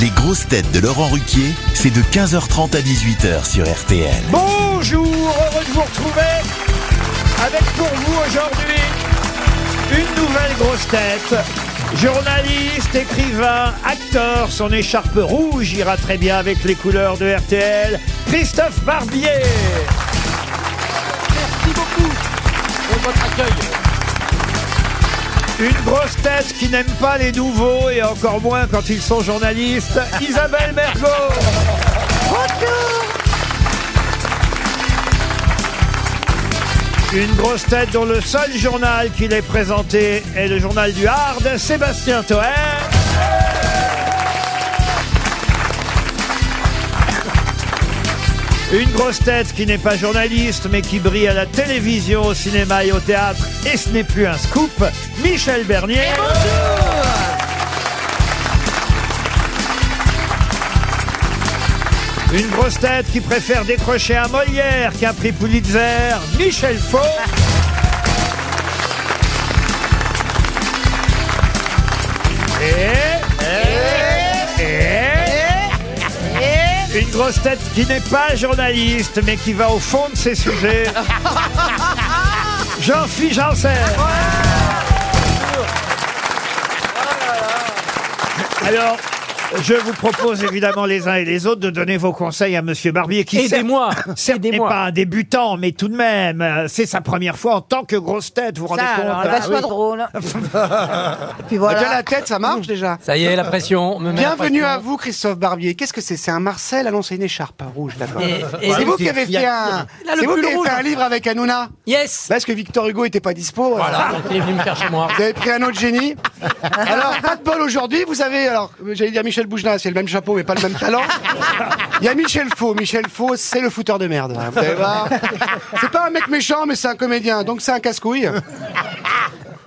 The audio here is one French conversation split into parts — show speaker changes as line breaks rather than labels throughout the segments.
Les grosses têtes de Laurent Ruquier, c'est de 15h30 à 18h sur RTL.
Bonjour, heureux de vous retrouver avec pour vous aujourd'hui une nouvelle grosse tête. Journaliste, écrivain, acteur, son écharpe rouge ira très bien avec les couleurs de RTL. Christophe Barbier.
Merci beaucoup pour votre accueil.
Une grosse tête qui n'aime pas les nouveaux et encore moins quand ils sont journalistes, Isabelle Mergo. Une grosse tête dont le seul journal qu'il ait présenté est le journal du Hard, Sébastien Toer. Une grosse tête qui n'est pas journaliste mais qui brille à la télévision, au cinéma et au théâtre, et ce n'est plus un scoop, Michel Bernier. Une grosse tête qui préfère décrocher un Molière qu'un prix Pulitzer, Michel Faux. Et- et- Une grosse tête qui n'est pas journaliste, mais qui va au fond de ses sujets. Jean-Philippe Janssen. Oh Alors, je vous propose évidemment les uns et les autres de donner vos conseils à Monsieur Barbier qui certes-
Aidez-moi
Certes, n'est
Aidez-moi.
pas un débutant, mais tout de même, euh, c'est sa première fois en tant que grosse tête, vous vous rendez
Ça,
compte
alors,
hein
là,
Ah
c'est pas drôle. Et puis voilà.
Déjà Eh la tête, ça marche déjà.
Ça y est, la pression. on me met la
Bienvenue
pression.
à vous, Christophe Barbier. Qu'est-ce que c'est C'est un Marcel annoncé une écharpe rouge, d'accord.
Et- et-
C'est vous qui avez
Il y a-
fait un,
il y a le
c'est vous
pull
qui avez
rouge.
fait un livre avec Hanouna.
Yes
Parce que Victor Hugo était pas dispo.
Voilà, donc il est venu me faire chez moi.
Vous avez pris un autre génie. Alors, pas de bol aujourd'hui. Vous avez, alors, j'allais dire Michel Bougelin, c'est le même chapeau, mais pas le même talent. Il y a Michel Faux. Michel Faux, c'est le fouteur de merde. Vous allez voir. C'est pas un mec méchant, mais c'est un comédien, donc c'est un casse-couille.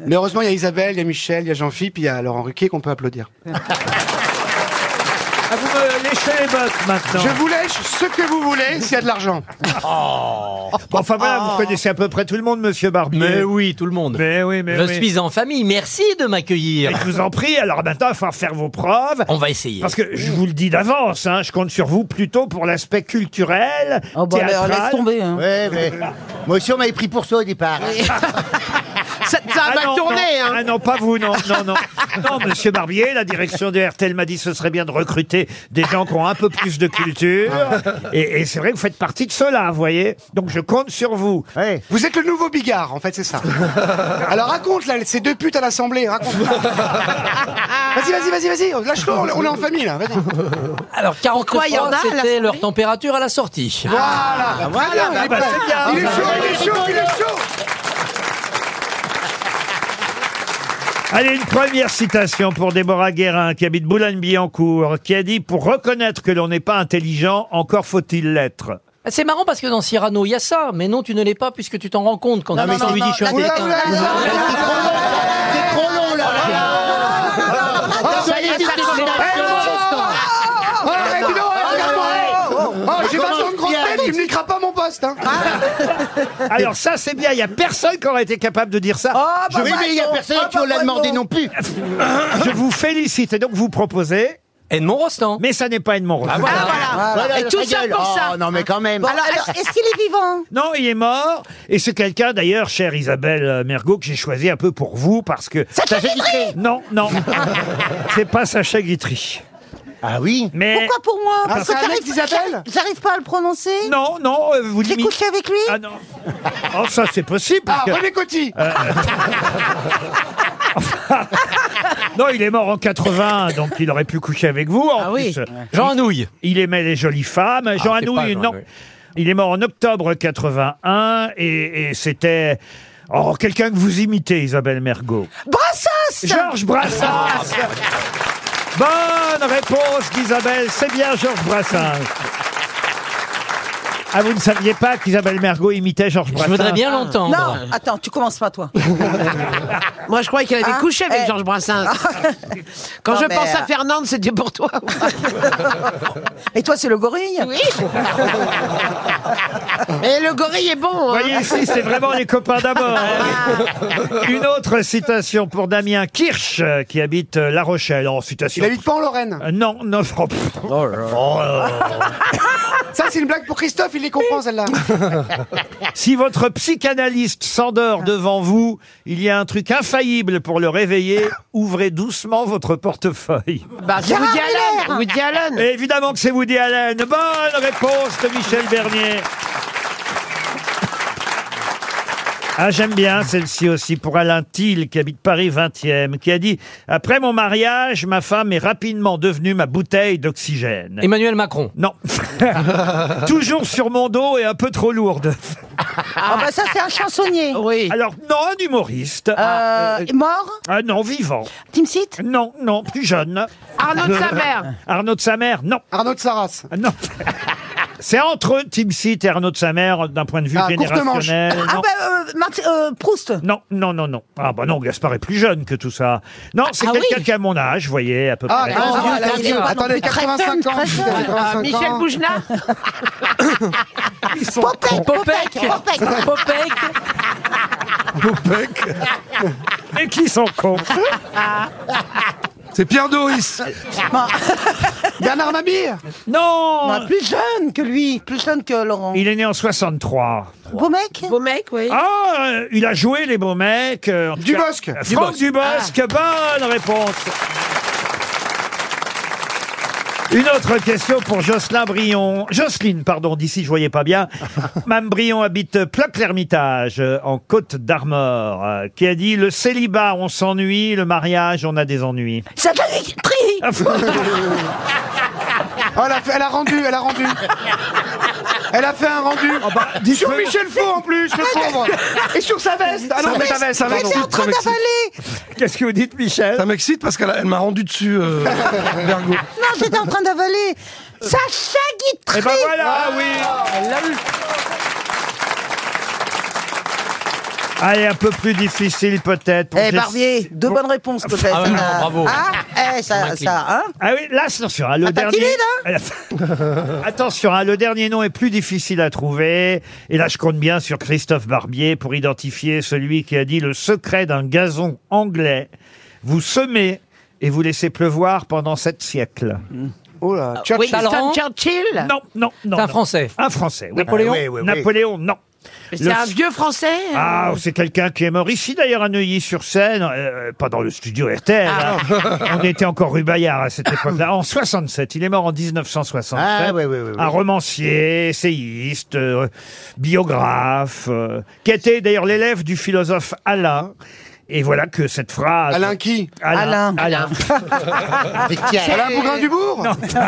Mais heureusement, il y a Isabelle, il y a Michel, il y a Jean-Philippe, il y a Laurent Ruquier qu'on peut applaudir.
Ah, vous me léchez les bottes maintenant.
Je vous lèche ce que vous voulez s'il y a de l'argent.
Oh. Bon, enfin voilà, vous connaissez à peu près tout le monde, Monsieur Barbier.
Mais oui, tout le monde.
mais oui, mais
Je
oui.
suis en famille, merci de
Mais
m'accueillir.
je vous en prie, alors maintenant, il faut faire vos preuves.
On va essayer.
Parce que je vous le dis d'avance, hein, je compte sur vous plutôt pour l'aspect culturel,
Oh, bah, alors,
théâtral.
laisse tomber. hein.
Ouais, mais moi aussi on m'avait pris pour ça au départ.
Ça,
Ah non, non.
hein.
Ah non, pas vous, non, non, non. Non, monsieur Barbier, la direction de RTL m'a dit ce serait bien de recruter des gens qui ont un peu plus de culture.
Ah.
Et, et c'est vrai que vous faites partie de cela, vous voyez. Donc je compte sur vous.
Ouais.
Vous êtes le nouveau Bigard, en fait, c'est ça. Alors raconte, là, ces deux putes à l'Assemblée, raconte. Vas-y, vas-y, vas-y, vas-y, lâche-le, on est- on est en famille, là, vas-y.
Alors, 40
Quoi, il y en a à
fois, c'était
l'Assemblée
leur température à la sortie.
Voilà, voilà, il est
bah, c'est bien.
prêt. Il est chaud, il est chaud, il est chaud
Allez, une première citation pour Déborah Guérin, qui habite Boulogne-Billancourt, qui a dit « Pour reconnaître que l'on n'est pas intelligent, encore faut-il l'être
Bah, C'est marrant parce que dans Cyrano, il y a ça. Mais non, tu ne l'es pas puisque tu t'en rends compte quand tu lui dis je suis un
Oula,
déclin.
oula, oula.
C'est trop long là.
ça y est, Oh, arrête, dis donc, arrête, regarde-moi. Oh, j'ai 20 ans de grosse tête, tu me niqueras pas mon poste, hein. !»
Alors ça, c'est bien, il n'y a personne qui aurait été capable de dire ça.
Je oui, mais il y a personne qui l'a demandé non plus.
Je vous félicite. Et donc, vous proposez,
Edmond Rostand.
mais ça n'est pas Edmond Rostand. Ah,
Voilà, et tout ça pour
Oh,
ça. non mais quand même.
Alors, alors, est-ce qu'il est vivant
eh ben- Non, il est mort. Et c'est quelqu'un, d'ailleurs, chère Isabelle euh, Mergot, que j'ai choisi un peu pour vous parce que.
ça fait vibrer.
Non, non. c'est pas Sacha Guitry.
Ah oui.
Mais.
Pourquoi pour moi
Ah, c'est un
j'arrive-
mec d'Isabelle
J'arrive pas à le prononcer.
non, non, euh, vous
J'ai
l'imitez.
couché avec lui
Ah non. Oh, ça, c'est possible. parce
Ah,
que- Euh,
René Coty
Non, il est mort en 80, donc il aurait pu coucher avec vous. En
Ah oui.
plus,
Jean Anouille.
Il aimait les jolies femmes. Jean
Ah, c'est pas
Anouilh,
Jean
non.
Anouilh.
Il est mort en octobre 81 et, et c'était. Oh, quelqu'un que vous imitez, Isabelle Mergot.
Brassens
Georges Brassens Bonne réponse d'Isabelle, c'est bien Georges Brassens. Ah, vous ne saviez pas qu'Isabelle Mergot imitait Georges
Je
Brassens
voudrais bien l'entendre.
Non, attends, tu commences pas toi.
Moi, je croyais qu'elle avait
Hein
couché avec
Eh.
Georges Brassens. Quand
Non,
je
mais,
pense
euh,
à Fernande, c'était pour toi.
Et toi, c'est le gorille
Oui. Et le gorille est bon.
Vous
hein.
voyez ici, c'est vraiment les copains d'abord. hein. Une autre citation pour Damien Kirsch, euh, qui habite euh, La Rochelle. En citation.
Il habite pas en Lorraine.
Euh, Non, non, oh, pff. Oh là là.
Ça, c'est une blague pour Christophe, il les comprend, celle-là.
Si votre psychanalyste s'endort devant vous, il y a un truc infaillible pour le réveiller. Ouvrez doucement votre portefeuille.
Bah, c'est Woody Allen. Woody Allen.
Et évidemment que c'est Woody Allen. Bonne réponse de Michel Bernier. Ah, j'aime bien celle-ci aussi pour Alain Thiel, qui habite Paris 20e, qui a dit « Après mon mariage, ma femme est rapidement devenue ma bouteille d'oxygène.
Emmanuel Macron. »
Non. Toujours sur mon dos et un peu trop lourde.
Ah, bah ça, c'est un chansonnier.
Oui.
Alors, non, un humoriste.
Euh, mort
Ah non, vivant.
Team Seat
Non, non, plus jeune.
Arnaud de sa mère.
Arnaud de sa mère, non, Ah,
Arnaud de Sarras.
non. C'est entre Tim Seat et Arnaud de sa mère d'un point de vue
Ah, courte manche.
générationnel.
Ah,
Non.
bah, euh, Marti- euh, Proust.
Non, non, non, non. Ah bah non, Gaspard est plus jeune que tout ça. Non, c'est
ah
quelqu'un
oui.
qui a mon âge, vous voyez, à peu
Ah,
près.
grand
ah,
Dieu,
là,
grand
il est
Dieu.
pas non
Attendez,
plus très
85
jeune,
ans.
très
putain,
jeune.
85 ans.
Ah, Michel Bougenat.
Ils sont
Popek,
Popek.
Popek, Popek.
Popek.
cons. Et qui sont cons
Ah.
C'est Pierre Doris. Bernard Mabille.
Non
Ah, plus jeune que lui, plus jeune que Laurent.
Il est né en 63.
Beau mec
Beau mec, oui.
Ah, euh, il a joué les beaux mecs. euh, en tout cas-
Dubosc.
Franck Dubosc,
Ah.
bonne réponse. Une autre question pour Jocelyn Brion. Jocelyne, pardon, d'ici je voyais pas bien. Mme Brion habite Plaque-l'Ermitage, euh, en Côte d'Armor, euh, qui a dit le célibat, on s'ennuie, le mariage, on a des ennuis.
Ça de la tri
Oh, elle, a fait- elle a rendu, elle a rendu. Elle a fait un rendu. sur Michel Faux en plus, le pauvre. Et sur Ah, sa veste. Ah non, mais ta veste,
Mais t'es en train d'avaler
Qu'est-ce que vous dites, Michel
Ça m'excite parce qu'elle a- elle m'a rendu dessus, euh, Bergo.
Non, j'étais en train d'avaler Sacha Guitry
Euh. Eh ben voilà, ah oui Allez, un peu plus difficile peut-être. pour
Eh,
Jess-
Barbier, deux bonnes réponses peut-être.
Ah ouais, non,
Ah,
bravo.
Ah, eh, ça, ça, hein
Ah oui, là, attention, hein, le
Ah, t'as
dernier.
tilé,
attention, hein, le dernier nom est plus difficile à trouver. Et là, je compte bien sur Christophe Barbier pour identifier celui qui a dit le secret d'un gazon anglais. Vous semez et vous laissez pleuvoir pendant sept siècles.
Oh là, Churchill.
Oui, Winston
Talleyrand.
Churchill.
Non, non, non.
C'est un
non.
Français.
Un français. oui.
Napoléon.
Ah, oui, oui, oui.
Napoléon, non.
C'est
Le-
un vieux français.
Ah, c'est quelqu'un qui est mort ici d'ailleurs à Neuilly-sur-Seine, euh, pas dans le studio RTL.
Ah.
hein. On était encore rue Bayard à cette époque-là. En 67, il est mort en 1967.
Ah, oui, oui, oui, oui.
Un romancier, essayiste, euh, biographe, euh, qui était d'ailleurs l'élève du philosophe Alain. Et voilà que cette phrase.
Alain qui
Alain.
Alain. Alain.
Alain Bougrain-Dubourg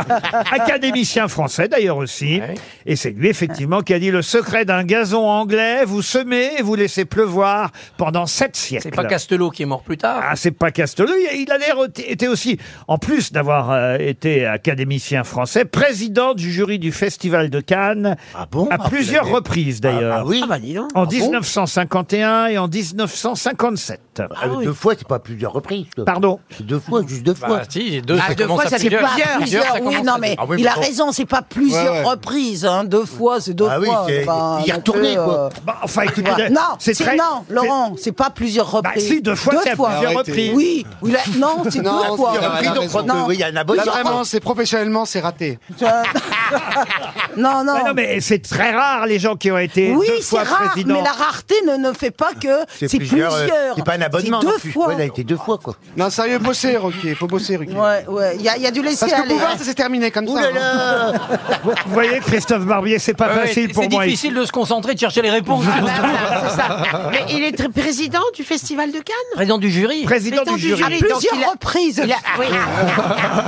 Académicien français d'ailleurs aussi. Et c'est lui effectivement qui a dit le secret d'un gazon anglais, vous semez et vous laissez pleuvoir pendant sept siècles.
C'est pas Castelot qui est mort plus tard.
Ah, c'est pas Castelot. Il il a l'air ot- été aussi, en plus d'avoir euh, été académicien français, président du jury du Festival de Cannes
Ah bon
à
Ah, vous
plusieurs
l'avez-
reprises d'ailleurs.
Ah, oui.
Ah bah dis donc.
En
bon
1951 et en 1957.
Ah, Deux fois, c'est pas plusieurs reprises. toi.
Pardon.
C'est Deux fois, juste deux fois.
Ah, si,
Bah,
deux,
Ah, deux
commence
fois,
à
ça, c'est
plusieurs.
plusieurs.
Plusieurs, ça
oui,
commence
non,
à
mais
plusieurs.
Ah oui, mais
il a
bon.
raison, c'est pas plusieurs
Ouais, ouais.
reprises, hein. deux fois, c'est deux
Ah oui,
fois.
c'est-
c'est pas
y
non
retourner,
plus,
quoi.
Bah, enfin, écoutez,
voilà. Non,
c'est
c'est-
très.
non,
c'est-
Laurent, c'est pas plusieurs
Bah,
reprises.
si, deux fois, c'est à plusieurs
Arrêtez.
reprises.
Oui, oui, là- non, c'est
Non,
deux
on
fois.
s'y
Ah,
remet.
oui,
raison.
donc,
Non.
oui, il y en a
Là,
beaucoup.
vraiment, c'est professionnellement, c'est raté.
Euh, non, non.
Ah non, mais c'est très rare les gens qui ont été
Oui,
deux
c'est
fois
rare,
président.
mais la rareté ne, ne fait pas que c'est plusieurs.
euh, C'est pas un abonnement.
C'est
non
deux
plus.
fois.
Ouais, il a été deux fois, quoi.
Non, sérieux, bosser, Ruquier. Faut bosser, Ruquier.
Ouais, ouais, il y, a- il y a du laisser
Parce que
aller. hein.
pouvoir, ça s'est terminé comme
Ouh
ça.
là
hein.
là
Vous voyez, Christophe Barbier, c'est pas
Ouais,
facile pour
C'est
moi.
difficile de se concentrer, de chercher les réponses.
Voilà, c'est ça. Mais il est tr- président du Festival de Cannes.
Président du jury.
Président
Président
du
du
jury.
jury.
À
donc
plusieurs
il a-
reprises.
Il a, oui.
ah.
Ah,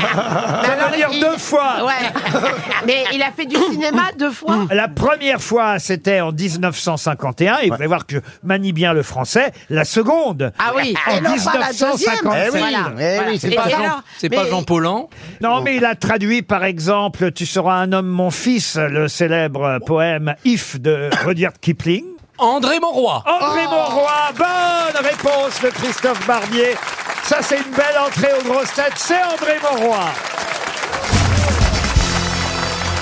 Mais
Ça
alors,
veut dire
il-
deux fois. Ah,
Ouais. Mais il a fait du cinéma deux fois.
Mmh.
La première fois, c'était en 1951, et vous allez voir que je manie bien le français. La seconde,
Ah oui.
en
Et non pas la deuxième.
1957.
Eh oui,
Voilà.
eh oui, c'est
Et-
pas
et
Jean-
alors-
C'est pas
mais-
Jean Paulhan.
Non, mais il a traduit, par exemple, Tu seras un homme, mon fils, le célèbre poème If de Rudyard Kipling.
André Monroy.
André Monroy, bonne réponse de Christophe Barbier. Ça, c'est une belle entrée aux grosses têtes. C'est André Monroy.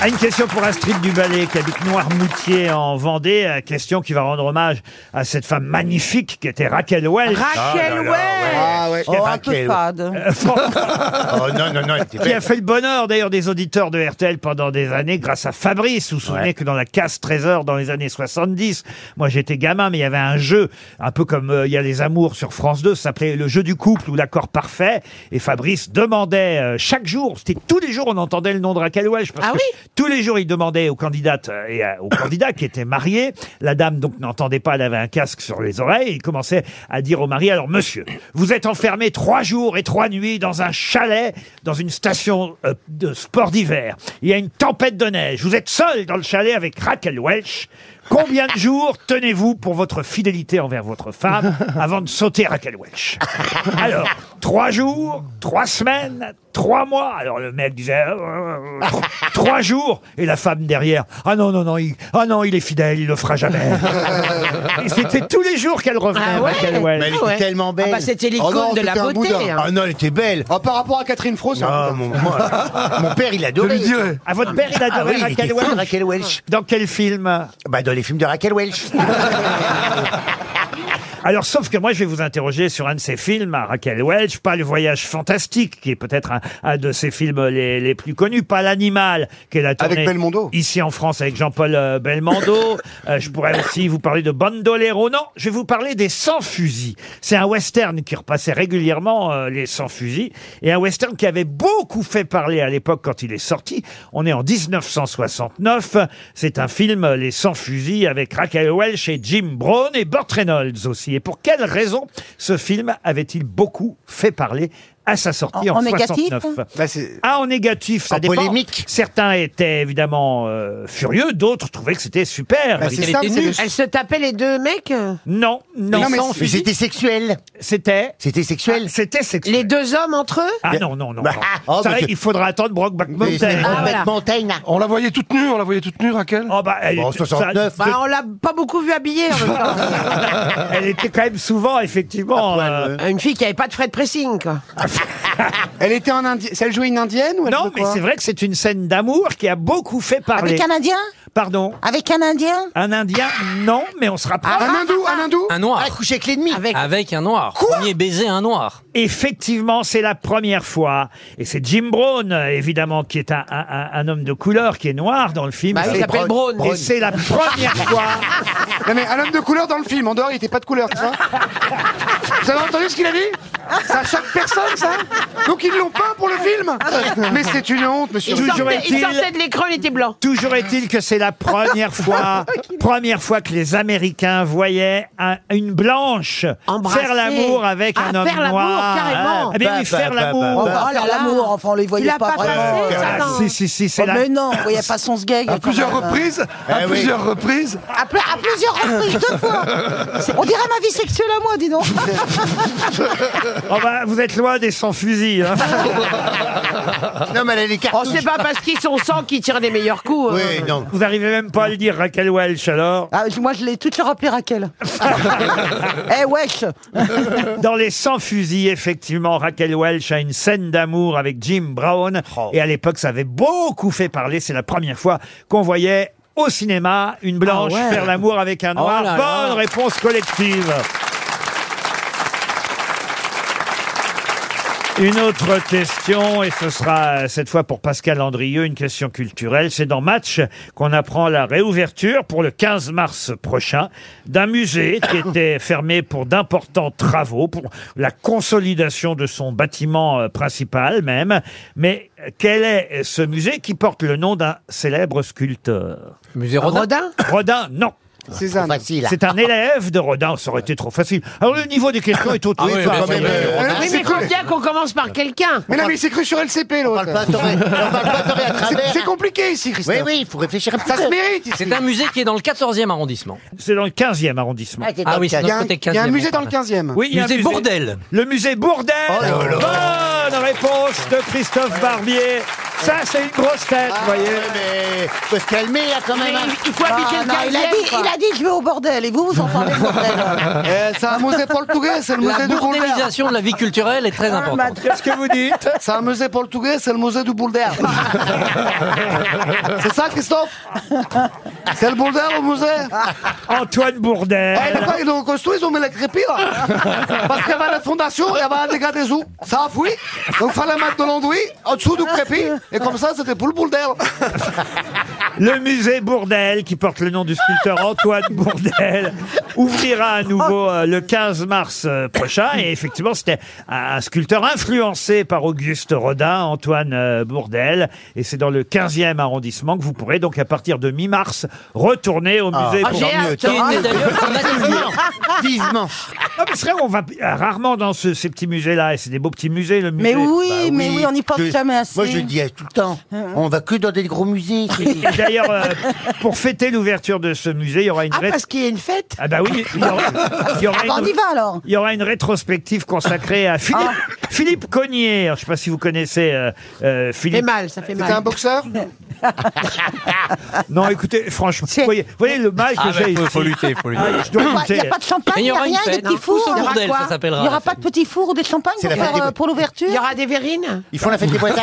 Ah, Une question pour Astrid Duballet qui habite Noirmoutier en Vendée. Euh, Question qui va rendre hommage à cette femme magnifique qui était Raquel Welch.
Ah
Raquel, ouais.
Ah ouais.
Oh, un peu
Raquel.
fade.
Oh non, non, non, elle était
qui a
belle.
fait le bonheur d'ailleurs des auditeurs de RTL pendant des années grâce à Fabrice. Vous vous souvenez
Ouais.
que dans la casse trésor dans les années 70, moi j'étais gamin, mais il y avait un jeu, un peu comme euh, il y a les amours sur France 2, ça s'appelait le jeu du couple ou l'accord parfait. Et Fabrice demandait euh, chaque jour, c'était tous les jours on entendait le nom de Raquel Welch. Parce
Ah
que
oui
tous les jours il demandait aux candidates euh, et euh, aux candidats qui étaient mariés. La dame donc n'entendait pas, elle avait un casque sur les oreilles. Et il commençait à dire au mari, alors monsieur, vous êtes enfermé trois jours et trois nuits dans un chalet, dans une station euh, de sport d'hiver. Il y a une tempête de neige. Vous êtes seul dans le chalet avec Raquel Welch. Combien de jours tenez-vous pour votre fidélité envers votre femme avant de sauter Raquel Welch Alors, trois jours, trois semaines, trois mois. Alors le mec disait euh, euh, euh, trois jours et la femme derrière. Ah non non non, il, ah non il est fidèle, il le fera jamais. euh. et c'était tous les jours qu'elle revenait
Ah ouais
Raquel Welch.
Mais elle
Ah ouais.
était tellement belle. Oh
Ah bah, c'était l'icône
non,
de la
c'était un
beauté,
boudin.
hein.
Ah non, elle était belle.
Ah, par rapport à Catherine Fro, c'est un
Ah, mon, moi, mon père, il
Je
adorait.
lui dirais.
À votre père, il
Ah
adorait
oui, il était
Raquel
fan de
Welch.
Raquel Welch.
Dans quel film
Bah, dans les films de Raquel Welch.
Alors, sauf que moi, je vais vous interroger sur un de ses films, à Raquel Welch, pas Le Voyage Fantastique, qui est peut-être un, un de ses films les, les plus connus, pas L'Animal, qu'elle a tourné
Avec
Ben
Belmondo.
ici en France avec Jean-Paul euh, Belmondo. Euh, je pourrais aussi vous parler de Bandolero. Non, je vais vous parler des Sans Fusils. C'est un western qui repassait régulièrement euh, les Sans Fusils, et un western qui avait beaucoup fait parler à l'époque quand il est sorti. On est en 1969. C'est un film, euh, Les Sans Fusils, avec Raquel Welch et Jim Brown et Burt Reynolds aussi. Et pour quelle raison ce film avait-il beaucoup fait parler à sa sortie en,
En- en négatif hein
69
Bah, c'est-
ah, en négatif, ça
En
dépend.
polémique.
Certains étaient évidemment euh, furieux, d'autres trouvaient que c'était super.
bah,
Elle
c'est
était
simple.
nulle.
c'est-
Elle se tapait les deux mecs euh,
Non, non,
Non, mais
sans
c'est-
Mais
fusil.
c'était sexuel.
c'était, Ah,
C'était sexuel.
c'était sexuel.
Les deux hommes entre eux
Ah non, non, non.
Bah,
non.
oh,
Ça,
bah,
il faudra attendre Brockback
Mais
Mountain.
c'est
Ah, voilà.
Brokeback Mountain.
On la voyait toute nue, on la voyait toute nue, Raquel.
Oh bah, elle,
Bon,
ça- Bah,
69.
bah, On l'a pas beaucoup vu habillée en même temps.
elle était quand même souvent, effectivement. euh,
Une fille qui avait pas de frais de pressing, quoi.
Elle était en Indi... Elle jouait une indienne ou elle
Non,
jouait
mais
quoi
c'est vrai que c'est une scène d'amour qui a beaucoup fait parler.
Avec un Indien
Pardon,
Avec un Indien
un Indien, non, mais on se rapproche.
Ah, Un hindou, un hindou
Un noir.
Ah, coucher avec l'ennemi.
Avec
Avec un noir. Premier baiser, un noir.
Effectivement, c'est la première fois. Et c'est Jim Brown, euh, évidemment, qui est un, un- un- un homme de couleur, qui est noir dans le film.
Bah, il
Et-
s'appelle Braun.
Et c'est la première fois.
Non, mais un homme de couleur dans le film. En dehors, il était pas de couleur, c'est ça Vous avez entendu ce qu'il a dit C'est à chaque personne, ça Donc ils l'ont pas pour le film Mais c'est une honte, monsieur.
Il
Toujours
sortait, il
est-il-
sortait de l'écran, il Ah, était blanc.
Toujours est-il que c'est la première fois, première fois que les Américains voyaient un- une blanche
Embrasser.
faire l'amour avec
Ah,
un homme
faire l'amour,
noir.
carrément. Oh,
Eh bien
Bah,
oui,
bah,
faire
bah,
l'amour.
On
bah,
va faire l'amour, enfin, on les
Tu
voyait
l'as
pas
pas
vraiment.
passé, ça,
Ah,
non.
si si si, c'est
Oh,
la.
Mais non, on voyait pas son sgeg.
À plusieurs
quand même.
reprises, à
Eh oui.
plusieurs reprises.
À, ple- à plusieurs
oh,
reprises, deux fois. C'est- On dirait ma vie sexuelle à moi, dis donc.
Oh, bah, vous êtes loin des sans fusil. hein.
Non, mais elle a les
Oh,
cartouches.
c'est pas parce qu'ils sont sang qu'ils tirent des meilleurs coups. euh.
Oui, non.
vous arrivez même pas à le dire, Raquel Welch alors.
Ah, je- moi, je l'ai toutes les rappelé Raquel. Eh, wesh
Dans les 100 fusils, effectivement, Raquel Welch a une scène d'amour avec Jim Brown.
Oh.
Et à l'époque, ça avait beaucoup fait parler. C'est la première fois qu'on voyait au cinéma une blanche
Ah ouais.
faire l'amour avec un noir.
Oh là là.
Bonne réponse collective. Une autre question, et ce sera euh, cette fois pour Pascal Andrieux, une question culturelle. C'est dans Match qu'on apprend la réouverture pour le 15 mars prochain d'un musée qui était fermé pour d'importants travaux, pour la consolidation de son bâtiment euh, principal même. Mais quel est ce musée qui porte le nom d'un célèbre sculpteur
Musée
Rodin
Rodin, non.
Cézanne.
Facile.
C'est un élève de Rodin, ça aurait été trop facile. Alors le niveau des questions est au-dessus.
oui, quand même, euh,
Ah, non,
Oui,
c'est
mais faut
cru-
bien qu'on commence par quelqu'un.
Mais non, mais il s'est cru sur LCP,
On parle
l'autre.
pas doré. On parle pas doré à
C'est-
travers.
C'est compliqué ici, Christophe.
Oui, oui, il faut réfléchir un peu.
Ça se mérite ici.
C'est un musée qui est dans le 14e arrondissement.
C'est dans le 15e arrondissement.
Ah oui, c'est
Il y a un,
notre côté
il y a un
15e,
musée dans le
voilà.
15e.
Oui, il y a un
Musée Bourdel.
Le musée Bourdel.
Oh
Bonne réponse de Christophe Barbier. Ça, c'est une grosse tête, vous voyez.
Ah, Mais Faut se calmer, là, quand
Mais
même. hein.
il- il faut
Ah,
habiter
non, il, a dit,
le 15
il a dit je vais au bordel et vous vous entendez le bordel.
Eh, c'est un musée portugais, c'est le musée
La
du Ah, Boulder.
bourdélisation de la vie culturelle est très importante.
Qu'est-ce que vous dites
C'est un musée portugais, c'est le musée du Boulder. Oh, c'est ça, Christophe C'est le Boulder au musée
Antoine Bourdel.
Eh, les gars, ils l'ont construit, ils ont mis les crépits, là. Parce qu'il y avait la fondation, il y avait des gars des eaux. Ça a fouillé. Donc, fallait mettre de l'enduit en dessous du crépi. Et comme ça, c'était pour le boule d'air.
Le musée Bourdel, qui porte le nom du sculpteur Antoine Bourdel, ouvrira à nouveau euh, le 15 mars euh, prochain. Et effectivement, c'était un un sculpteur influencé par Auguste Rodin, Antoine euh, Bourdel. Et c'est dans le 15e arrondissement que vous pourrez donc à partir de mi-mars retourner au musée
Ah,
Bourdel.
j'ai hâte.
Qui est né d'ailleurs en Algérie.
Vivement.
Ah, mais c'est vrai, on va euh, rarement dans ce- ces petits musées-là. Et c'est des beaux petits musées, le
Mais
musée.
oui,
Bah
mais oui, on n'y pense
je-
jamais assez. Hein
Moi, je dis eh, tout le temps, on va que dans des gros musées.
Et D'ailleurs, euh, pour fêter l'ouverture de ce musée, il y aura une
Ah,
ré-
parce qu'il y a une fête
Ah bah oui, il y aura, il y aura
Bon, Ah, bah, on y
une,
va alors. Ah.
il y aura une rétrospective consacrée à Philippe, Philippe Cognier. Alors, Je ne sais pas si vous connaissez euh, euh,
Ça fait
Philippe.
mal, ça fait
C'était un
mal.
boxeur
Non, écoutez, franchement, vous voyez, vous voyez le mal que j'ai ici.
lutter, faut lutter.
Je dois
Il n'y
lutter.
Ah, a pas de champagne, il
Et il
n'y
y
a
aura une
rien, des
fête.
petits
hein, Tous
fours.
au
Il
bordel, ça s'appellera.
n'y aura
la
pas
fête.
de petits fours ou des champagnes
C'est
pour,
la fête
faire,
des-
euh, pour l'ouverture
Il y aura des verrines
Ils font la fête des voisins.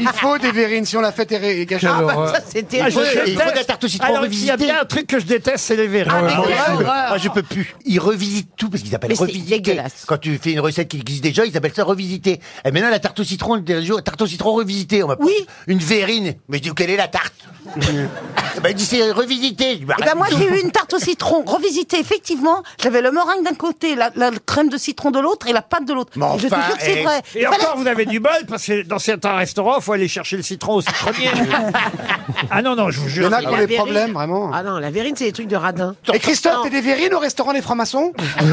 Il faut des vérines, si on l'a fait, et gâchée.
Ah, bah, ça, c'était.
Ah, je
Il faut- il faut
déteste.
de la tarte au citron
Alors, s'il y a
revisitée.
bien un truc que je déteste, c'est les verrines.
Ah, mais
Ah,
quelle
ouais.
horreur.
Ah, je peux plus. Ils revisitent tout parce qu'ils appellent
Mais c'est
revisiter.
dégueulasse.
Quand tu fais une recette qui existe déjà, ils appellent ça revisiter. Et maintenant, la tarte au citron, le jour, tarte au citron revisitée. On m'a
Oui.
Une verrine. Mais je dis, quelle est la tarte bah, Il dit, c'est revisité. Je dis, bah,
Eh ben moi
arrête.
j'ai eu une tarte au citron revisitée effectivement. J'avais le meringue d'un côté, la, la crème de citron de l'autre et la pâte de l'autre.
Mais
Et je te
enfin,
jure que c'est
eh,
vrai.
Et encore, vous avez du bol, parce que dans certains restaurants, il faut aller chercher le citron au citronnier. ah non, non, je vous
Il y
jure.
en a
Et
qui
la
ont des
verrine-
problèmes, vraiment.
Ah non, la verrine, c'est des trucs de radin.
Et Christophe, t'es des verrines au restaurant Les Francs-Maçons Non,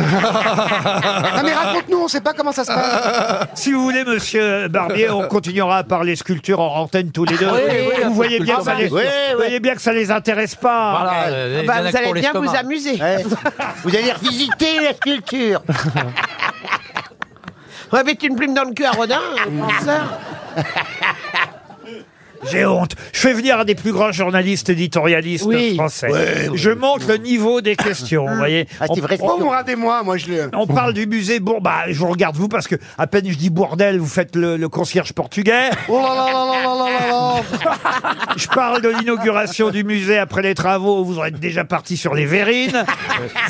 mais raconte-nous, on sait pas comment ça se passe.
Si vous voulez, monsieur Barbier, on continuera à parler sculpture en antenne tous les deux.
Oui, oui, la
vous, voyez bien que ça les,
sculpture. Oui, oui.
vous voyez bien que ça les intéresse pas.
Voilà, euh, il y
Bah,
en a
vous
que pour
allez bien vous
l'estomac.
euh,
amuser.
Ouais. Vous allez revisiter la sculpture.
Remettez une plume dans le cul à Rodin, ça.
J'ai honte. Je fais venir un des plus grands journalistes éditorialistes
Oui.
français. Je montre le niveau des questions, vous voyez.
Ah, c'est vrai.
Oh, mon rat des moi, moi, je le...
On parle du musée Bourdel. Bah, je vous regarde vous parce que à peine je dis Bourdel, vous faites le, le concierge portugais.
Oh là là là là là là là là
Je parle de l'inauguration du musée après les travaux. Vous aurez déjà parti sur les verrines.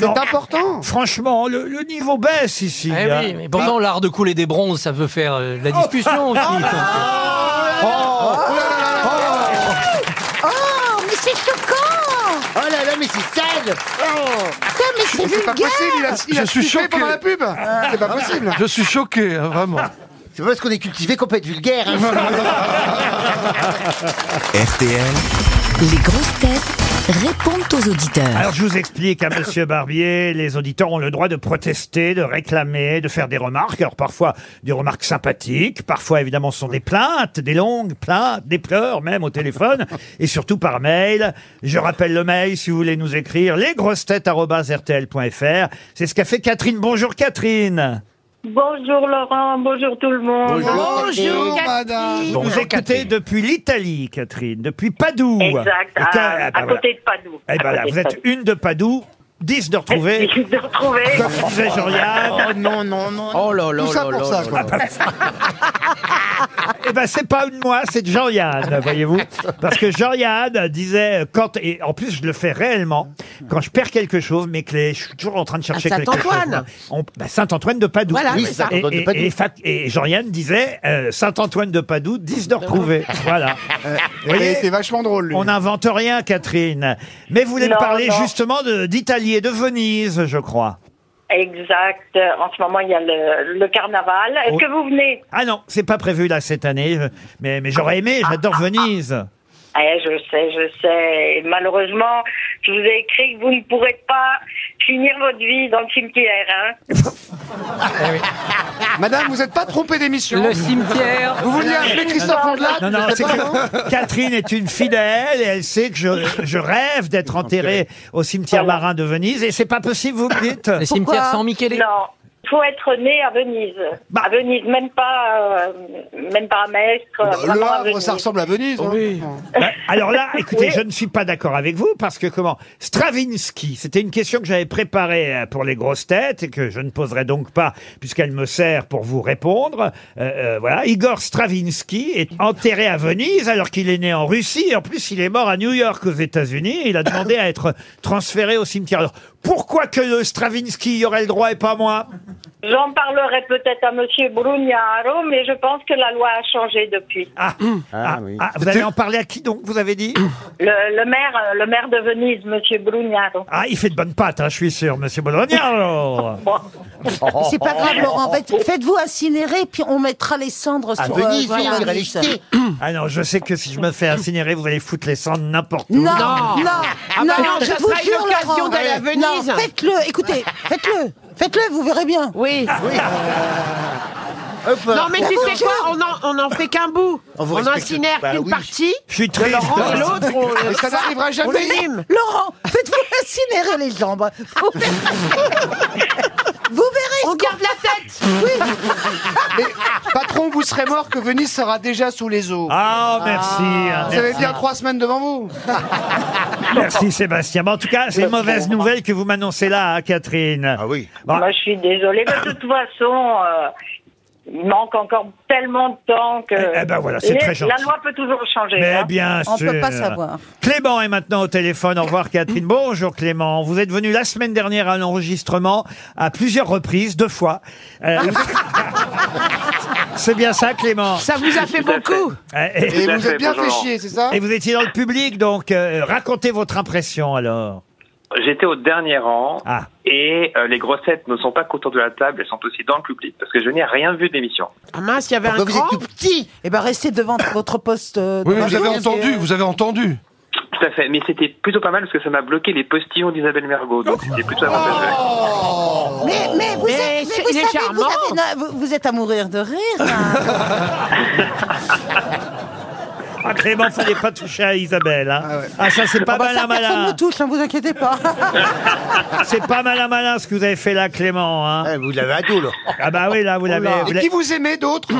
Non,
C'est important
franchement, le, le niveau baisse ici.
Eh
hein.
oui, mais
Ah.
pourtant, l'art de couler des bronzes, ça veut faire euh, de la discussion
Oh
aussi.
Oh mais c'est choquant
Oh là là, mais c'est sale. Oh.
Putain mais c'est
C'est pas
vulgaire
possible, il a, il a
Je suis
soufflé
choqué.
pendant la pub
Ah.
C'est pas possible
Je suis choqué, hein, vraiment.
Ah.
C'est pas parce qu'on est cultivé qu'on peut être vulgaire. hein.
RTL,
Les grosses têtes répondent aux auditeurs.
Alors je vous explique à Monsieur Barbier, les auditeurs ont le droit de protester, de réclamer, de faire des remarques. Alors parfois des remarques sympathiques, parfois évidemment ce sont des plaintes, des longues plaintes, des pleurs même au téléphone et surtout par mail. Je rappelle le mail si vous voulez nous écrire lesgrossetêtes@rtl.fr. C'est ce qu'a fait Catherine. Bonjour Catherine.
Bonjour Laurent, bonjour tout le monde.
Bonjour, madame
Vous nous écoutez depuis l'Italie, Catherine, depuis Padoue.
Exact,
Et
à,
qu'à- ah,
à
bah, voilà.
côté de Padoue.
Eh
À
ben là,
côté
vous
de
êtes une de Padoue, 10 de retrouver.
Padoue. De retrouver.
Comme disait Jean-Yann.
Oh non, non, non. non.
Oh là là
Tout ça
là
pour
là
ça,
Oh là
quoi.
là.
Eh ben, c'est pas de moi, c'est de Jean-Yann, voyez-vous. Parce que Jean-Yann disait, euh, quand, et en plus, je le fais réellement, quand je perds quelque chose, mes clés, je suis toujours en train de chercher
À
quelque chose.
Ah, Saint-Antoine.
On- bah, Saint-Antoine de Padoue.
Voilà, Oui, c'est ça.
Et,
Saint-Antoine de
et-
Padoue.
et fac- et Jean-Yann disait, euh, Saint-Antoine de Padoue, 10 de retrouver. voilà. Vous
Euh, Il
voyez,
était vachement drôle, lui.
on n'invente rien, Catherine. Mais vous voulez me
Non,
parler
non.
justement de- d'Italie et de Venise, je crois.
Exact. En ce moment, il y a le, le carnaval. Est-ce
Oh.
que vous venez
Ah non, c'est pas prévu là cette année, je- mais, mais j'aurais aimé,
Ah,
j'adore Venise.
Eh, je sais, je sais. Et malheureusement, je vous ai écrit que vous ne pourrez pas finir votre vie dans le cimetière. Hein
Eh
Madame, vous n'êtes pas trompée d'émission
Le cimetière.
Vous vouliez appeler Christophe Ondelat
Non, non, c'est que Catherine est une fidèle et elle sait que je, je rêve d'être enterré au cimetière marin de Venise et c'est pas possible, vous me dites.
Les cimetières sans Michele.
Non. faut être né à Venise. À Venise, même pas, euh, même pas à Mestre.
Le
vraiment à
Havre,
Venise.
ça ressemble à Venise. hein.
Bah, alors là, écoutez,
Oui.
je ne suis pas d'accord avec vous parce que comment Stravinsky, c'était une question que j'avais préparée euh, pour les grosses têtes et que je ne poserai donc pas puisqu'elle me sert pour vous répondre. Euh, euh, voilà, Igor Stravinsky est enterré à Venise alors qu'il est né en Russie. En plus, il est mort à New York aux États-Unis. Il a demandé à être transféré au cimetière. Alors, pourquoi que le Stravinsky y aurait le droit et pas moi
J'en parlerai peut-être à Monsieur Brugnaro, mais je pense que la loi a changé depuis.
Ah, ah, ah, vous allez en parler à qui donc Vous avez dit
Le, le maire, euh, le maire de Venise, Monsieur Brugnaro.
Ah, il fait de bonnes pattes, hein, je suis sûr, Monsieur Bologna.
C'est pas grave, Laurent. faites- Faites-vous incinérer, puis on mettra les cendres
Ah, À
sur euh,
Venise,
sur
on
la
irait les
niche.
jeter.
Ah non, je sais que si je me fais incinérer, vous allez foutre les cendres n'importe où. Ah,
Non, non,
Non.
non,
bah non,
je
ça
vous
sera une
jure,
occasion
Laurent.
d'aller à Venise.
Non, faites-le, écoutez, faites-le, faites-le, vous verrez bien. Ah
Oui.
Hop,
Non, mais
Mais
tu
bon,
sais quoi On en, on en fait qu'un bout.
On vous
On,
respecte.
incinère
Bah
une
oui.
partie.
Je suis triste.
Laurent et l'autre,
Mais
on,
ça n'arrivera
on
jamais.
l'anime.
Laurent, faites-vous incinérer les jambes. Vous verrez, vous verrez
On garde la tête.
Mais, patron, vous serez mort que Venise sera déjà sous les eaux.
Ah, merci. hein,
vous
merci.
avez bien trois semaines devant vous.
Merci, Sébastien. Mais en tout cas, c'est une mauvaise nouvelle que vous m'annoncez là, hein, Catherine.
Ah oui.
Bon,
Moi, je suis désolée, mais de toute façon, euh, il manque encore tellement de temps que.
Eh- eh ben voilà, c'est
Les-
très gentil.
La loi peut toujours changer.
mais
hein.
bien sûr.
On peut pas savoir.
Clément est maintenant au téléphone. Au revoir, Catherine. Bonjour, Clément. Vous êtes venu la semaine dernière à l'enregistrement à plusieurs reprises, deux fois. Euh, c'est bien ça, Clément.
Ça vous a fait beaucoup.
Euh, et-
Et
Tout à
vous êtes
fait,
bien fait
bonjour.
chier, c'est ça
Et vous étiez dans le public, donc euh, racontez votre impression alors.
J'étais au dernier rang
Ah.
et euh, les grossettes ne sont pas qu'autour de la table, elles sont aussi dans le public parce que je n'ai rien vu de l'émission.
Ah mince, il y avait un
Pourquoi vous
grand.
êtes tout petit
Eh ben, restez devant votre poste. euh,
Oui,
de
mais vous avez
radio,
entendu,
et, euh,
vous avez entendu.
Tout à fait, mais c'était plutôt pas mal parce que ça m'a bloqué les postillons d'Isabelle Mergot, donc c'était plutôt avantageux.
Mais, mais vous
Mais
êtes, mais
c'est-
vous
il est
savez, vous,
charmant.
avez- non, vous- vous êtes à mourir de rire. hein.
Ah Clément, fallait pas toucher à Isabelle. hein. Ah, ça c'est pas
Ah bah,
malin
ça, personne ne
malin.
me touche, hein, vous inquiétez pas.
C'est pas malin malin ce que vous avez fait là, Clément. hein.
Ah, vous l'avez à dos, là.
Ah bah oui, là vous l'avez. vous
Et
l'avez-
qui vous aimez d'autres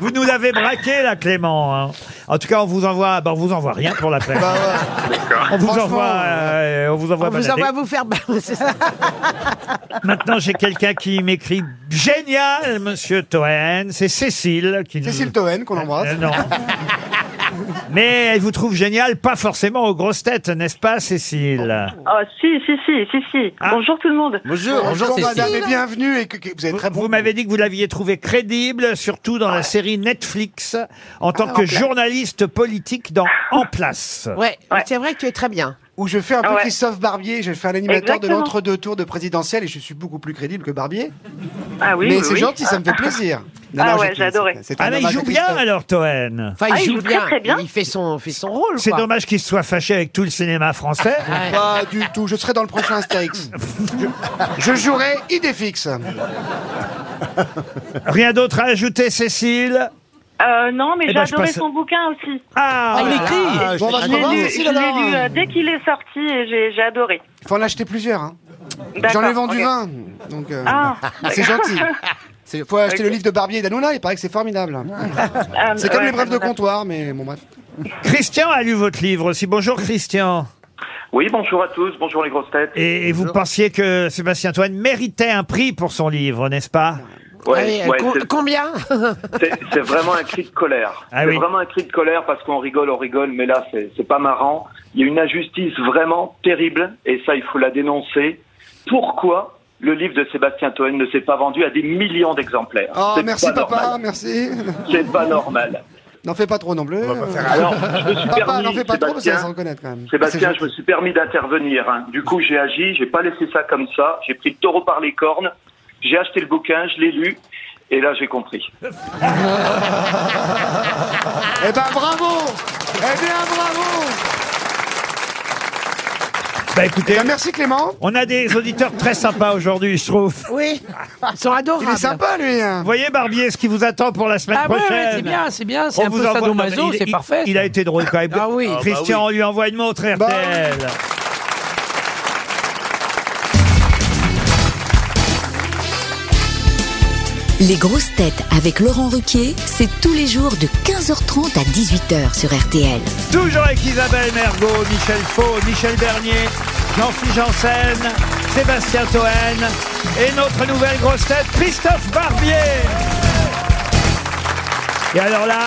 Vous nous l'avez braqué là, Clément. hein. En tout cas, on vous envoie, bah, on vous envoie rien pour la plaie. on vous
Franchement,
envoie, euh, on vous envoie.
On vous
balader.
envoie vous faire. C'est ça.
Maintenant, j'ai quelqu'un qui m'écrit génial, Monsieur Toen. C'est Cécile qui nous-
Cécile Toen, qu'on
Euh,
embrasse.
non. Mais elle vous trouve génial, pas forcément aux grosses têtes, n'est-ce pas, Cécile
Oh, si, si, si, si, si.
Ah.
Bonjour tout le monde.
Bonjour.
Bonjour
Cécile.
madame et bienvenue. Et que, que- vous êtes très bon.
Vous m'avez dit que vous l'aviez trouvé crédible, surtout dans la série Netflix,
Ah,
en tant que journaliste politique dans En Place.
Ouais, c'est vrai que tu es très bien.
Où je fais un peu
Ah Ouais.
Christophe Barbier, je fais un animateur de
Exactement.
l'entre-deux tours de présidentiel et je suis beaucoup plus crédible que Barbier.
Ah oui,
mais
oui,
c'est
oui.
gentil, ça me fait plaisir. Non,
Ah
non,
ouais,
j'étais-
j'ai adoré.
c'était- c'était un
Ah mais il
hommage à
joue bien
Christophe.
alors, Toen
Enfin,
Ah, il joue très, très bien.
Il fait son, fait son rôle.
C'est
quoi.
dommage qu'il soit fâché avec tout le cinéma français.
Ah,
Ouais.
Pas du tout, je serai dans le prochain Astérix. je, je jouerai Idéfix.
Rien d'autre à ajouter, Cécile
Euh, non, mais
Eh
j'ai
ben, je
adoré
passe-
son bouquin aussi.
Ah, voilà.
Ah,
Bon, on va
je-
se
Je l'ai
revoir,
lu, je
Cécile,
l'ai
alors.
lu, euh, dès qu'il est sorti et j'ai j'ai adoré.
Il faut en acheter plusieurs. hein.
D'accord,
J'en ai vendu
ok.
20. Donc, euh,
Ah.
c'est gentil. Il faut acheter
Ok.
le livre de Barbier et d'Anouna, il paraît que c'est formidable.
Euh,
C'est comme
ouais,
les brèves de
voilà.
comptoir, mais bon, bref.
Christian a lu votre livre aussi. Bonjour Christian.
Oui, bonjour à tous, bonjour les grosses têtes.
Et, et vous pensiez que Sébastien Toen méritait un prix pour son livre, n'est-ce pas
Ouais,
Allez,
ouais,
co-
c'est-
combien
c'est- c'est vraiment un cri de colère.
Ah
c'est
oui.
vraiment un cri de colère parce qu'on rigole, on rigole, mais là c'est c'est pas marrant. Il y a une injustice vraiment terrible et ça il faut la dénoncer. Pourquoi le livre de Sébastien Toen ne s'est pas vendu à des millions d'exemplaires
Oh,
C'est
merci
pas
papa, Ah,
normal.
merci.
C'est pas normal.
N'en fais pas trop non plus.
Alors, je me suis
Papa,
permis,
n'en fais pas trop parce que ça va se
Sébastien,
reconnaître quand même.
Sébastien,
Ah, c'est
je me suis permis d'intervenir. hein. Du coup, j'ai agi, j'ai pas laissé ça comme ça. J'ai pris le taureau par les cornes, j'ai acheté le bouquin, je l'ai lu, et là, j'ai compris.
gentil. Eh ben bravo Eh bien bravo
Bah
Eh
écoutez,
ben, Merci Clément.
on a des auditeurs très sympas aujourd'hui, je trouve. Vous
Oui. Ils sont
Il est
adorables.
sympa lui. hein.
voyez Barbier ce qui vous attend pour la semaine
Ah ouais,
prochaine.
ouais, c'est bien, c'est bien, c'est
On
un
vous
peu
envoie- Non,
sadomaso,
mais il-
c'est
il-
parfait.
Il a été drôle quand même.
Ah oui. Ah bah
Bah
Christian, on lui envoie une montre RTL.
Bah.
Les grosses têtes avec Laurent Ruquier, c'est tous les jours de 15h30 à 18h sur RTL.
Toujours avec Isabelle Mergot, Michel Faux, Michel Bernier, Jean-Philippe Janssen, Sébastien Toen et notre nouvelle grosse tête, Christophe Barbier. Et alors là.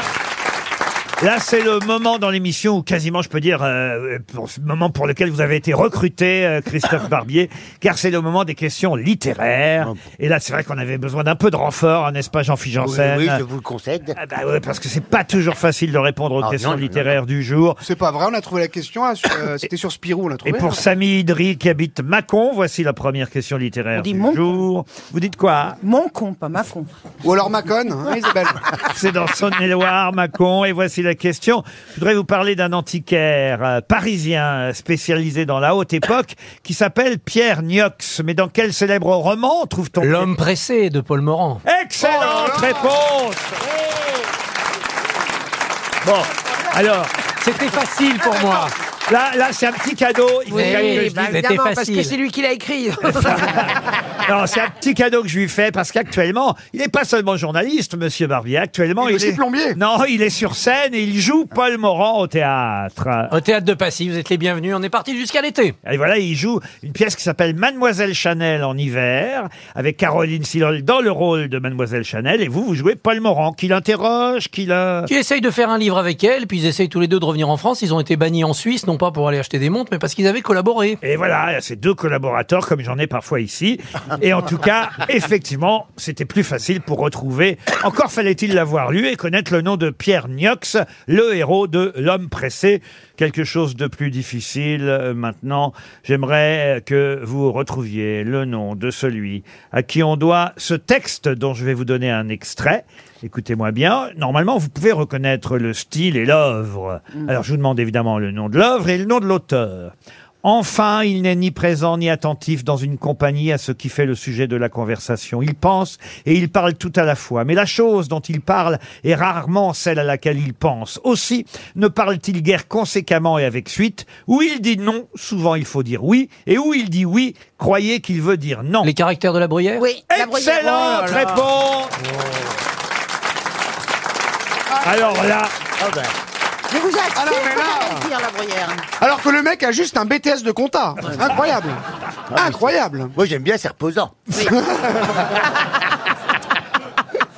Là, c'est le moment dans l'émission où quasiment, je peux dire, euh, pour ce moment pour lequel vous avez été recruté, euh, Christophe Barbier, car c'est le moment des questions
Ah
littéraires. Et là, c'est vrai qu'on avait besoin d'un peu de renfort, hein, n'est-ce pas, Jean-Philippe Janssen
Oui, oui, je vous le concède.
Ah bah ouais, parce que hein. c'est pas toujours facile de répondre aux
Ah,
questions
non, non, non.
littéraires du jour.
C'est pas vrai, on a trouvé la question. hein, sur- euh, C'était sur Spirou, on l'a
Et
trouvé. hein.
pour Samy Idri qui habite Mâcon, voici la première question littéraire
On dit
du
Moncon.
jour. Vous dites quoi
Mon con, pas ma con.
Ou alors Macon, hein, Isabelle.
C'est dans Saône-et-Loire, Mâcon, et voici la question. Je voudrais vous parler d'un antiquaire euh, parisien euh, spécialisé dans la haute époque qui s'appelle Pierre Niox. Mais dans quel célèbre roman trouve-t-on
L'homme pressé de Paul Morand.
Excellente réponse Bon, alors...
C'était facile pour moi.
Là, là c'est un petit cadeau. Il faut
Oui,
quand même que je
bah,
dise-
évidemment, parce que c'est lui qui l'a écrit.
Non, c'est un petit cadeau que je lui fais parce qu'actuellement, il n'est pas seulement journaliste, Monsieur Barbier. Actuellement,
Il est aussi plombier.
Non, il est sur scène et il joue Paul Morand au théâtre.
Au théâtre de Passy, vous êtes les bienvenus. On est parti jusqu'à l'été.
Et voilà, il joue une pièce qui s'appelle Mademoiselle Chanel en hiver, avec Caroline Silol dans le rôle de Mademoiselle Chanel, et vous, vous jouez Paul Morand, qui l'interroge, qui la...
Qui essaye de faire un livre avec elle, puis ils essayent tous les deux de revenir en France. Ils ont été bannis en Suisse, non pas pour aller acheter des montres, mais parce qu'ils avaient collaboré.
Et voilà, c'est deux collaborateurs, comme j'en ai parfois ici. Et en tout cas, effectivement, c'était plus facile pour retrouver. Encore fallait-il l'avoir lu et connaître le nom de Pierre Niox, le héros de L'homme pressé. Quelque chose de plus difficile euh, maintenant. J'aimerais euh, que vous retrouviez le nom de celui à qui on doit ce texte dont je vais vous donner un extrait. Écoutez-moi bien. Normalement, vous pouvez reconnaître le style et l'œuvre. Alors, je vous demande évidemment le nom de l'œuvre et le nom de l'auteur. Enfin, il n'est ni présent ni attentif dans une compagnie à ce qui fait le sujet de la conversation. Il pense et il parle tout à la fois. Mais la chose dont il parle est rarement celle à laquelle il pense. Aussi, ne parle-t-il guère conséquemment et avec suite. Où il dit non, souvent il faut dire oui. Et où il dit oui, croyez qu'il veut dire non.
Les caractères de la bruyère
Oui, la bruyère. Oh
Excellente
là là.
réponse
Oh
Alors là,
ben. Je vous assure
Ah non, mais
qu'on
là-
allait
hein,
dire, la bruyère.
Alors que le mec a juste un BTS de compta. Incroyable. Incroyable.
Ah, Moi, j'aime bien, c'est reposant.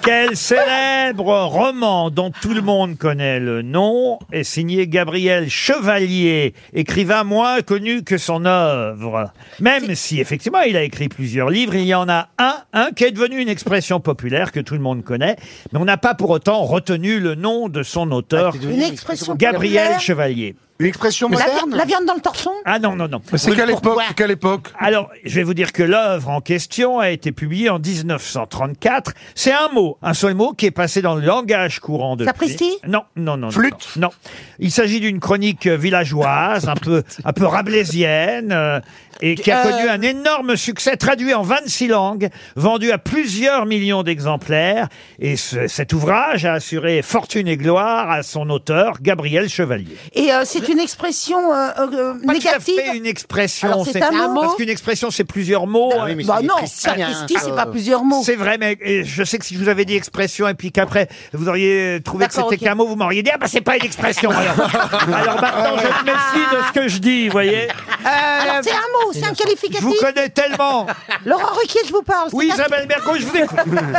Quel célèbre roman dont tout le monde connaît le nom est signé Gabriel Chevalier, écrivain moins connu que son œuvre. Même si, effectivement, il a écrit plusieurs livres, il y en a un, un qui est devenu une expression populaire que tout le monde connaît, mais on n'a pas pour autant retenu le nom de son auteur,
Une expression
Gabriel
populaire.
Chevalier.
Une expression
La, vi-
moderne.
la viande dans le torchon
Ah non, non, non.
Mais c'est quelle époque
pourquoi
C'est quelle époque
Alors, je vais vous dire que l'œuvre en question a été publiée en 1934. C'est un mot, un seul mot qui est passé dans le langage courant de.
Sapristi
Non, non, non. non,
Flûte
Non. Il s'agit d'une chronique villageoise, un peu, un peu rabelaisienne, euh, et qui a
Euh,
connu un énorme succès, traduit en 26 langues, vendu à plusieurs millions d'exemplaires. Et ce- cet ouvrage a assuré fortune et gloire à son auteur, Gabriel Chevalier.
Et euh, c'est une expression euh, euh,
Pas tout à
négative
fait une expression.
Alors, c'est un mot
Parce qu'une expression, c'est plusieurs mots.
Ah oui, mais
Bah
c'est
non,
Christian,
sapristi,
hein,
c'est
euh,
pas plusieurs mots.
C'est vrai, mais et je sais que si je vous avais dit expression et puis qu'après vous auriez trouvé que c'était
D'accord, ok.
qu'un mot, vous m'auriez dit ah bah c'est pas une expression. Alors, Alors maintenant je me méfie de ce que je dis, vous voyez.
Euh, Alors c'est un mot, c'est un
Ah, Je vous
qualificatif.
connais tellement.
Laurent Ruquier, je vous parle. c'est
Oui,
un-
Isabelle Berco, je vous écoute.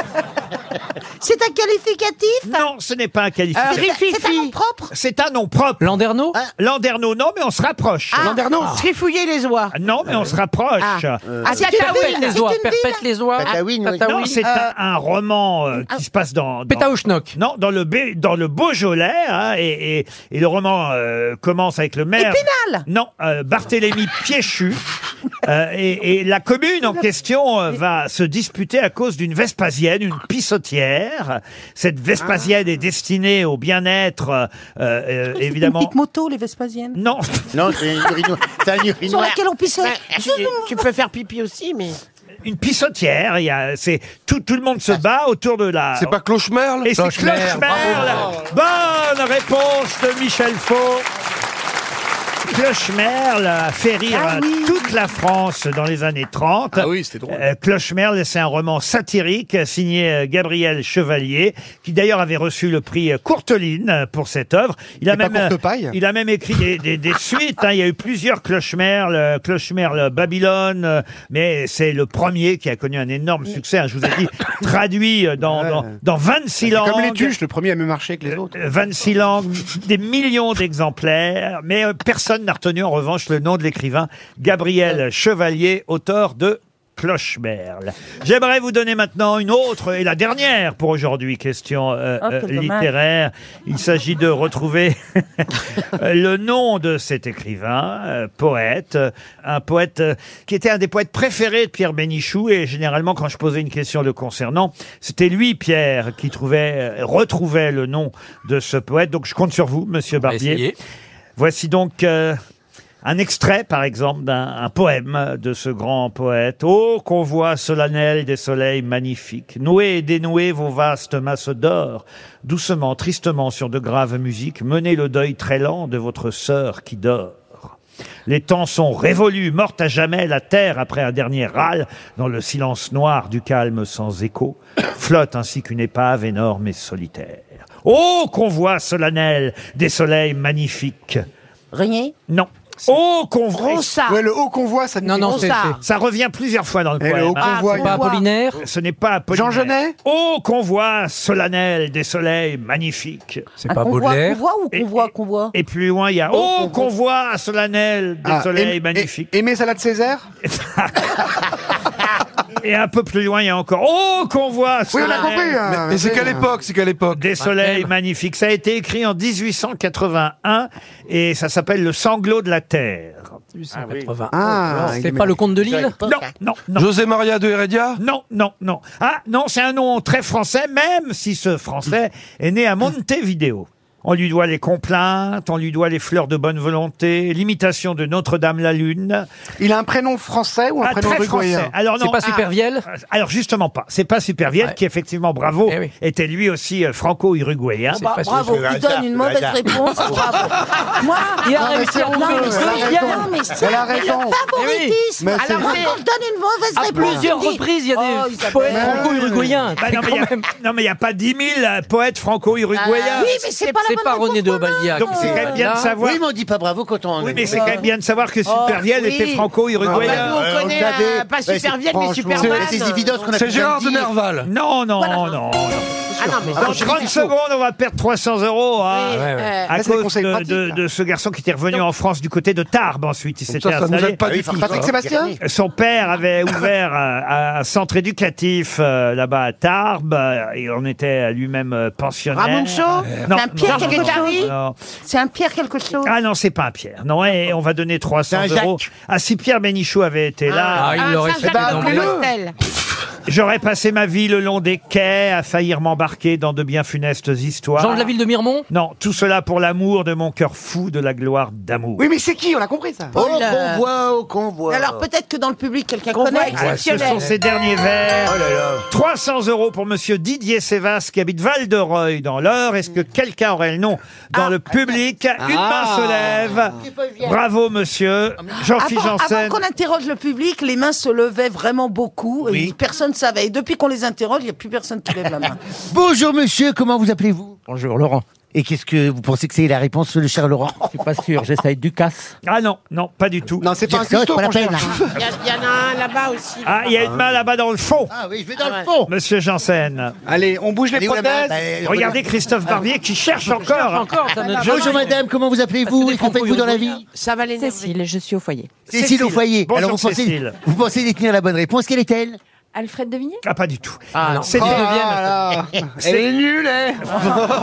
C'est un qualificatif
Non, ce n'est pas un
C'est
qualificatif.
un- C'est un nom propre
C'est un nom propre. Ah.
Landerneau
Landerneau, non, mais on se rapproche. Ah.
Landerneau.
Trifouiller les oies.
Non, mais on
euh,
se rapproche.
Ah, c'est une
Perpète
ville,
les
c'est
oies,
une ville.
perpète les oies.
Tataouine, oui.
Non, c'est
Euh,
un, un roman euh,
ah,
qui se passe dans, dans
Pétaouchnock.
non dans le Bé- dans le Beaujolais hein, et, et, et le roman euh, commence avec le maire
Épinal
Non, euh, Barthélemy Piéchu. Euh, et, et la commune en question euh, va se disputer à cause d'une Vespasienne, une pissotière. Cette
Ah.
Vespasienne est destinée au bien-être, euh, euh,
Une
évidemment.
petite moto, les Vespasiennes.
Non,
Non, c'est un urinoir. C'est un
Sur
urinoir.
laquelle on pissait.
Bah, tu, tu peux faire pipi aussi, mais.
une pissotière. Il y a, c'est tout, tout le monde se bat autour de la.
C'est pas Clochemerle
Et c'est Clochemerle. Bonne réponse de Michel Faux. Clochemerle a fait rire
Ah
toute la France dans les années 30. Ah oui, c'était drôle. Clochemerle, c'est un roman satirique euh, signé euh, Gabriel Chevalier, qui d'ailleurs avait reçu le prix euh, Courteline euh, pour cette œuvre. Il a
pas
même, euh,
Courtepaille
il a même écrit des, des- des suites. hein. Il y a eu plusieurs Clochemerle, euh, Clochemerle Babylone, euh, mais c'est le premier qui a connu un énorme succès. hein. Je vous ai dit traduit euh, dans, dans, dans 26 langues.
Comme les tuches, le premier a mieux marché que les autres.
26 langues, des millions d'exemplaires, mais euh, personne n'a retenu en revanche le nom de l'écrivain Gabriel Chevalier, auteur de Clochemerle. J'aimerais vous donner maintenant une autre et la dernière pour aujourd'hui, question euh,
Oh,
euh,
quel dommage.
littéraire. Il s'agit de retrouver le nom de cet écrivain, euh, poète, euh, un poète euh, qui était un des poètes préférés de Pierre Bénichou. Et généralement, quand je posais une question le concernant, c'était lui, Pierre, qui trouvait, euh, retrouvait le nom de ce poète. Donc je compte sur vous, Monsieur Barbier. Voici donc. euh, un extrait, par exemple, d'un un poème de ce grand poète. Ô convoi solennel des soleils magnifiques, nouez et dénouez vos vastes masses d'or, doucement, tristement, sur de graves musiques, menez le deuil très lent de votre sœur qui dort. Les temps sont révolus, morte à jamais, la terre, après un dernier râle, dans le silence noir du calme sans écho, flotte ainsi qu'une épave énorme et solitaire. Ô convoi solennel des soleils magnifiques. Régnier Non. Ô convoi.
Ouais, le haut convoi, ça me
Non,
dit-
non, c'est- Ronsard. c'est- ça revient plusieurs fois dans le
Et
poème,
Le haut
hein. Ah,
convoi.
c'est pas Apollinaire Ce n'est pas Apollinaire.
Jean Genet
Ô convoi solennel des soleils magnifiques. C'est
Un convoi, convoi ou convoi, convoi
Et plus loin, il y a oh, Ô convoi solennel des
Oh, Ah,
soleils
aim-
magnifiques.
Aimé Salade Césaire
Et un peu plus loin, il y a encore Oh convoi
Oui, on a compris, hein, Mais- mais c'est quelle époque,
C'est quelle époque Des soleils magnifiques. Ça a été écrit en 1881 et ça s'appelle Le sanglot de la terre.
1881.
Ah,
c'est pas le comte de Lille
Non, non, non. José Maria de Heredia Non, non, non. Ah, non, c'est un nom très français, même si ce français est né à Montevideo. On lui doit les complaintes, on lui doit les fleurs de bonne volonté, l'imitation de Notre-Dame-la-Lune.
Il a un prénom français ou un
Ah,
prénom
très français.
uruguayen
Alors non. Ah. Alors justement pas. C'est pas Supervielle qui effectivement bravo
Eh
était lui aussi euh, franco-uruguayen.
Bah, bravo, il donne une mauvaise réponse. bravo. Moi,
Il a
non, mais
réussi
c'est
à
honteux,
trouver le
mais c'est-
deuxième.
non, mais c'est-
Elle a
mais le
Eh
raison.
favoritisme.
Mais c'est
Alors, moi,
vrai.
quand je donne une mauvaise
À
réponse,
plusieurs
on dit,
reprises, il y a des
oh, il s'appelle-
poètes
Mais oui.
franco-uruguayen.
Bah, non, mais il y a- non, mais il n'y a pas 10 000 euh, poètes franco-uruguayens.
Ah, oui, mais c'est pas la bonne
René de Obadiac. Donc c'est quand même bien de savoir.
Oui, mais on dit pas bravo quand on.
Oui, mais c'est quand même bien de savoir que Supervielle était franco-uruguayen.
Oh, Ah, bah, nous, on connaît, euh, pas Supervielle, mais Superman.
C'est Gérard de Nerval.
Non, non, non.
Ah,
Ah,
Dans 30 secondes, on va perdre 300 euros hein,
Oui, Ouais,
euh,
ouais.
à
Là, c'est des
cause
conseils
de,
pratiques,
de- de ce garçon qui était revenu en France du côté de Tarbes ensuite. Il s'était
ça, ça nous
installé.
aide pas Ah oui, du tout, Patrick ça. Sébastien
Son père avait ouvert un, un centre éducatif euh, là-bas à Tarbes euh, et on était lui-même euh, pensionnaire. Euh,
Ramon Shaw
Non,
Un Pierre
non,
quelque
non,
chose
non.
C'est un Pierre quelque chose.
Ah non, c'est pas un Pierre. Non, et on va donner 300
C'est un
euros. Ah, si Pierre Bénichou avait été là.
Ah, il l'aurait fait d'emblée.
J'aurais passé ma vie le long des quais à faillir m'embarquer dans de bien funestes histoires.
Jean de la ville de Mirmont
Non, tout cela pour l'amour de mon cœur fou de la gloire d'amour.
Oui, mais c'est qui On a compris ça.
Oh, convoi,
oh convoi.
Alors peut-être que dans le public, quelqu'un
Convoi
connaît.
exceptionnel. ce sont ses derniers
Oh
vers. 300 euros pour monsieur Didier Sévas qui habite Val-de-Reuil dans l'Eure. Est-ce que quelqu'un aurait le nom dans le public Une main
Ah.
se lève. Bravo monsieur. Jean-Philippe
avant, avant
Janssen.
qu'on interroge le public, les mains se levaient vraiment beaucoup et
Oui.
personne ne savait. Et depuis qu'on les interroge, il n'y a plus personne qui lève la main.
Bonjour monsieur, comment vous appelez-vous Bonjour Laurent. Et qu'est-ce que vous pensez que c'est la réponse, le cher Laurent Je suis pas sûr, j'essaye Ducasse.
Ah non, non, pas du tout.
Non, c'est
pas un cuistot qu'on cherche.
Il y, a- il y en a un là-bas aussi.
Ah, il y a une main là-bas dans le fond.
Ah oui, je vais
dans le
fond.
Monsieur Janssen.
Allez, on bouge
Elle
les
est où, la main
prothèses.
Bah,
Regardez Christophe Barbier qui cherche encore.
encore, ça ne- Bonjour, madame, comment vous appelez-vous et que faites-vous dans la vie
Ça va l'énerver. Cécile, je suis au foyer.
Cécile au foyer.
Bonjour,
Alors vous pensez,
Cécile.
vous pensez détenir la bonne réponse, quelle est-elle
Alfred Devigné
Ah, pas du tout.
non.
C'est
Oh
des-
là là.
C'est-
Elle est nulle, hein.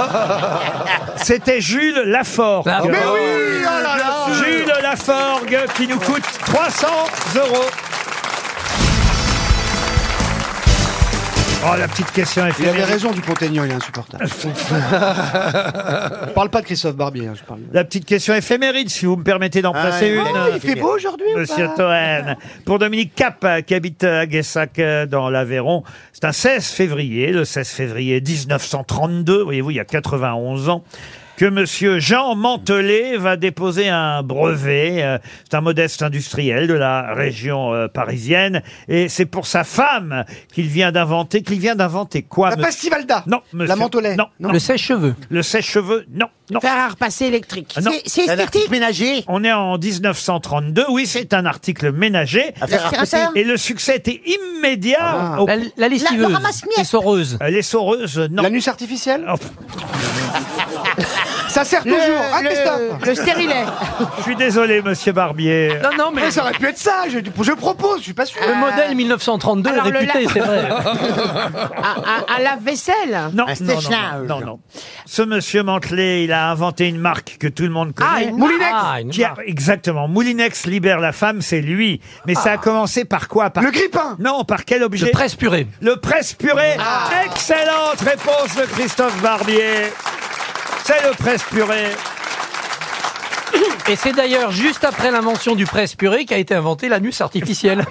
C'était Jules Laforgue.
Ah, mais oui,
oh là là.
Jules Laforgue qui nous coûte 300 euros. Oh, la petite question
Il
éphémère.
avait raison du Pontaignan, il est insupportable. Je parle pas de Christophe Barbier, hein, je parle.
La petite question éphéméride, si vous me permettez d'en
Ah,
placer
il
une.
est bien, il fait beau aujourd'hui ou
Monsieur
pas
Toen. Pour Dominique Cap, euh, qui habite à Guessac, euh, dans l'Aveyron. C'est un 16 février, le 16 février 1932. Voyez-vous, il y a 91 ans. que Monsieur Jean Mantelet va déposer un brevet. Euh, C'est un modeste industriel de la région euh, parisienne. Et c'est pour sa femme qu'il vient d'inventer. Qu'il vient d'inventer quoi
La
monsieur-
Pastivalda.
Non, monsieur.
La Mantelet.
Non,
Non.
Le sèche-cheveux. Le sèche-cheveux, non. non. Faire à repasser électrique.
Ah C'est- c'est Un esthétique article
ménager. On est en 1932. Oui, c'est un article ménager.
À faire à L'aspirateur repasser.
Et le succès était immédiat.
Ah. La- la lessiveuse. La- le ramasse-miettes.
les soreuses. Les soreuses, non. Oh. L'anus
artificiel
Ça sert
toujours. Ah, Christophe.
Je suis désolé, monsieur Barbier.
Non, non, mais... ça aurait pu être ça. Je, je propose, je suis pas sûr.
Le modèle 1932
Ah. Alors,
est
le
réputé,
lave-
c'est vrai.
Un, un- Hein. un
Ah,
lave-vaisselle
Non, non, non, non, non, non. Ce monsieur Mantelet, il a inventé une marque que tout le monde connaît.
Ah, une marque. Moulinex. Ah, une
Qui a-
marque.
Exactement. Moulinex libère la femme, c'est lui. Mais
Ah.
ça a commencé par quoi par... Le grippin Non, par quel objet Le presse-purée. Le presse-purée.
Ah.
Excellente réponse de Christophe Barbier. C'est le presse-purée.
Et c'est d'ailleurs juste après l'invention du presse-purée qu'a été inventé l'anus artificiel.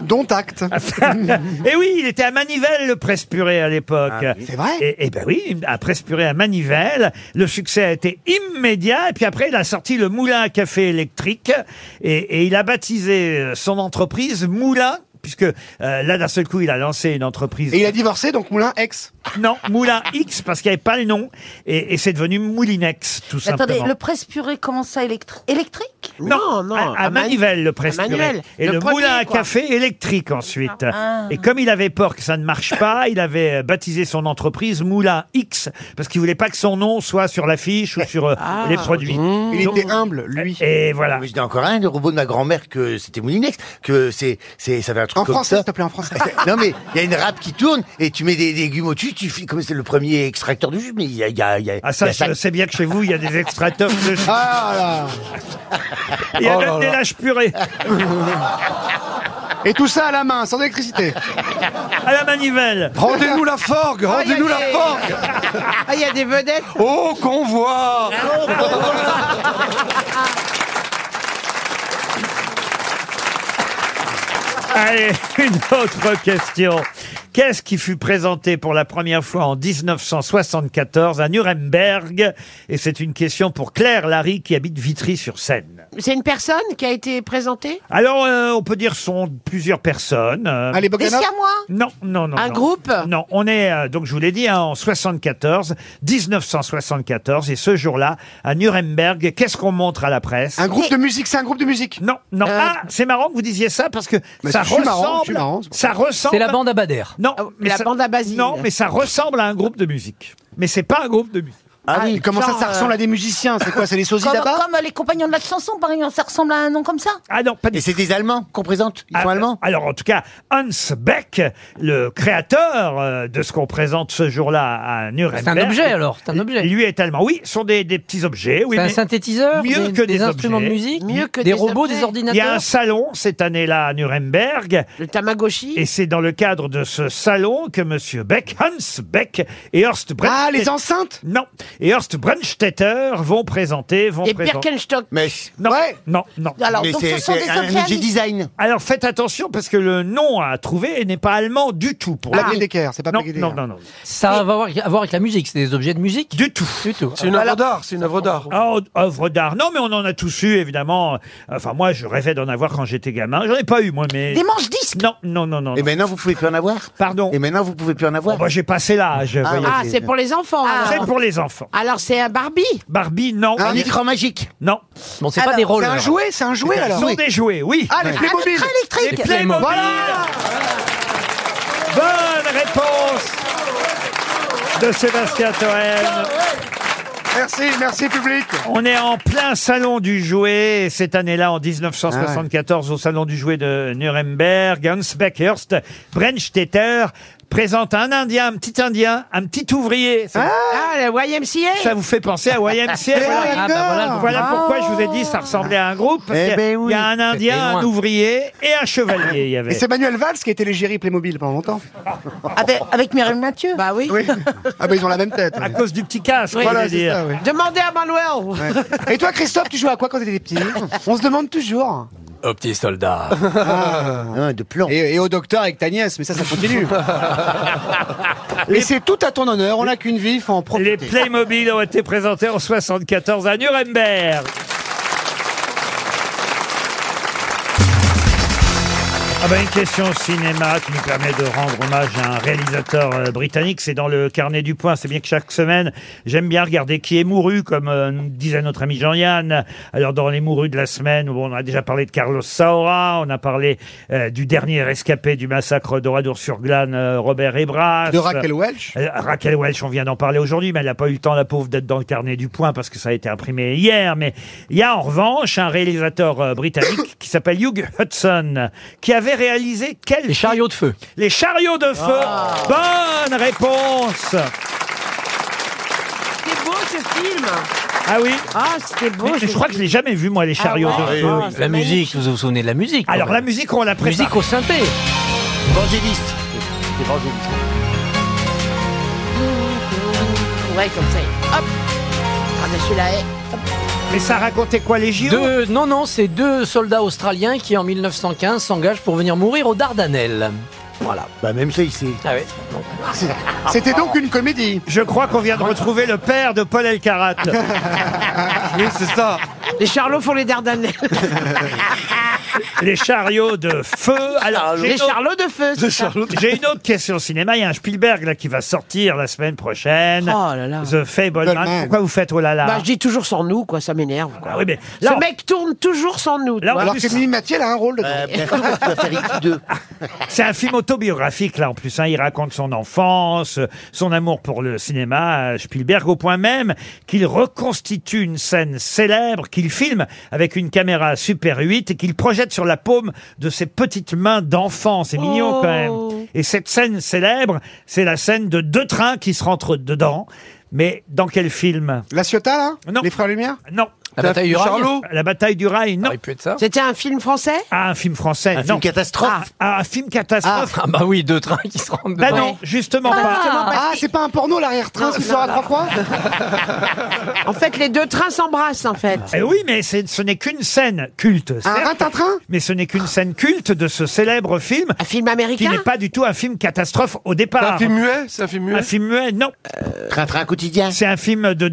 Dont acte.
et Eh oui, il était à Manivelle, le presse-purée, à l'époque.
Ah C'est vrai
et, et ben oui, à presse-purée à Manivelle. Le succès a été immédiat. Et puis après, il a sorti le moulin à café électrique. Et, et il a baptisé euh, son entreprise Moulin. Puisque euh, là, d'un seul coup, il a lancé une entreprise.
Et il a divorcé, donc Moulin X
Non, Moulin X, parce qu'il n'y avait pas le nom. Et, et c'est devenu Moulinex, tout
Mais Attendez,
simplement.
le presse-purée, comment ça, électri- électrique
Non, à, à Manivelle, le presse
Manivelle.
Et
Le
le,
premier,
moulin à
quoi.
café électrique ensuite.
Ah.
Et comme il avait peur que ça ne marche pas, il avait euh, baptisé son entreprise Moulin X, parce qu'il voulait pas que son nom soit sur l'affiche ou sur euh, les produits.
Il
Donc-
était humble, lui.
Et voilà.
J'étais encore un, le robot de ma grand-mère, que c'était Moulinex, que c'est, c'est, ça fait un truc
En
comme
français,
ça.
s'il te plaît, en français.
non mais il y a une râpe qui tourne et tu mets des légumes au-dessus, tu fais comme c'est le premier extracteur de jus, mais il y a, il y a, il y a-
Ah ça,
il y a
je sais bien que chez vous, il y a des extracteurs de jus.
Ah
Il y a
Oh
même
là
des
là.
lâches purées.
Et tout ça à la main, sans électricité.
À la manivelle.
Rendez-nous la forgue, rendez-nous la forgue.
Ah, il y a des vedettes
Oh convoi
Allez, une autre question. Qu'est-ce qui fut présenté pour la première fois en 1974 à Nuremberg Et c'est une question pour Claire Larry qui habite Vitry-sur-Seine.
C'est une personne qui a été présentée
Alors, euh, on peut dire sont plusieurs personnes. euh,
Allez, Bogdanov Des Siamois
Non, non, non.
Un
non.
groupe
Non, on est, euh, donc je vous l'ai dit, hein, en 74, 1974, et ce jour-là, à Nuremberg, qu'est-ce qu'on montre à la presse
Un groupe de musique, c'est un groupe de musique.
Non, non.
Euh.
Ah, c'est marrant que vous disiez ça parce que
Mais
ça
je suis
ressemble.
marrant, je suis marrant.
Ça ressemble.
C'est la bande à Bader.
Non,
Ah, la bande à Basile.
Non, mais ça ressemble à un groupe de musique. Mais c'est pas un groupe de musique.
Ah oui, comment ça,
genre,
ça ressemble
euh,
à des musiciens C'est quoi C'est les sosies
comme,
là-bas
comme les compagnons de la chanson, par exemple, ça ressemble à un nom comme ça
Ah non, pas du
Et c'est des Allemands qu'on présente Ils
Ah,
sont Allemands
Alors en tout cas, Hans Beck, le créateur euh, de ce qu'on présente ce jour-là à Nuremberg.
C'est un objet alors, c'est un objet.
Lui est allemand. Oui, ce sont des, des petits objets. Oui,
C'est un
mais
synthétiseur,
mieux
des-
que des,
des instruments de
objets.
musique, Mieux que des des robots, objets. des ordinateurs.
Il y a un salon cette année-là à Nuremberg.
Le Tamagotchi
Et c'est dans le cadre de ce salon que Monsieur Beck, Hans Beck et Horst Brennstetter...
Ah, les enceintes
Non. Et Horst Brennstetter vont présenter... Vont
Des
présenter-
Birkenstock
Mais,
Non, non, non.
Alors,
mais
donc ce
c'est,
sont
c'est
des
un objet
objets
design.
Alors faites attention parce que le nom à trouver n'est pas allemand du tout. Pour
La
le coup.
Guédécaire, c'est pas
non,
Peggy Decker.
non, non, non.
Ça va avoir, avoir avec la musique, c'est des objets de musique
Du tout.
Du tout.
C'est une œuvre d'art, c'est une œuvre d'art.
Ah, o- œuvre d'art. Non, mais on en a tous eu, évidemment. Enfin, moi, je rêvais d'en avoir quand j'étais gamin. J'en ai pas eu, moi, mais.
Des manches-disques
Non, non, non, non.
Et
non.
maintenant vous pouvez plus en avoir
Pardon.
Et maintenant vous pouvez plus en
Bon,
avoir
bah, j'ai passé l'âge. vous voyez.
Ah, c'est pour les enfants. alors.
Ah.
C'est pour les enfants.
Alors, c'est un Barbie
Barbie, non.
Un écran magique
Non.
Bon, c'est
Alors,
pas des
c'est
rôles.
C'est un jouet, c'est un jouet
Ce
alors.
sont des jouets, oui.
Ah, les Playmobil
Très électrique
Playmobil.
Voilà
Bonne réponse de Sébastien Toen.
Merci, merci public.
On est en plein salon du jouet. Et Cette année-là, en
Ah
1974, au salon du jouet de Nuremberg, Hans Beckhurst, Brennstetter présente un Indien, un petit Indien, un petit ouvrier. Ça,
Ah, le YMCA
ça vous fait penser à YMCA. voilà
Ah, bah voilà, le
Voilà pourquoi je vous ai dit ça ressemblait à un groupe. parce
Eh
qu'il y a-
ben
Il
oui.
y a un Indien,
C'était loin.
un ouvrier et un chevalier. Il y
Et
avait.
c'est Manuel Valls qui a été l'égérie Playmobil pendant longtemps.
avec, avec Myriam Mathieu.
Bah oui.
Oui. Ah bah ils ont la même tête.
À
oui.
cause du petit casque, je
Voilà,
voulais
c'est
dire.
ça, oui.
Demandez à Manuel
Ouais. Et toi, Christophe, tu jouais à quoi quand t'étais petit On se demande toujours.
Au petit soldat.
de plan. Et, et au docteur avec ta nièce, mais ça, ça continue. et c'est tout à ton honneur, on n'a qu'une vie, faut en profiter.
Les Playmobil ont été présentés en 74 à Nuremberg. Ah ben, une question cinéma qui nous permet de rendre hommage à un réalisateur euh, britannique. C'est dans le carnet du point. C'est bien que chaque semaine, j'aime bien regarder qui est mouru, comme euh, nous disait notre ami Jean-Yann. Alors, dans les mourus de la semaine, bon, on a déjà parlé de Carlos Saura, on a parlé euh, du dernier rescapé du massacre d'Oradour-sur-Glane, euh, Robert Ebras.
De Raquel Welch.
Euh, Raquel Welch, on vient d'en parler aujourd'hui, mais elle n'a pas eu le temps, la pauvre, d'être dans le carnet du point parce que ça a été imprimé hier. Mais il y a en revanche un réalisateur euh, britannique qui s'appelle Hugh Hudson, qui avait réalisé quel Les chariots de feu. Les chariots de feu.
Ah.
Bonne réponse.
C'est beau ce film.
Ah oui.
Ah, c'était beau.
Oh,
Mais je crois que je l'ai jamais vu moi les
Ah
chariots
ouais.
de
Ah
feu.
oui, oui.
La musique, vous vous souvenez de la musique quand
Alors
même.
la musique, on l'a préparée.
Musique au synthé.
Évangéliste.
Ouais, comme ça. Hop. Par-dessus la haie.
Mais ça racontait quoi les JO
Deux- Non, non, c'est deux soldats australiens qui en 1915 s'engagent pour venir mourir aux Dardanelles. Voilà.
Bah même ça ici.
Ah ouais.
C'était donc une comédie.
Je crois qu'on vient de retrouver le père de Paul Elkarat.
Oui, c'est ça.
Les Charlots font les Dardanelles.
les chariots de feu.
Ah,
Alors, j'ai
les
une autre-
Charlots de feu. c'est ça.
J'ai une autre question cinéma. Il y a un Spielberg là qui va sortir la semaine prochaine.
Oh là là.
The Fableman.
Fableman.
Pourquoi vous faites oh là là
Bah, je dis toujours sans nous, quoi. Ça m'énerve. quoi.
Ah oui, mais là,
Ce
on-
mec tourne toujours sans nous. tu
Là,
vois. Euh,
on-
Alors que Mimi Mathieu, elle a un rôle dedans.
Euh, ben,
bien sûr, parce que tu vas faire ici deux.
c'est un film autobiographique là en plus. hein. Il raconte son enfance, euh, son amour pour le cinéma. euh, Spielberg au point même qu'il reconstitue une scène célèbre qu'il filme avec une caméra Super 8 et qu'il projette sur la paume de ses petites mains d'enfant. C'est
Oh.
mignon quand même. Et cette scène célèbre, c'est la scène de deux trains qui se rentrent dedans. Mais dans quel film
La Ciotat, là
Non.
Les Frères Lumière
Non.
La bataille du Rhin.
Charlot
La bataille du Rail,
Ça
non.
aurait pu être ça.
C'était un film français
Ah, un film français,
Un
non.
film catastrophe.
Ah, un film catastrophe.
Ah bah oui, deux trains qui se rendent
bah
dedans.
non, justement pas.
Ah, c'est pas un porno,
Euh,
l'arrière-train, sous à trois fois
En fait, les deux trains s'embrassent, en fait.
Eh oui, mais c'est- ce n'est qu'une scène culte,
Un
certes,
rintintrain
mais ce n'est qu'une scène culte de ce célèbre film
Un film
qui
américain
n'est pas du tout un film catastrophe au
C'est
départ.
un film muet C'est un film muet
Un film muet, non.
Euh,
Train-train quotidien.
C'est un film de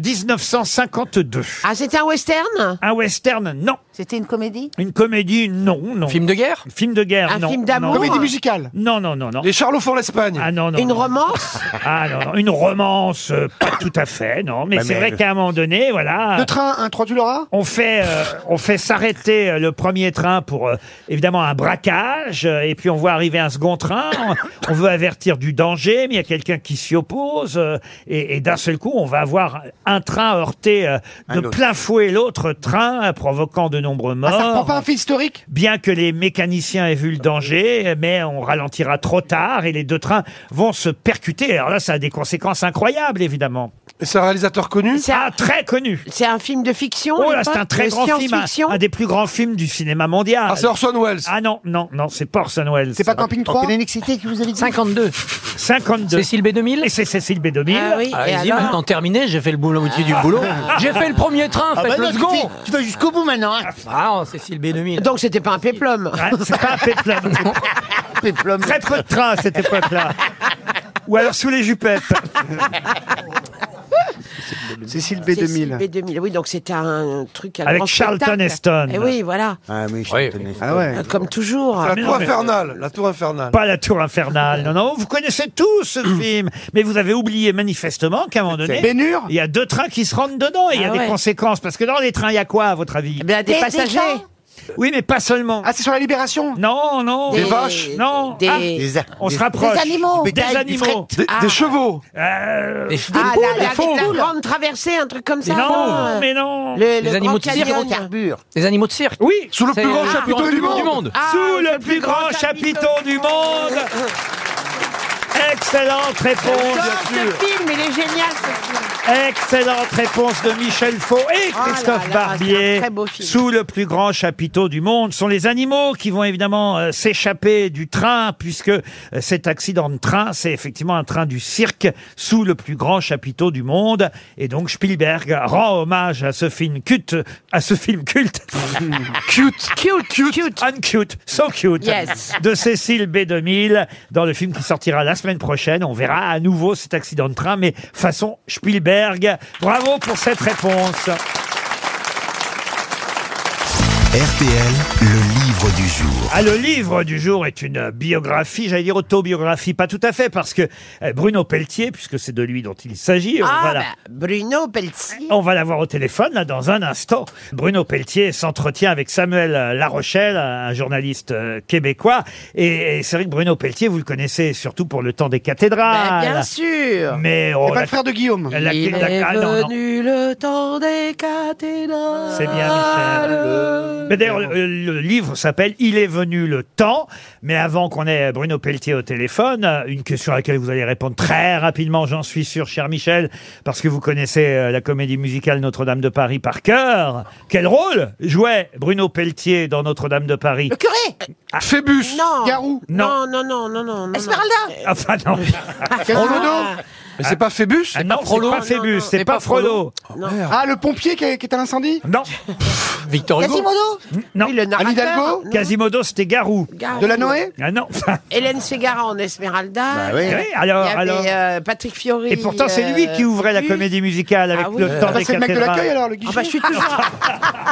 1952.
Ah, c'était un western
Un western, non.
C'était une comédie
Une comédie, non, non.
Film de guerre
Film de guerre,
Un
non.
film d'amour
non.
Comédie musicale
Non, non, non, non.
Les Charlots font l'Espagne.
Ah non, non.
Une
non.
romance
Ah non, non, une romance, euh, pas tout à fait, non. Mais
Bah,
c'est
mais-
vrai qu'à un moment donné, voilà.
euh, Le train, un 3 du Laura
On fait, euh, on fait s'arrêter euh, le premier train pour euh, évidemment un braquage, euh, et puis on voit arriver un second train. On, on veut avertir du danger, mais il y a quelqu'un qui s'y oppose, euh, et, et d'un seul coup, on va avoir un train heurté euh, de plein fouet l'autre train, euh, provoquant de nombreux morts.
Ah, ça prend pas un fait historique
Bien que les mécaniciens aient vu le danger, mais on ralentira trop tard et les deux trains vont se percuter. Alors là, ça a des conséquences incroyables, évidemment.
Et C'est un réalisateur connu
C'est un-
Ah, très connu.
C'est un film de fiction
Oh
à
là,
l'époque
c'est un très
De
grand film,
science-fiction
un, un des plus grands films du cinéma mondial.
Ah, c'est Orson Welles.
Ah non, non, non, c'est pas Orson Welles.
C'est pas Camping 3
Quelle excité que vous avez dit
52.
52.
Cécile B2000
Et c'est Cécile B2000.
Ah oui, et
Allez-y,
alors Ah.
maintenant terminé, j'ai fait le boulot, moitié du boulot. J'ai fait Ah, le premier train,
Ah,
Ah,
faites
bah,
le
tu,
second.
fais- tu vas jusqu'au bout maintenant. Hein.
Ah, oh, Cécile B2000.
Donc, c'était pas un péplum.
Ah, c'est pas un péplum.
Péplum.
Très peu de trains à cette époque-là. Ou alors sous les jupettes.
Cécile
Cécile B2000.
B2000. Oui, donc c'était un truc à
Avec
grand
Charlton
spectacle.
Heston.
Eh oui, voilà.
Ah, mais je
Oui.
te connais.
Ah
Euh,
ouais.
Comme toujours.
La
Ah, mais
tour
non, mais-
infernale. La tour infernale.
Pas la tour infernale. Non, non, vous connaissez tous ce film. Mais vous avez oublié manifestement qu'à un moment donné,
Bénure
il y a deux trains qui se rentrent dedans et il y a
Ah
des
ouais.
conséquences. Parce que dans les trains, il y a quoi, à votre avis
Eh bien, des,
Des- des
passagers.
gens.
Oui, mais pas seulement.
Ah, c'est sur la Libération
Non, non.
Des-
Non.
des-
Ah,
Des a-
on se
des-
rapproche.
des animaux.
Des
Bétail, du
animaux.
Des,
Ah.
des chevaux.
Euh,
Des-
Ah,
des-
la, la-
fauves.
la grande traversée, un truc comme ça. non,
non,
euh,
mais non.
Le,
Les
le grand
animaux de cirque.
canyon.
Carbure.
Des animaux de cirque.
Oui.
Sous le
C'est
plus grand
le
chapiteau du monde.
Ah,
Sous le plus grand chapiteau du monde. Excellente réponse.
J'adore ce film, il est génial ce film.
Excellente réponse de Michel Faux et
Oh là
Christophe
là, c'est
Barbier.
un très beau film.
Sous le plus grand chapiteau du monde sont les animaux qui vont évidemment euh, s'échapper du train puisque euh, cet accident de train, c'est effectivement un train du cirque sous le plus grand chapiteau du monde. Et donc Spielberg rend hommage à ce film culte, à ce film culte. cute. Cute. Cute. Uncute. So cute.
Yes.
De Cécile B2000 dans le film qui sortira la semaine prochaine. On verra à nouveau cet accident de train, mais façon Spielberg. Bravo pour cette réponse.
RTL, le livre du jour.
Ah, le livre du jour est une biographie, j'allais dire autobiographie, pas tout à fait, parce que euh, Bruno Pelletier, puisque c'est de lui dont il s'agit, on
Ah,
va la-
bah, Bruno Pelletier.
on va l'avoir au téléphone là, dans un instant. Bruno Pelletier s'entretient avec Samuel euh, La Rochelle, un journaliste euh, québécois. Et, et c'est vrai que Bruno Pelletier, vous le connaissez surtout pour le temps des cathédrales.
Bah, bien sûr.
Mais oh,
C'est pas
la-
le frère de Guillaume.
la- la-
Il
la-
est
ah, non, non.
venu le temps des cathédrales.
C'est bien, Michel. Mais d'ailleurs, le, le livre s'appelle Il est venu le temps. Mais avant qu'on ait Bruno Pelletier au téléphone, euh, une question à laquelle vous allez répondre très rapidement, j'en suis sûr, cher Michel, parce que vous connaissez euh, la comédie musicale Notre-Dame de Paris par cœur. Quel rôle jouait Bruno Pelletier dans Notre-Dame de Paris
Le
Ah,
curé
Phébus.
Eh, Non.
Garou.
Non.
Non, non, non, non, non. Ah, non.
Esmeralda
Enfin, Ah, non.
Quasimodo.
Mais c'est pas Phébus
Ah non, c'est pas
Non,
Phébus,
non,
c'est pas Frollo.
Ah, le pompier qui, est qui est à l'incendie
Non,
Victor Hugo.
Quasimodo
non.
Oui, le narrateur.
Hidalgo
Non.
Quasimodo, c'était Garou.
Garou.
De la Noé
Ah non.
Hélène Ségara en Esmeralda.
Bah oui.
Eh Oui, alors,
Il y avait,
alors.
euh, Patrick Fiori.
Et pourtant, c'est
euh,
lui qui ouvrait la
Buffy.
comédie musicale avec
Ah oui.
le temps
Ça,
des
bah, c'est le mec de l'accueil
cathédrales. ah,
alors, le
Ah
guichet
bah, je suis toujours,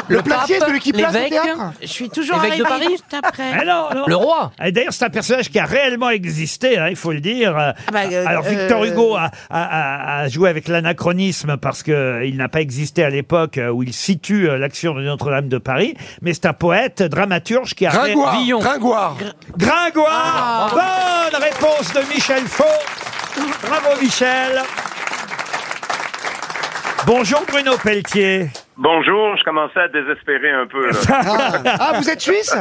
Le placier,
pape,
celui qui place le
l'évêque.
théâtre
je suis toujours
Évêque de
arrivée
Paris
juste après.
Ah non, non.
Le roi.
Et D'ailleurs, c'est un personnage qui a réellement existé, hein, il faut le dire.
bah, euh,
Alors, Victor
euh,
Hugo a, a- a- a joué avec l'anachronisme parce que euh, il n'a pas existé à l'époque où il situe euh, l'action de Notre-Dame de Paris. Mais c'est un poète, dramaturge qui a... ré-
Gringoire.
Villon.
Gringoire.
Gringoire
Ah.
Bonne réponse de Michel Faux Bravo, Michel Bonjour, Bruno Pelletier
Bonjour, je commençais à désespérer un peu. Là.
Ah, vous êtes suisse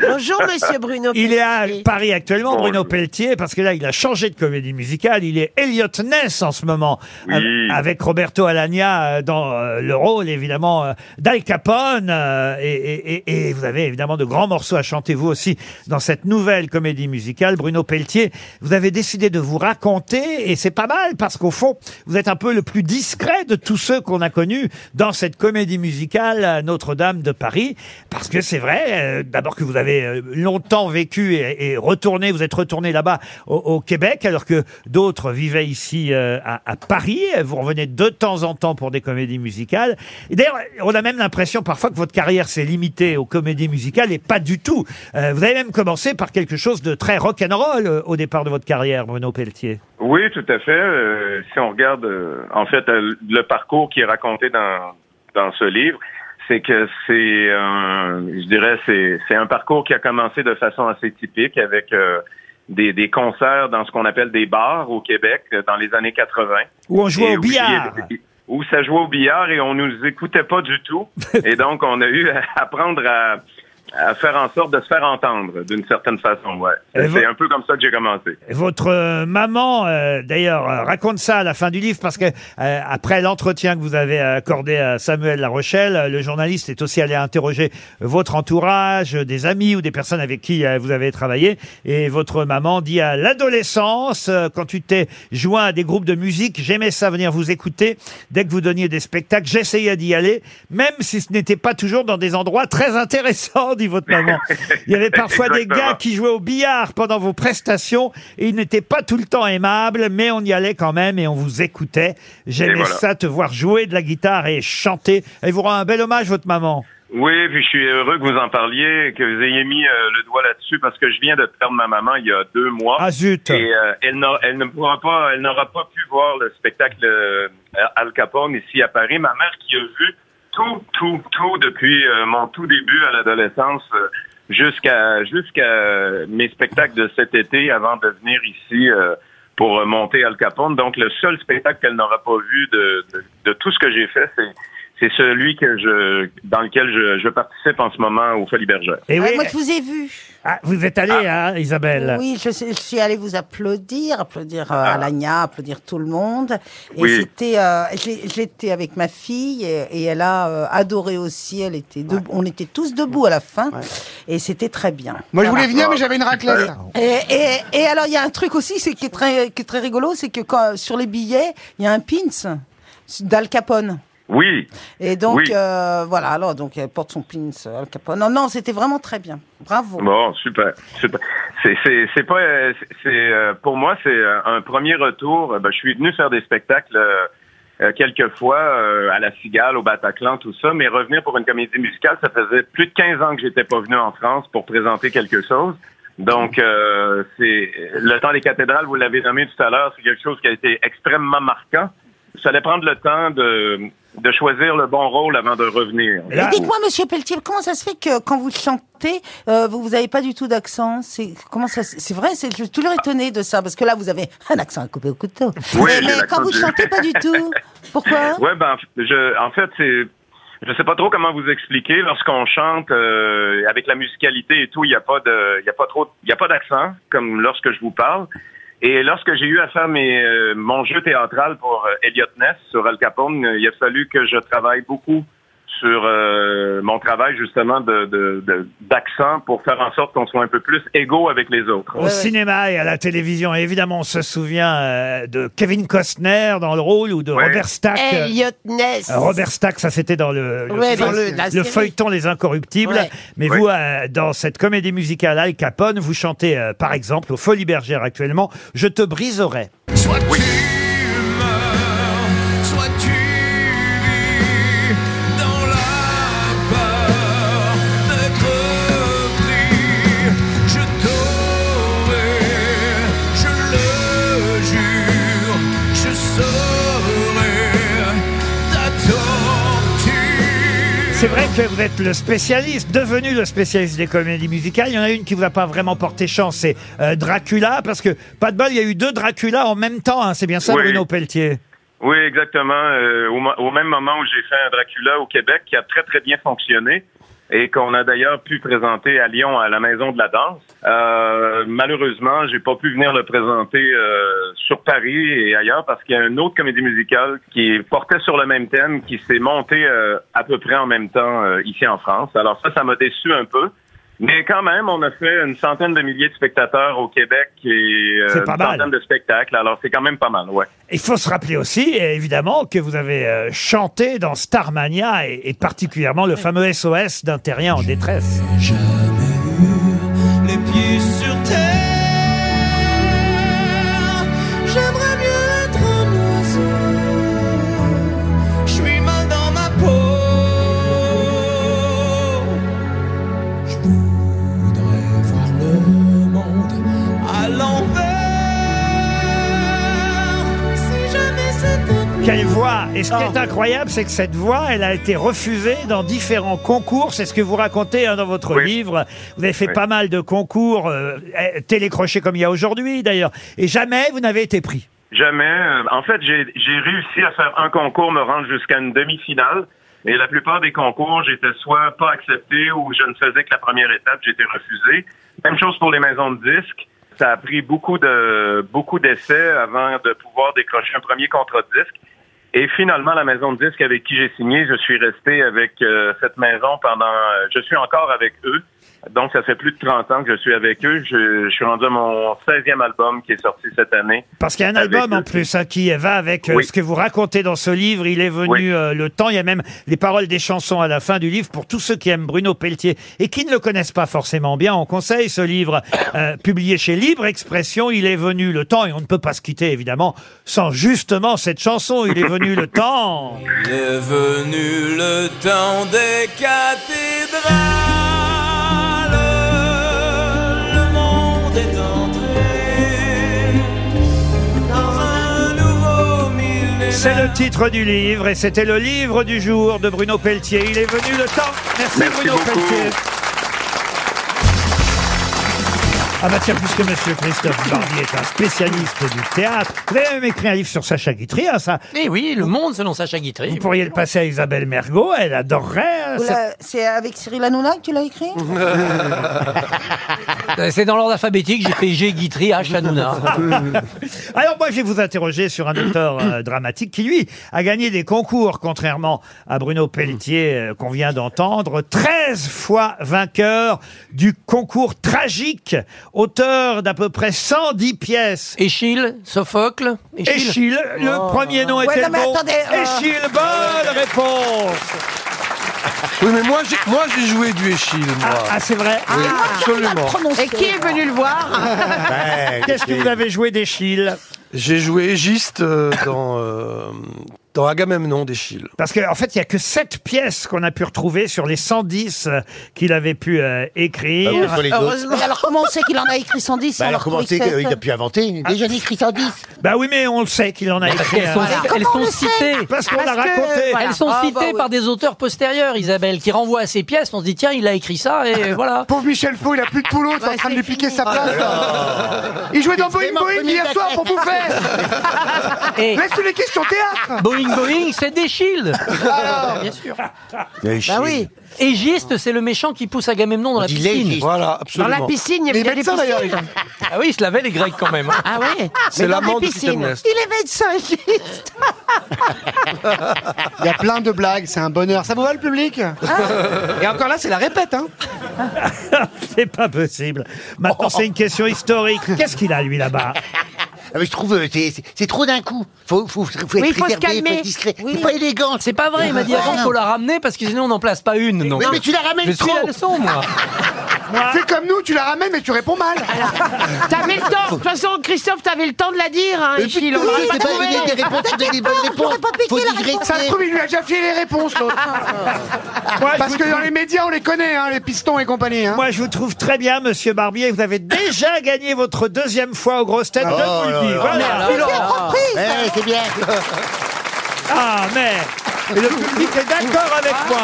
Bonjour, monsieur Bruno.
Il est à
Pelletier.
Paris actuellement, Bruno Pelletier, parce que là, il a changé de comédie musicale. Il est Elliot Ness en ce moment,
Oui.
av- avec Roberto Alagna euh, dans euh, le rôle, évidemment, euh, d'Al Capone. euh, et, et- et- et vous avez évidemment de grands morceaux à chanter, vous aussi, dans cette nouvelle comédie musicale. Bruno Pelletier, vous avez décidé de vous raconter, et c'est pas mal, parce qu'au fond, vous êtes un peu le plus discret de tous ceux qu'on a connus dans cette comédie musicale euh, Notre-Dame de Paris, parce que c'est vrai, euh, d'abord que vous avez euh, longtemps vécu et, et retourné, vous êtes retourné là-bas au, au Québec, alors que d'autres vivaient ici euh, à, à Paris. Vous revenez de temps en temps pour des comédies musicales. Et d'ailleurs, on a même l'impression parfois que votre carrière s'est limitée aux comédies musicales et pas du tout. Euh, vous avez même commencé par quelque chose de très rock'n'roll euh, au départ de votre carrière, Bruno Pelletier.
Oui, tout à fait. Euh, si on regarde, euh, en fait, euh, le parcours qui est raconté dans, dans ce livre, c'est que c'est, un- je dirais, c'est, c'est un parcours qui a commencé de façon assez typique avec euh, des, des concerts dans ce qu'on appelle des bars au Québec euh, dans les années 80.
Où on jouait
Et
au
où il y
billard.
avait- Où ça jouait au billard et on nous écoutait pas du tout. et donc, on a eu à apprendre à, à faire en sorte de se faire entendre d'une certaine façon. Ouais.
Et
C'est
vous-
un peu comme ça que j'ai commencé.
Votre euh, maman, euh, d'ailleurs, euh, raconte ça à la fin du livre parce que euh, après l'entretien que vous avez euh, accordé à Samuel La Rochelle, euh, le journaliste est aussi allé interroger votre entourage, euh, des amis ou des personnes avec qui euh, vous avez travaillé. Et votre maman dit à l'adolescence, euh, quand tu t'es joint à des groupes de musique, j'aimais ça venir vous écouter. Dès que vous donniez des spectacles, j'essayais d'y aller, même si ce n'était pas toujours dans des endroits très intéressants, dit votre maman. Il y avait parfois des
Exactement.
gars qui jouaient au billard pendant vos prestations et ils n'étaient pas tout le temps aimables, mais on y allait quand même et on vous écoutait. J'aimais
Et voilà.
ça te voir jouer de la guitare et chanter. Elle vous rend un bel hommage, votre maman.
Oui, puis je suis heureux que vous en parliez, que vous ayez mis euh, le doigt là-dessus parce que je viens de perdre ma maman il y a deux mois.
Ah zut
Et euh, elle, n'a- elle ne pourra pas, elle n'aura pas pu voir le spectacle euh, Al Capone ici à Paris. Ma mère qui a vu tout, tout, tout depuis euh, mon tout début à l'adolescence euh, jusqu'à jusqu'à mes spectacles de cet été avant de venir ici euh, pour euh, monter Al Capone. Donc le seul spectacle qu'elle n'aura pas vu de, de, de tout ce que j'ai fait, c'est C'est celui que je, dans lequel je, je participe en ce moment au Folie Bergère.
eh
Et
Euh, Ah, moi, je vous ai vu.
Ah, vous êtes allé, hein, Isabelle
Oui, je, sais- je suis allée vous applaudir, applaudir euh, Alagna, applaudir tout le monde. Et
Ah. Oui.
c'était, euh, j'ai- j'étais avec ma fille et, et elle a euh, adoré aussi. Elle était debout- on était tous debout à la fin et c'était très bien.
Moi, je
Voilà.
voulais venir, mais j'avais une raclette.
Et, et- et alors, il y a un truc aussi c'est qui, est très, qui est très rigolo, c'est que quand, sur les billets, il y a un pins d'Al Capone.
Oui.
Et donc,
Oui.
euh, voilà, alors, donc, elle porte son pins Al Capone. Non, non, c'était vraiment très bien. Bravo.
Bon, super, super. C'est, c'est, c'est pas, euh, c'est, c'est, euh, pour moi, c'est euh, un premier retour. Euh, ben, je suis venu faire des spectacles euh, euh, quelques fois euh, à la Cigale, au Bataclan, tout ça, mais revenir pour une comédie musicale, ça faisait plus de 15 ans que j'étais pas venu en France pour présenter quelque chose. Donc, euh, c'est le temps des cathédrales, vous l'avez nommé tout à l'heure, c'est quelque chose qui a été extrêmement marquant. Il fallait prendre le temps de, de choisir le bon rôle avant de revenir.
Et dites-moi, Monsieur Pelletier, comment ça se fait que quand vous chantez, euh, vous vous avez pas du tout d'accent C'est comment ça se- C'est vrai, c'est, je suis toujours étonné de ça parce que là, vous avez un accent à couper au couteau.
Oui,
mais
j'ai
mais
l'accent
quand vous
du-
chantez, pas du tout. Pourquoi
Ouais, ben, je, en fait, c'est, je sais pas trop comment vous expliquer. Lorsqu'on chante euh, avec la musicalité et tout, il n'y a pas de, il y a pas trop, il y a pas d'accent comme lorsque je vous parle. Et lorsque j'ai eu à faire mes, euh, mon jeu théâtral pour euh, Elliot Ness sur Al Capone, euh, il a fallu que je travaille beaucoup sur euh, mon travail justement de, de- de- d'accent pour faire en sorte qu'on soit un peu plus égaux avec les autres.
Au cinéma et à la télévision, Et évidemment, on se souvient euh, de Kevin Costner dans le rôle ou de Robert Stack. euh,
Elliot Ness.
euh, Robert Stack, ça c'était dans le, le,
Ouais,
feu-
dans le- la
le
série.
feuilleton Les Incorruptibles.
Ouais.
Mais
Ouais.
vous, euh, dans cette comédie musicale Al Capone, vous chantez euh, par exemple aux Folies Bergères actuellement Je te briserai.
Soit tu meurs, soit tu vis dans la peur d'être pris. Je t'aurai, je le jure, je saurai ta torture.
C'est vrai que vous êtes le spécialiste, devenu le spécialiste des comédies musicales. Il y en a une qui vous a pas vraiment porté chance, c'est euh, Dracula, parce que pas de bol, il y a eu deux Dracula en même temps. hein. c'est bien ça,
Oui.
Bruno Pelletier.
Oui, exactement. Euh, au, mo- au même moment où j'ai fait un Dracula au Québec qui a très, très bien fonctionné et qu'on a d'ailleurs pu présenter à Lyon à la Maison de la Danse. Euh, malheureusement, j'ai pas pu venir le présenter euh, sur Paris et ailleurs parce qu'il y a une autre comédie musicale qui portait sur le même thème qui s'est montée euh, à peu près en même temps euh, ici en France. Alors ça, ça m'a déçu un peu. Mais quand même, on a fait une centaine de milliers de spectateurs au Québec et euh,
C'est pas
une
mal.
centaine de spectacles. Alors c'est quand même pas mal, ouais.
Il faut se rappeler aussi, euh, évidemment, que vous avez euh, chanté dans Starmania et, et particulièrement le fameux SOS d'un terrien en détresse.
les pieds sur terre. J'aimerais mieux être un oiseau. Je suis mal dans ma peau. Je voudrais voir le monde à l'envers. Si jamais c'était
Quelle voix Et ce qui
Oh.
est incroyable, c'est que cette voix, elle a été refusée dans différents concours. C'est ce que vous racontez hein, dans votre livre. Vous avez fait
Oui.
pas mal de concours euh, eh, télécrochés comme il y a aujourd'hui d'ailleurs. Et jamais vous n'avez été pris.
Jamais. Euh, En fait, j'ai j'ai réussi à faire un concours, me rendre jusqu'à une demi-finale. Et la plupart des concours, j'étais soit pas accepté ou je ne faisais que la première étape, j'étais refusé. Même chose pour les maisons de disques. Ça a pris beaucoup de beaucoup d'essais avant de pouvoir décrocher un premier contrat de disque. Et finalement, la maison de disques avec qui j'ai signé, je suis resté avec euh, cette maison pendant. euh, je suis encore avec eux. Donc, ça fait plus de 30 ans que je suis avec eux. Je, je suis rendu à mon 16e album qui est sorti cette année.
Parce qu'il y a un
Avec
album
eux.
en plus hein, qui va avec euh,
Oui.
ce que vous racontez dans ce livre. Il est venu euh, le temps. Il y a même les paroles des chansons à la fin du livre. Pour tous ceux qui aiment Bruno Pelletier et qui ne le connaissent pas forcément bien, on conseille ce livre euh, publié chez Libre Expression. Il est venu le temps et on ne peut pas se quitter évidemment sans justement cette chanson. Il est venu le temps.
Il est venu le temps des cathédrales. Le monde est entré dans un nouveau millénaire.
C'est le titre du livre et c'était le livre du jour de Bruno Pelletier. Il est venu le temps. Merci,
Merci
Bruno
beaucoup.
Pelletier. Ah bah tiens, puisque Monsieur Christophe Barbier est un spécialiste du théâtre, vous avez même écrit un livre sur Sacha Guitry, hein, ça.
Eh oui, le monde selon Sacha Guitry.
Vous pourriez le passer à Isabelle Mergot, elle adorerait. euh, ça-
Oula, C'est avec Cyril Hanouna que tu l'as écrit
Ah
Ah Euh, C'est dans l'ordre alphabétique, j'ai fait G Guitry H Hanouna.
Ah, Alors moi, je vais vous interroger sur un auteur euh, dramatique qui, lui, a gagné des concours, contrairement à Bruno Pelletier euh, qu'on vient d'entendre, 13 fois vainqueur du concours tragique, auteur d'à peu près 110 pièces.
Échille, Sophocle, Échille.
Échille, le
Oh.
premier nom
Ouais,
était
non,
le
mais
bon.
attendez, euh.
Échille, bonne réponse
Oui, mais moi, j'ai, moi, j'ai joué du Échille, moi.
Ah, ah, c'est vrai
Oui, absolument.
Et qui est venu le voir
Qu'est-ce que vous avez joué d'Échille
J'ai joué Égiste euh, dans, euh, dans Agamemnon d'Échille.
Parce qu'en en fait, il n'y a que 7 pièces qu'on a pu retrouver sur les 110 euh, qu'il avait pu euh,
Bah
écrire.
Mais alors comment on sait qu'il en a écrit
Bah,
110 sans leur trouver sept
inventer
Déjà
Ah.
écrit 110
Bah oui, mais on le sait qu'il en a
Parce
écrit.
qu'elles sont,
un.
elles sont citées.
Parce qu'on l'a raconté.
Elles sont
Ah,
Ah,
bah
citées par des auteurs postérieurs, Isabelle, qui renvoient à ces pièces. On se dit, tiens, il a écrit ça, et voilà.
Pauvre Michel Faux, il a plus de boulot, il est en train de lui piquer sa
Ah
place.
Ah.
Il jouait dans Boeing Boeing hier soir pour bouffer. Laisse les questions théâtre. Ah
Boeing Boeing, c'est des shields.
Ah,
Alors.
Bien sûr.
Des
Bah oui. Égiste, c'est le méchant qui pousse Agamemnon dans la piscine.
Voilà, absolument.
Dans la piscine, il y avait des
médecins, d'ailleurs,
piscines.
Ah oui, il se lavait les Grecs quand même. hein.
Ah ouais
C'est
Mais dans
l'amant
des
du
piscines.
Clitemnestre.
Il est médecin juste.
Il y a plein de blagues, c'est un bonheur. Ça vous va le public Et encore là, c'est la répète. Hein.
bah
C'est pas possible. Maintenant,
Oh.
c'est une question historique. Qu'est-ce qu'il a, lui, là-bas
Ah, mais je trouve euh, c'est- c'est c'est trop d'un coup. Faut, faut, faut être
Oui, il faut se
réservé,
calmer.
faut être discret.
Oui.
C'est pas élégant.
C'est pas vrai, il m'a dit avant
Ouais.
faut la ramener parce que sinon on n'en place pas une. Non,
Mais- mais tu la ramènes
Je suis
trop.
la leçon, moi.
Fais comme nous, tu la ramènes, mais tu réponds mal.
T'avais le temps. De toute façon, Christophe, t'avais le temps de la dire. Hein,
Mais
Échille, on
putain,
l'aurait
c'est pas
trouvé.
donné des réponses, donné des bonnes réponses. Faut digresser. Ça se trouve, il lui a déjà filé les réponses, l'autre. Parce que dans les médias, on les connaît, hein, les pistons et compagnie. hein.
Moi, je vous trouve très bien, monsieur Barbier. Vous avez déjà gagné votre deuxième fois aux grosses
Ah,
têtes. je
oh
vous Ah, le dis. Voilà.
Ah,
Eh
Ouais, c'est bien.
Ah, mais le public est d'accord avec
Ah,
moi.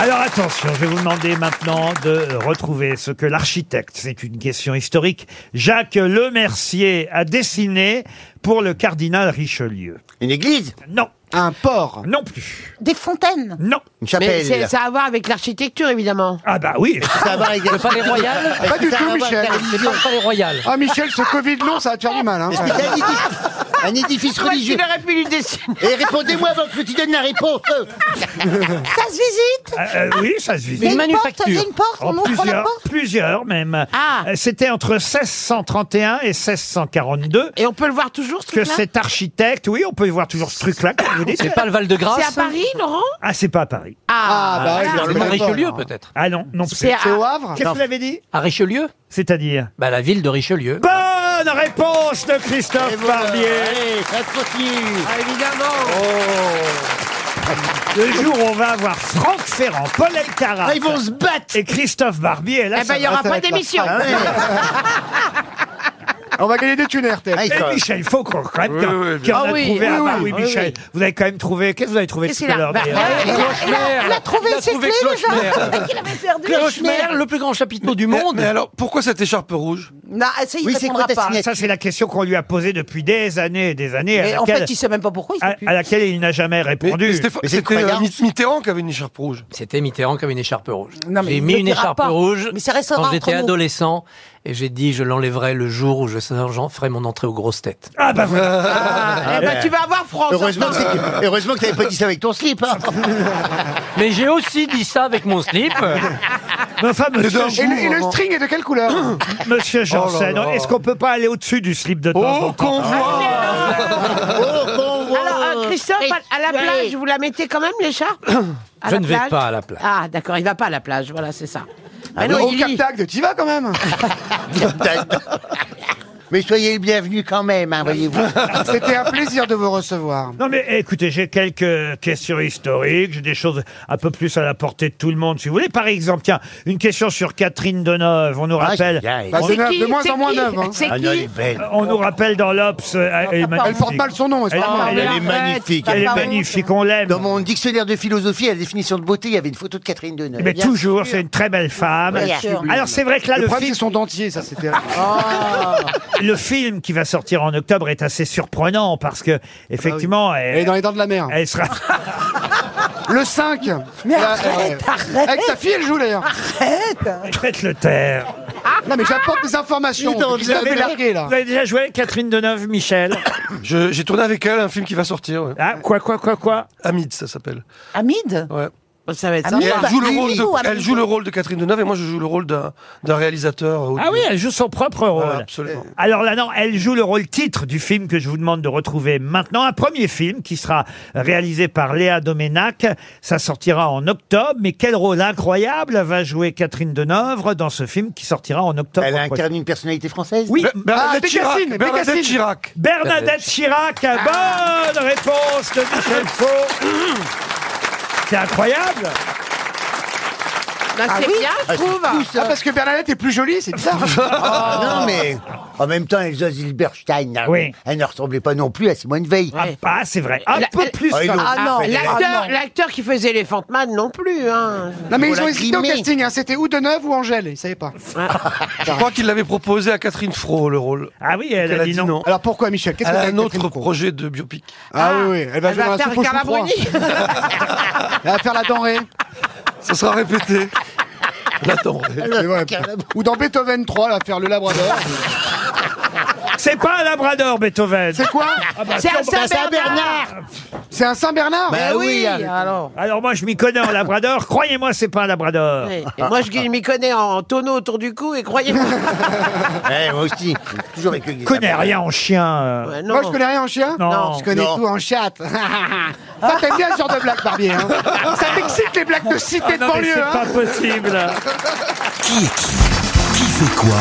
Alors attention, je vais vous demander maintenant de retrouver ce que l'architecte, c'est une question historique, Jacques Lemercier a dessiné pour le cardinal Richelieu.
Une église
Non.
Un port
Non plus.
Des fontaines
Non.
Une
Mais
chapelle.
c'est- ça a à voir avec l'architecture, évidemment.
Ah bah oui.
Ça va avec-
Le palais royal
Pas du
Ça
tout,
va avec
Michel.
la religion.
Le palais royal.
Ah, Michel, ce Covid long, ça va te faire du mal. Hein.
Est-ce que t'as un édifice, un édifice
Toi, Ah, tu
religieux
l'aurais pu lui dessiner.
Et répondez-moi avant que tu donnes la réponse.
Ça se visite
Euh, euh, oui, ça se
Il y a
visite.
une porte, il y a une porte,
En
on ouvre la
plusieurs,
porte.
plusieurs même.
Ah.
Euh, C'était entre 1631 et 1642
Et on peut le voir toujours, ce
que
truc-là
cet architecte, oui, on peut y voir toujours ce truc-là, comme vous dites.
C'est pas le Val-de-Grâce
C'est à Paris, Laurent
Ah, c'est pas à Paris.
Ah,
bah,
Dans le
c'est
Mont
pas
Richelieu,
fort,
peut-être.
Ah non, non.
C'est
plus.
à...
C'est au Havre
Qu'est-ce que vous avez dit
À Richelieu
C'est-à-dire
Bah, la ville de Richelieu.
Bonne réponse de
Et
Christophe
voilà.
Barbier. Ah,
Allez, ça se continue.
Oh.
Le jour où on va avoir Franck Ferrand, Paul Elkarat
Ah, ils vont se battre.
et Christophe Barbier. Et là,
Eh ben,
ça
il n'y aura
va-
pas d'émission.
Ah ouais.
On va gagner des thunes, RTL.
Ah, ils sont-
Et Michel Faucon, quand même,
Oui,
qui en-
oui, bien
qui en
sûr.
a
Ah oui,
trouvé.
oui,
ah bah
oui.
oui, Michel, vous avez quand même trouvé. Qu'est-ce que vous avez trouvé
Qu'est-ce
tout
qu'il
à
a
l'heure
Bah,
d'ailleurs
ouais.
Il a trouvé ses clés, le genre qu'il avait perdu.
Clochemer, le plus grand chapiteau du
Mais,
monde.
mais alors, pourquoi cette écharpe rouge
Non, ça, il
Oui, c'est
répondra
quoi ta
pas.
signature
Ça, c'est la question qu'on lui a posée depuis des années et des années,
Mais
à
en
laquelle,
fait, il sait même pas pourquoi il
à,
fait plus.
à laquelle il n'a jamais
Mais- mais
répondu.
Stéphane-
Mais c'est une
C'était euh,
croyance.
Mitterrand qui avait une écharpe rouge.
C'était Mitterrand qui avait une écharpe rouge.
Non, mais
J'ai
il
mis
le
une
dira
écharpe
pas.
rouge
Mais ça restera
quand
entre
j'étais
nous.
adolescent et j'ai dit je l'enlèverai le jour où je j'en ferai mon entrée aux grosses têtes.
Ah bah voilà.
Eh ben, tu vas avoir France.
ah,
hein,
Heureusement que,
attends.
c'est- heureusement que t'avais pas dit ça avec ton slip. hein.
Mais j'ai aussi dit ça avec mon slip.
Mais enfin, monsieur,
Et le, et le string est de quelle couleur Oh
monsieur Janssen,
là.
est-ce qu'on peut pas aller au-dessus du slip de temps Ah. en
Oh,
temps
convoi
Oh, bon, bon.
Alors, euh, Christophe,
Hey,
à, à la
ouais.
plage, vous la mettez quand même, l'écharpe À
Je
la
ne vais
plage
pas à la plage.
Ah, d'accord, il va pas à la plage, voilà, c'est ça. Ah
Au
il y-
Cap Tag, tu y vas quand même
Captain. Mais soyez les bienvenus quand même, hein, voyez-vous.
C'était un plaisir de vous recevoir.
Non mais écoutez, j'ai quelques questions historiques, j'ai des choses un peu plus à la portée de tout le monde, si vous voulez. Par exemple, tiens, une question sur Catherine Deneuve. On nous rappelle.
aïe. Bah, c'est
on-
qui, De moins c'est en moins qui, neuve, hein. c'est
Euh,
qui
non, elle est belle. On nous rappelle dans l'Obs. euh, Elle, est
porte
magnifique.
mal son nom,
Elle, elle est magnifique. Elle est magnifique. On l'aime.
Dans mon dictionnaire de philosophie, à la définition de beauté, il y avait une photo de Catherine Deneuve.
Mais toujours, c'est une très belle femme.
Bien sûr.
Alors c'est vrai que là,
Le
le,
problème,
film,
c'est son dentier, ça, c'était.
le film qui va sortir en octobre est assez surprenant parce que effectivement, Ah bah elle, est dans les dents de la mer. Elle sera.
Le 5 Mais
arrête,
arrête Avec sa fille, elle joue d'ailleurs
Arrête Faites-le taire.
Non, mais j'apporte des informations
Dis donc,
Je vous avais largué, là
vous avez déjà joué avec Catherine Deneuve, Michel
Je- J'ai tourné avec elle un film qui va sortir.
Ah, quoi, quoi, quoi, quoi
Hamid, ça s'appelle.
Hamid
Ouais.
Ça va
être
Hamid,
elle,
bah,
joue le
lui,
rôle
ou
de,
Hamid
elle joue le rôle de Catherine Deneuve et moi je joue le rôle d'un d'un réalisateur.
Ah oui, elle joue son propre rôle.
Voilà, absolument.
Alors là, non, elle joue le rôle titre du film que je vous demande de retrouver maintenant. Un premier film qui sera réalisé par Léa Doménac. Ça sortira en octobre. Mais quel rôle incroyable va jouer Catherine Deneuve dans ce film qui sortira en octobre. Elle incarne
une personnalité française
Oui.
Be- Bernadette Ah, Chirac, Bécassine, Bernadette Bécassine. Chirac.
Bernadette Chirac. Bonne réponse de Michel Faux. C'est incroyable. Bah,
c'est bien, je trouve.
Ah, parce que Bernadette est plus jolie, c'est bizarre
Oh.
Ah, non, mais en même temps, Elsa Zilberstein, elle- elle ne ressemblait pas non plus à Simone Veil.
Ah, c'est vrai.
La- la-
Ah, ils l'ont
Ah non,
fait,
l'acteur,
d'ailleurs.
l'acteur qui faisait Elephant Man non plus. Hein.
Non, mais ils ont hésité au casting, hein. c'était ou Deneuve ou Angèle, ils savaient pas.
Je crois qu'il l'avait proposé à Catherine Fro le rôle.
Ah oui, elle,
a dit non.
Alors pourquoi, Michel Qu'est-ce
Elle
que
a
t'as
un
avec
autre projet de biopic.
Ah, oui, oui, elle va
elle
jouer
va
dans la
faire
soupe aux choux
Carla
froids.
Bruni.
Elle va faire la denrée.
Ça sera répété. La denrée.
Ah,
C'est vrai. Ou dans Beethoven 3, là, faire le Labrador.
C'est pas un labrador, Beethoven.
C'est quoi
Ah bah, C'est un tiens, Saint-Bernard.
C'est un Saint-Bernard Ah
Bah oui, oui,
Ah alors.
Alors moi, je m'y connais en labrador. Croyez-moi, c'est pas un labrador.
Et moi, je, je m'y connais en tonneau autour du cou et croyez-moi.
Eh,
Ouais, moi aussi. Toujours avec le-
connais rien en chien. euh.
Ouais, non.
Moi, je connais rien en chien
Non.
Je connais
Non.
tout en chatte. Ça, t'aimes bien ce genre de blague, Barbier. hein. Ça t'excite, les blagues de cité
Ah
de
non, mais
banlieue.
c'est
hein.
pas possible.
Qui est qui Qui fait quoi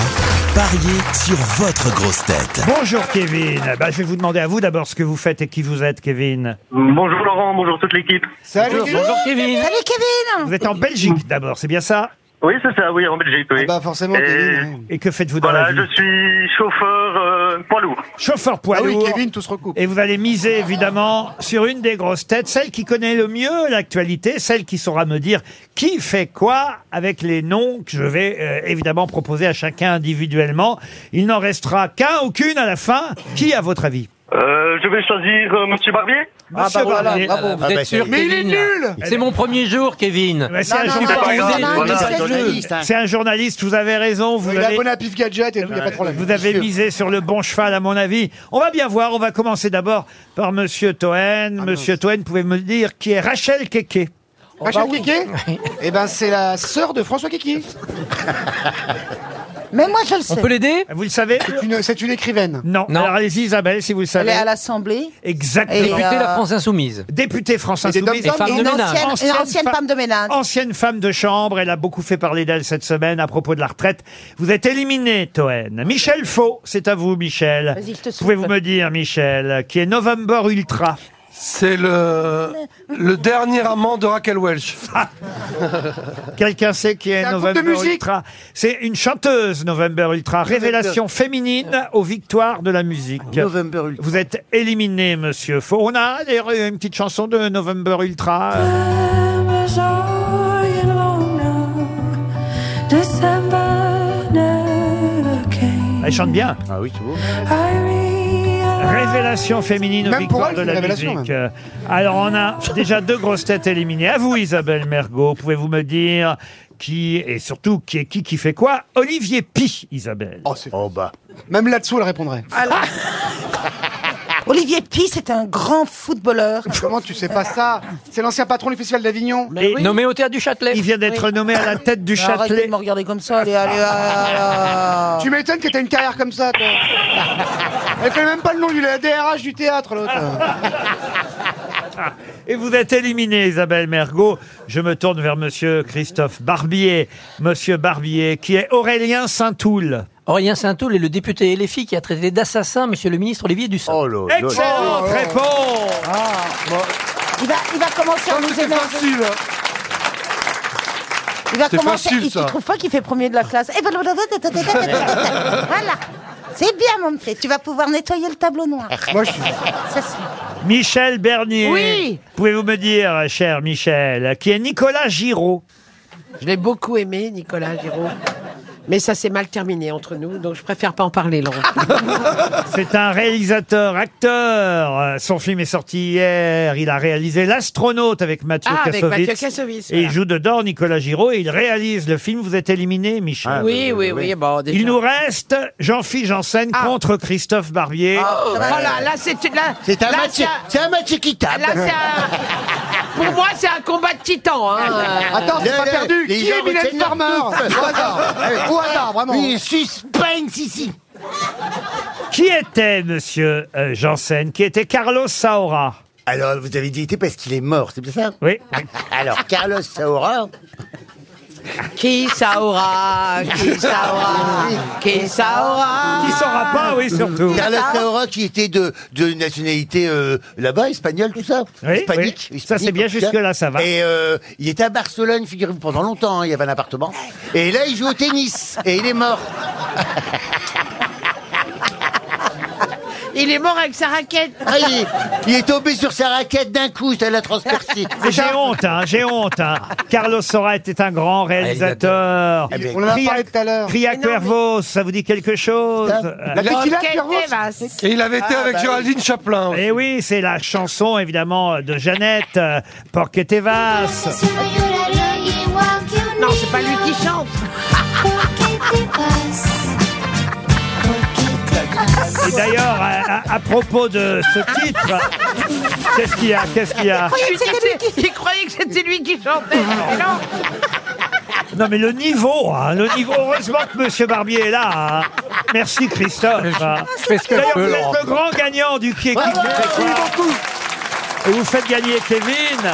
Pariez sur votre grosse tête.
Bonjour Kevin. Bah, je vais vous demander à vous d'abord ce que vous faites et qui vous êtes, Kevin.
Bonjour Laurent, bonjour toute l'équipe.
Salut,
Kevin.
Salut Kevin
Vous êtes en Belgique d'abord, c'est bien ça
Oui, c'est ça, oui, en Belgique, oui.
bah forcément,
Kevin.
Et que faites-vous dans
Voilà,
la vie
je suis chauffeur euh, poids lourd.
Chauffeur poids
Ah oui,
lourd.
Kevin, tout se recoupe.
Et vous allez miser évidemment sur une des grosses têtes, celle qui connaît le mieux l'actualité, celle qui saura me dire qui fait quoi avec les noms que je vais euh, évidemment proposer à chacun individuellement. Il n'en restera qu'un ou qu'une à la fin. Qui, à votre avis
Euh, je vais choisir euh, Monsieur Barbier.
Ah, bah,
Monsieur Barbier. Ah, bah,
Vous
Ah, bah,
êtes sûr, Kevin, là C'est mon premier jour, Kevin.
Ouais, Ah Bah, C'est un,
non,
journaliste.
non, non, non, non,
C'est
non,
un
non,
journaliste. hein.
hein.
non, non,
C'est un journaliste, vous avez raison. Vous
Il a
avez... Euh,
abonné à Pif Gadget et tout, y a pas de problème.
Vous avez misé sur le bon cheval, à mon avis. On va bien voir. On va commencer d'abord par Monsieur Toen. Monsieur Toen, pouvez me dire qui est Rachel Keke
Oh, Rachel
Bah
Kiki Eh ben, c'est la sœur de François Kiki.
Mais moi, je le sais.
l'aider
Vous le savez
C'est une, c'est une écrivaine.
Non. Alors allez-y, Isabelle, si vous le
Elle est
savez.
à l'Assemblée.
Exactement.
Et, euh,
Insoumise.
Députée France
Et des
Insoumise.
dom-toms. Et femme de
une
ménage.
ancienne, une ancienne
fa-
femme de ménage.
ancienne femme de chambre, elle a beaucoup fait parler d'elle cette semaine à propos de la retraite. Vous êtes éliminé, Toen. Michel Faux, c'est à vous, Michel.
Vas-y, je te souffle.
Pouvez-vous me dire, Michel, qui est November Ultra
C'est le, le dernier amant de Raquel Welch.
Quelqu'un sait qui est
C'est un groupe
November
de musique.
Ultra C'est une chanteuse, November Ultra. Révélation féminine aux victoires de la musique.
Ah,
November Ultra.
Vous êtes éliminé, monsieur Faux. On a d'ailleurs une petite chanson de November Ultra. Elle chante bien.
Ah oui, c'est beau.
Révélation féminine aux
Même pour
victoires
elle,
de
c'est
la
une révélation,
musique. Euh, Alors, on a déjà deux grosses têtes éliminées. À vous, Isabelle Mergot, pouvez-vous me dire qui, et surtout, qui est qui, qui fait quoi Olivier Pi, Isabelle.
Oh, c'est-
Oh bah.
Même là-dessous, elle répondrait.
Olivier Pi, c'est un grand footballeur.
Comment tu sais pas ça C'est l'ancien patron du Festival d'Avignon.
Et nommé au théâtre du Châtelet.
Il vient d'être nommé à la tête du
Arrêtez
Châtelet.
de me regarder comme ça. Allez, allez, allez,
Tu m'étonnes que t'aies une carrière comme ça, toi. Elle connaît même pas le nom du la DRH du théâtre,
Ah.
l'autre.
Et vous êtes éliminé, Isabelle Mergot. Je me tourne vers monsieur Christophe Barbier. Monsieur Barbier, qui est hein. Aurélien Saint-Toul.
Aurélien Saint-Toul est le député LFI qui a traité d'assassin Monsieur le ministre Olivier Dussopt.
Oh,
Excellente réponse
Il va, il va commencer à nous énerver. Il va
C'est
commencer.
facile,
il, tu
ça.
trouves pas qu'il fait premier de la classe Eh ben, voilà. Voilà. C'est bien, mon petit. Tu vas pouvoir nettoyer le tableau noir.
Moi, je suis-
Ça, c'est-
Michel Bernier.
Oui.
Pouvez-vous me dire, cher Michel, qui est Nicolas Giraud
Je l'ai beaucoup aimé, Nicolas Giraud. Mais ça s'est mal terminé entre nous, donc je préfère pas en parler, Laurent.
C'est un réalisateur, acteur. Euh, Son film est sorti hier. Il a réalisé L'astronaute avec Mathieu
Ah, avec
Kassovitz.
Mathieu Kassovitz,
Et il
voilà.
joue dedans Nicolas Giraud et il réalise le film. Vous êtes éliminé, Michel.
Ah, oui, oui, oui, bon, déjà. Ah.
Il nous reste Jean-Philippe Janssen contre Christophe Barbier.
Oh là, là, c'est là,
C'est un
là,
match-
c'est un match équitable. Là, c'est un- pour moi, c'est un combat de titans. hein.
Euh, Attends, c'est pas perdu. Qui est Mylène Farmer Au hasard. Allez, Au hasard,
Ah,
vraiment.
Oui, suspense ici.
Qui était Monsieur euh, Janssen Qui était Carlos Saura
Alors, vous avez dit était parce qu'il est mort, c'est bien ça
Oui.
Alors, Carlos Saura.
Qui saura Qui saura Qui saura
Qui saura pas, oui, surtout.
Carlos Saura qui était de, de nationalité euh, là-bas, espagnole, tout ça.
Oui,
hispanique,
oui. Ça, c'est bien,
en tout
jusque-là, ça va.
Et euh, il était à Barcelone, figurez-vous, pendant longtemps, hein, il y avait un appartement. Et là, il joue au tennis, et il est mort.
Il est mort avec sa raquette.
Ah, il, est, il est tombé sur sa raquette d'un coup, ça l'a transpercé.
Mais J'ai honte, hein, j'ai honte. hein. Carlos Sora était un grand réalisateur.
Réalisateur. On en a
Cria-
parlé tout à l'heure.
Cria
Mais non, mais-
Cuervos, ça vous dit quelque chose Euh,
La tequila, Jorge Cuervos Tebas. Et il avait été Ah, avec bah oui. Géraldine
Chaplin. Et Eh oui, c'est la chanson évidemment de Jeannette euh, Porquetevas.
Non, c'est pas lui qui chante.
Et d'ailleurs, à, à- à propos de ce titre, qu'est-ce qu'il y a Qu'est-ce qu'il y a
Il croyait que c'était- il croyait que c'était lui qui chantait. Mais non.
Non, mais le niveau, hein, le niveau. Heureusement que Monsieur Barbier est là. hein. Merci Christophe. hein.
je fais ce que je
D'ailleurs,
peux,
vous
Laurent.
êtes le grand gagnant du qui est qui.
Bravo,
Fait quoi.
merci
Et vous faites gagner Kevin.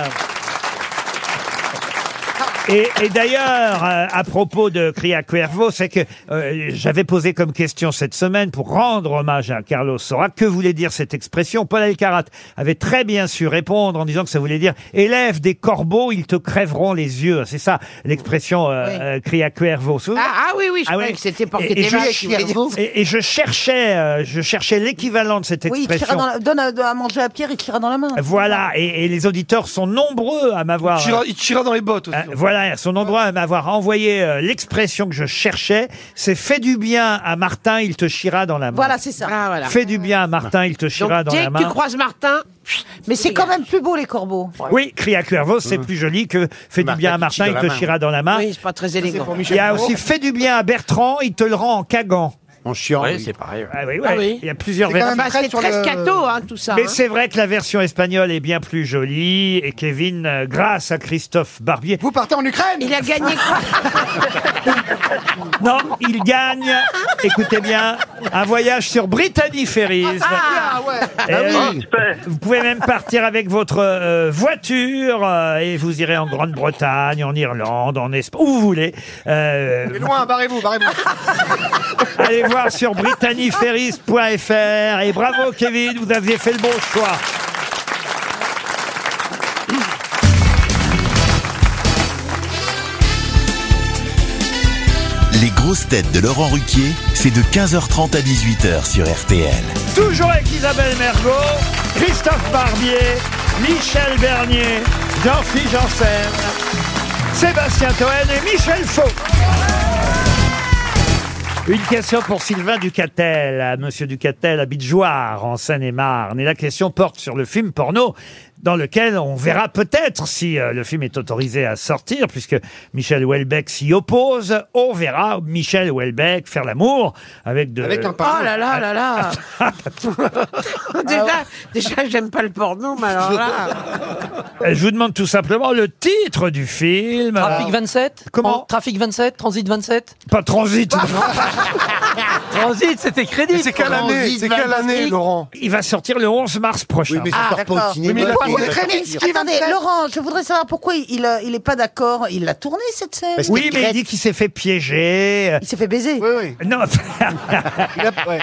Et, et d'ailleurs, euh, à propos de Cria Cuervo, c'est que euh, j'avais posé comme question cette semaine pour rendre hommage à Carlos Sora, que voulait dire cette expression Paul Alcarat avait très bien su répondre en disant que ça voulait dire « élève des corbeaux, ils te crèveront les yeux ». C'est ça l'expression euh, euh, Cria Cuervo. Vous vous souvenez
Ah, ah oui, oui, je
Ah
croyais
oui.
que c'était
Et-
Porquet
et je-
Tebas qui voulait dire-
et- et je cherchais, euh, je cherchais l'équivalent de cette
Oui, il tirera
expression.
dans la- donne à, à manger à Pierre, il tirera dans la main.
Voilà, et, et les auditeurs sont nombreux à m'avoir.
Il tira-
euh,
il tira dans les bottes aussi.
euh, voilà, ils sont nombreux à m'avoir envoyé euh, l'expression que je cherchais. C'est fais du bien à Martin, il te chira dans la main.
Voilà, c'est ça.
Ah,
Fais du bien à Martin, il te
Donc,
chira dans
dès
la
que tu
main.
croises Martin,
Mais c'est quand même plus beau, les corbeaux.
Oui, cria Cuervo, c'est plus joli que fais du bien à Martin, il
dans
te
la main.
chira dans la main.
oui, c'est pas très élégant.
Il y a aussi fais du bien à Bertrand, il te le rend en cagant.
En chiant.
Oui,
c'est pareil.
Ah oui, oui.
Ah oui.
Il y a plusieurs
C'est quand même
versions.
Bah, c'est très très scato, hein, tout ça.
Mais
hein.
c'est vrai que la version espagnole est bien plus jolie. Et Kevin, euh, grâce à Christophe Barbier,
Vous partez en Ukraine
Il a gagné quoi
non, il gagne, écoutez bien, un voyage sur Brittany Ferries.
Ah ouais
Et, euh, Vous pouvez même partir avec votre euh, voiture euh, et vous irez en Grande-Bretagne, en Irlande, en Espagne, où vous voulez. Euh,
C'est loin, barrez-vous, barrez-vous.
Ah
allez voir sur britanniferries.fr. Et bravo Kevin, vous aviez fait le bon choix.
Les grosses têtes de Laurent Ruquier, c'est de 15h30 à 18h sur RTL.
Toujours avec Isabelle Mergot, Christophe Barbier, Michel Bernier, Jean-Philippe Janssen, Sébastien Toen et Michel Faux. Une question pour Sylvain Ducatel. Euh, Monsieur Ducatel habite Joire, en Seine-et-Marne. Et la question porte sur le film porno dans lequel on verra peut-être si euh, le film est autorisé à sortir, puisque Michel Houellebecq s'y oppose. On verra Michel Houellebecq faire l'amour avec de...
Avec un
Oh là là là là
Ah.
Déjà, déjà j'aime pas le porno, mais alors là... Bah,
Euh, Je vous demande tout simplement le titre du film.
Trafic 27
Comment
Trafic 27 Transit 27
Pas Transit. non.
Parasite, c'était crédible.
Mais c'est quelle année
Parasite,
C'est quelle
Parasite.
année, Laurent
Il va sortir le 11 mars prochain.
mais ça Ah, sort pas au d'accord. cinéma,
il a pas- il a-
Attendez, Laurent, je voudrais savoir pourquoi il n'est pas d'accord. Il l'a tourné cette scène.
Oui, mais il dit qu'il s'est fait piéger.
Il s'est fait baiser.
Oui, oui.
Non.
Bah,
C'est un fait-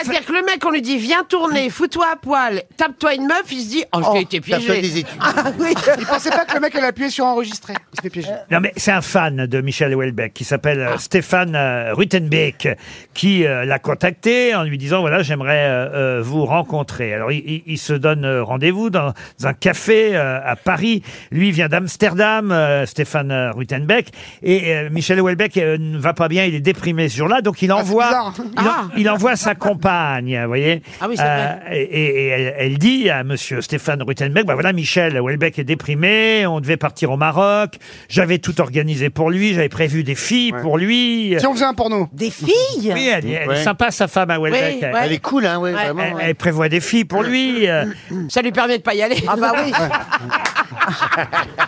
C'est-à-dire que le mec, on lui dit viens tourner, fous-toi à poil, tape-toi une meuf, il se dit oh, j'ai été piégé.
Ah, oui. Il pensait pas que le mec allait appuyer sur enregistrer. Il s'est fait piéger.
Euh,
Non, mais c'est un fan de Michel Houellebecq qui s'appelle
Ah.
euh, Stéphane euh, Ruttenbeek qui euh, l'a contacté en lui disant voilà j'aimerais euh, euh, vous rencontrer. Alors il, il- il se donne euh, rendez-vous dans un café euh, à Paris. Lui vient d'Amsterdam, euh, Stéphane euh, Ruttenbeek et euh, Michel Houellebecq euh, ne va pas bien, il est déprimé ce jour-là, donc il envoie
Ah, bizarre.
il, en-
Ah.
il envoie sa compagne, vous voyez. Euh,
Ah oui, c'est vrai.
et et elle, elle dit à monsieur Stéphane Ruttenbeck, bah voilà, Michel Houellebecq est déprimé, on devait partir au Maroc, j'avais tout organisé pour lui, j'avais prévu des filles pour lui.
Si on faisait un porno.
Euh, Des filles
Oui, elle, est- elle est
Ouais.
sympa, sa femme à Houellebecq.
Oui, ouais. Elle est cool, hein, ouais,
Elle-
vraiment,
Elle,
ouais.
elle prévoit des filles pour lui. euh.
Ça lui permet de pas y aller.
Ah bah oui.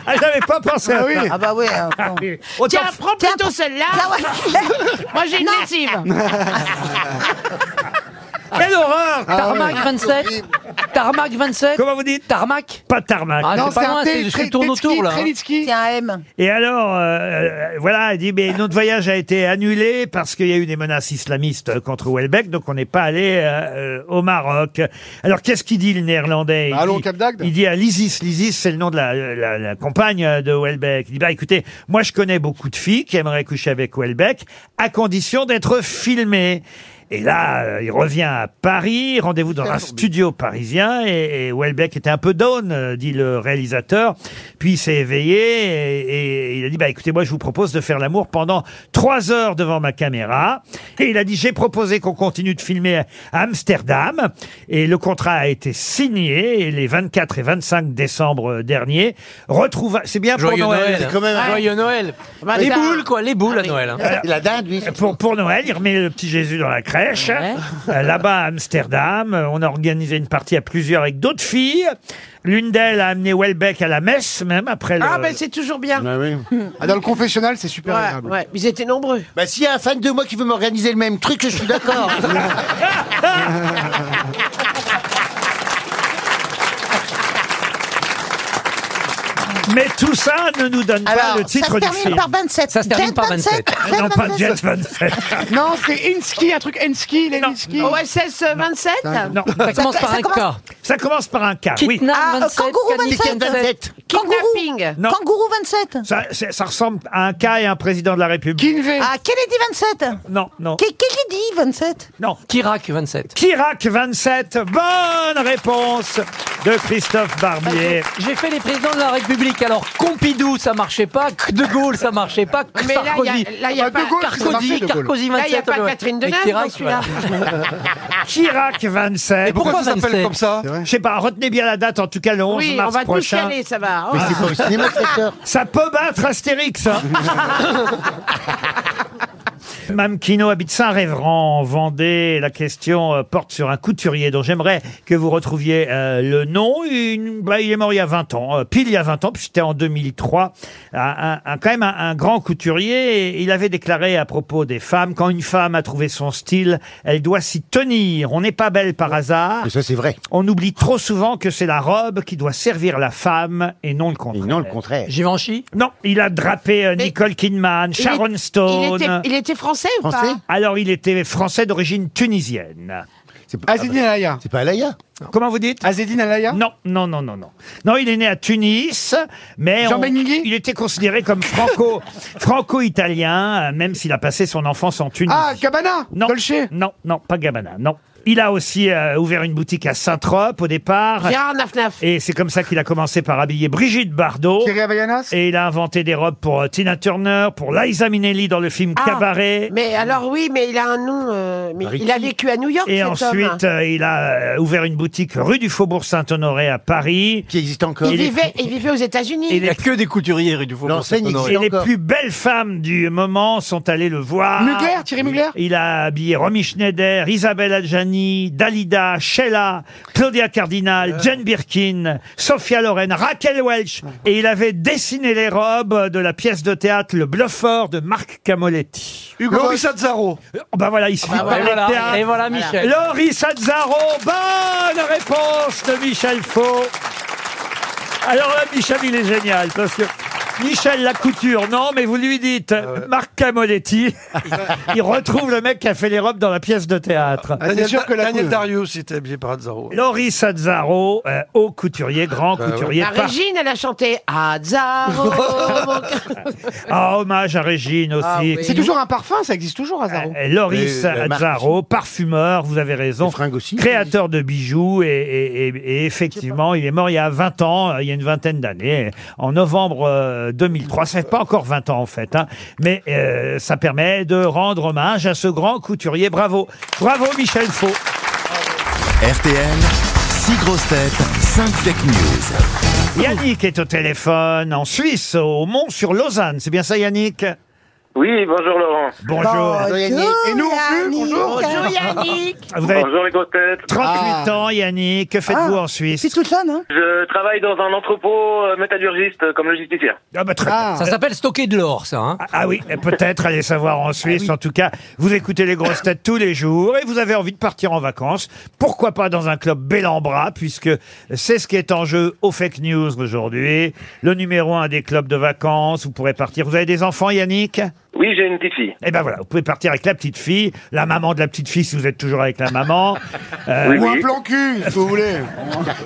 Ah, j'avais pas pensé à ça.
Ah bah oui. hein, bon.
Tiens, prends plutôt celle-là. Moi j'ai une lessive.
Quelle horreur
Tarmac 27 Tarmac 27
Comment vous dites
Tarmac
Pas tarmac.
Ah, c'est pas loin, c'est ce qui tourne autour là. hein.
C'est un M.
Et alors, euh, euh, voilà, elle dit, mais notre voyage a été annulé parce qu'il y a eu des menaces islamistes contre Welbeck, donc on n'est pas allé euh, euh, au Maroc. Alors, qu'est-ce qu'il dit le néerlandais il
Bah, allons
dit,
au Cap d'Agde.
Il dit à l'ISIS, l'ISIS, c'est le nom de la, la- la compagne de Welbeck. Il dit, bah écoutez, moi je connais beaucoup de filles qui aimeraient coucher avec Welbeck, à condition d'être filmées. Et là, euh, il revient à Paris, rendez-vous dans un studio parisien, et, et Houellebecq était un peu down, euh, dit le réalisateur. Puis il s'est éveillé et, et il a dit, bah écoutez, moi je vous propose de faire l'amour pendant trois heures devant ma caméra. Et il a dit, j'ai proposé qu'on continue de filmer à Amsterdam. Et le contrat a été signé et les 24 et 25 décembre dernier. Retrouva, c'est bien
Joyeux
pour
Noël.
Noël.
hein. Joyeux Noël. Bah, Les
ça-
boules, quoi, les boules à Noël. hein.
Il a Ah, euh, Pour, pour Noël, il remet le petit Jésus dans la crèche. Euh, Là-bas, à Amsterdam, euh, on a organisé une partie à plusieurs avec d'autres filles. L'une d'elles a amené Welbeck à la messe, même après le...
Ah ben c'est toujours bien.
Ah, dans le confessionnal, c'est super
Ouais,
agréable.
ouais. Ils étaient nombreux.
Bah s'il y a un fan de moi qui veut m'organiser le même truc, je suis d'accord.
Mais tout ça ne nous donne
Alors,
pas le titre
ça se
du
termine
film.
par 27.
Ça se termine
Jet
par 27.
Jet
Non, pas Jet 27.
Non, c'est Insky, un truc Insky, Leninski.
OSS 27
Non.
Ça commence par
ça
un
commence-
K.
Ça commence par un K, oui.
Kidnap
Ah, euh,
27.
kangourou
canif-
27.
Kidnapping.
Non.
Kangourou 27.
Ça, c'est- ça ressemble à un K et un président de la République.
Kinvey.
Ah, Kennedy 27.
Non, non,
Qui qui dit 27
non.
Kirak 27.
Kirak 27, bonne réponse de Christophe Barbier.
J'ai fait les présidents de la République. Alors Pompidou, ça marchait pas. Que De Gaulle, ça marchait pas. Que
Mais là, il y a-
Sarkozy.
là, il y a
Ah,
pas
De Gaulle, ça marchait,
Sarkozy,
De Gaulle.
Sarkozy 27.
Là, il y a pas
ouais.
Catherine
Mais
Deneuve
Chirac,
dans celui-là.
Kirak 27.
Mais pourquoi
Pourquoi ça s'appelle
27?
comme ça
C'est vrai.
Je sais pas, retenez bien la date, en tout cas le 11
Oui, on
mars
va tous y
prochain.
aller, ça va. Oh.
Mais c'est pas au cinéma, cette heure.
Ça peut battre Astérix. hein. Mme Kino habite Saint-Révran, en Vendée. La question euh, porte sur un couturier dont j'aimerais que vous retrouviez euh, le nom. Une- bah, il est mort il y a 20 ans, euh, pile il y a 20 ans, puis c'était en 2003. Un, un- un- quand même un, un grand couturier. Et il avait déclaré à propos des femmes, quand une femme a trouvé son style, elle doit s'y tenir. On n'est pas belle par hasard.
Mais ça, c'est vrai.
On oublie trop souvent que c'est la robe qui doit servir la femme et non le
Et
contraire.
non, le contraire.
Givenchy
Non, il a drapé euh,
Mais-
Nicole Kidman,
Il est-
Sharon
Il
Stone.
était, il était français ou
Français
pas
Alors, il était français d'origine tunisienne.
C'est pas,
Azedine Alaya.
c'est pas Alaya.
Comment vous dites
Azedine Alaya
Non, non, non, non, non. Non, il est né à Tunis, mais
Jean
on-
Benguigui
il était considéré comme franco, franco-italien, euh, même s'il a passé son enfance en Tunisie.
Ah, Cabana
non,
Dolce
non, non, pas Gabbana, non. Il a aussi euh, ouvert une boutique à Saint-Trope au départ.
Gérard Nafnaf.
Et c'est comme ça qu'il a commencé par habiller Brigitte Bardot.
Thierry Havaianas
Et il a inventé des robes pour euh, Tina Turner, pour Liza Minnelli dans le film
Ah,
Cabaret.
Mais alors oui, mais il a un nom. euh, mais
Ricky.
il a vécu à New York.
Et
cet
ensuite,
homme.
euh, il a euh, ouvert une boutique rue du Faubourg Saint-Honoré à Paris.
Qui existe encore.
il, vivait, il vivait aux
Il
États-Unis.
n'y a que des couturiers du Faubourg
L'enseigne
Saint-Honoré.
Et
existe
les
encore.
plus belles femmes du moment sont allées le voir.
Mugler Thierry Mugler
Il a habillé Romy Schneider, Isabelle Giovanni, Dalida, Sheila, Claudia Cardinal, Jane Birkin, Sophia Loren, Raquel Welch. Et il avait dessiné les robes de la pièce de théâtre Le Bluffeur de Marc Camoletti.
Hugo Laurie Boss. Sazzaro.
Ben voilà, il suffit
Ah bah
de parler
voilà,
de théâtre.
et voilà Michel.
Laurie Sazzaro, bonne réponse de Michel Faux. Alors là, Michel, il est génial parce que Michel la couture, non, mais vous lui dites
Ah
Marc Camoletti. il retrouve le mec qui a fait les robes dans la pièce de théâtre.
Ah, Daniel,
sûr que la
Daniel
couve.
Dario aussi était habillé par Azzaro.
Laurie Sazzaro, euh, haut couturier,
Ah, bah
grand couturier.
La
par-
Régine, elle a chanté Azzaro. mon cœur.
Ah, hommage à Régine aussi.
Ah oui. C'est toujours un parfum, ça existe toujours, Hazaro.
Et euh, Loris Azzaro, parfumeur, vous avez raison. Créateur de bijoux et, et- et- et effectivement, il est mort il y a 20 ans, euh, il y a une vingtaine d'années, en novembre euh, 2003. Ça fait pas encore 20 ans en fait, hein. mais euh, ça permet de rendre hommage à ce grand couturier. Bravo, bravo Michel Faux.
RTL, 6 grosses têtes, 5 fake news.
Yannick est au téléphone en Suisse, au Mont sur Lausanne. C'est bien ça Yannick
Oui, bonjour Laurent.
Bonjour. Bonjour, Yannick.
Et nous, on pue Bonjour.
Bonjour, Yannick. Ah, Vous avez
Bonjour les grosses têtes.
38
Ah.
ans Yannick, que faites-vous en Suisse C'est
toute jeune, hein
Je travaille dans un entrepôt euh, métallurgiste euh, comme logisticien.
Ah bah très bien.
Ça s'appelle stocker de l'or, ça. hein.
Ah, ah oui, et peut-être allez savoir
Ah,
en Suisse. En tout cas, vous écoutez les grosses têtes tous les jours et vous avez envie de partir en vacances. Pourquoi pas dans un club bel en bras, puisque c'est ce qui est en jeu aux fake news aujourd'hui. Le numéro un des clubs de vacances, vous pourrez partir. Vous avez des enfants, Yannick
Oui, j'ai une petite fille.
Eh ben voilà, vous pouvez partir avec la petite fille, la maman de la petite fille si vous êtes toujours avec la maman. Euh,
Ou un plan cul, si vous voulez.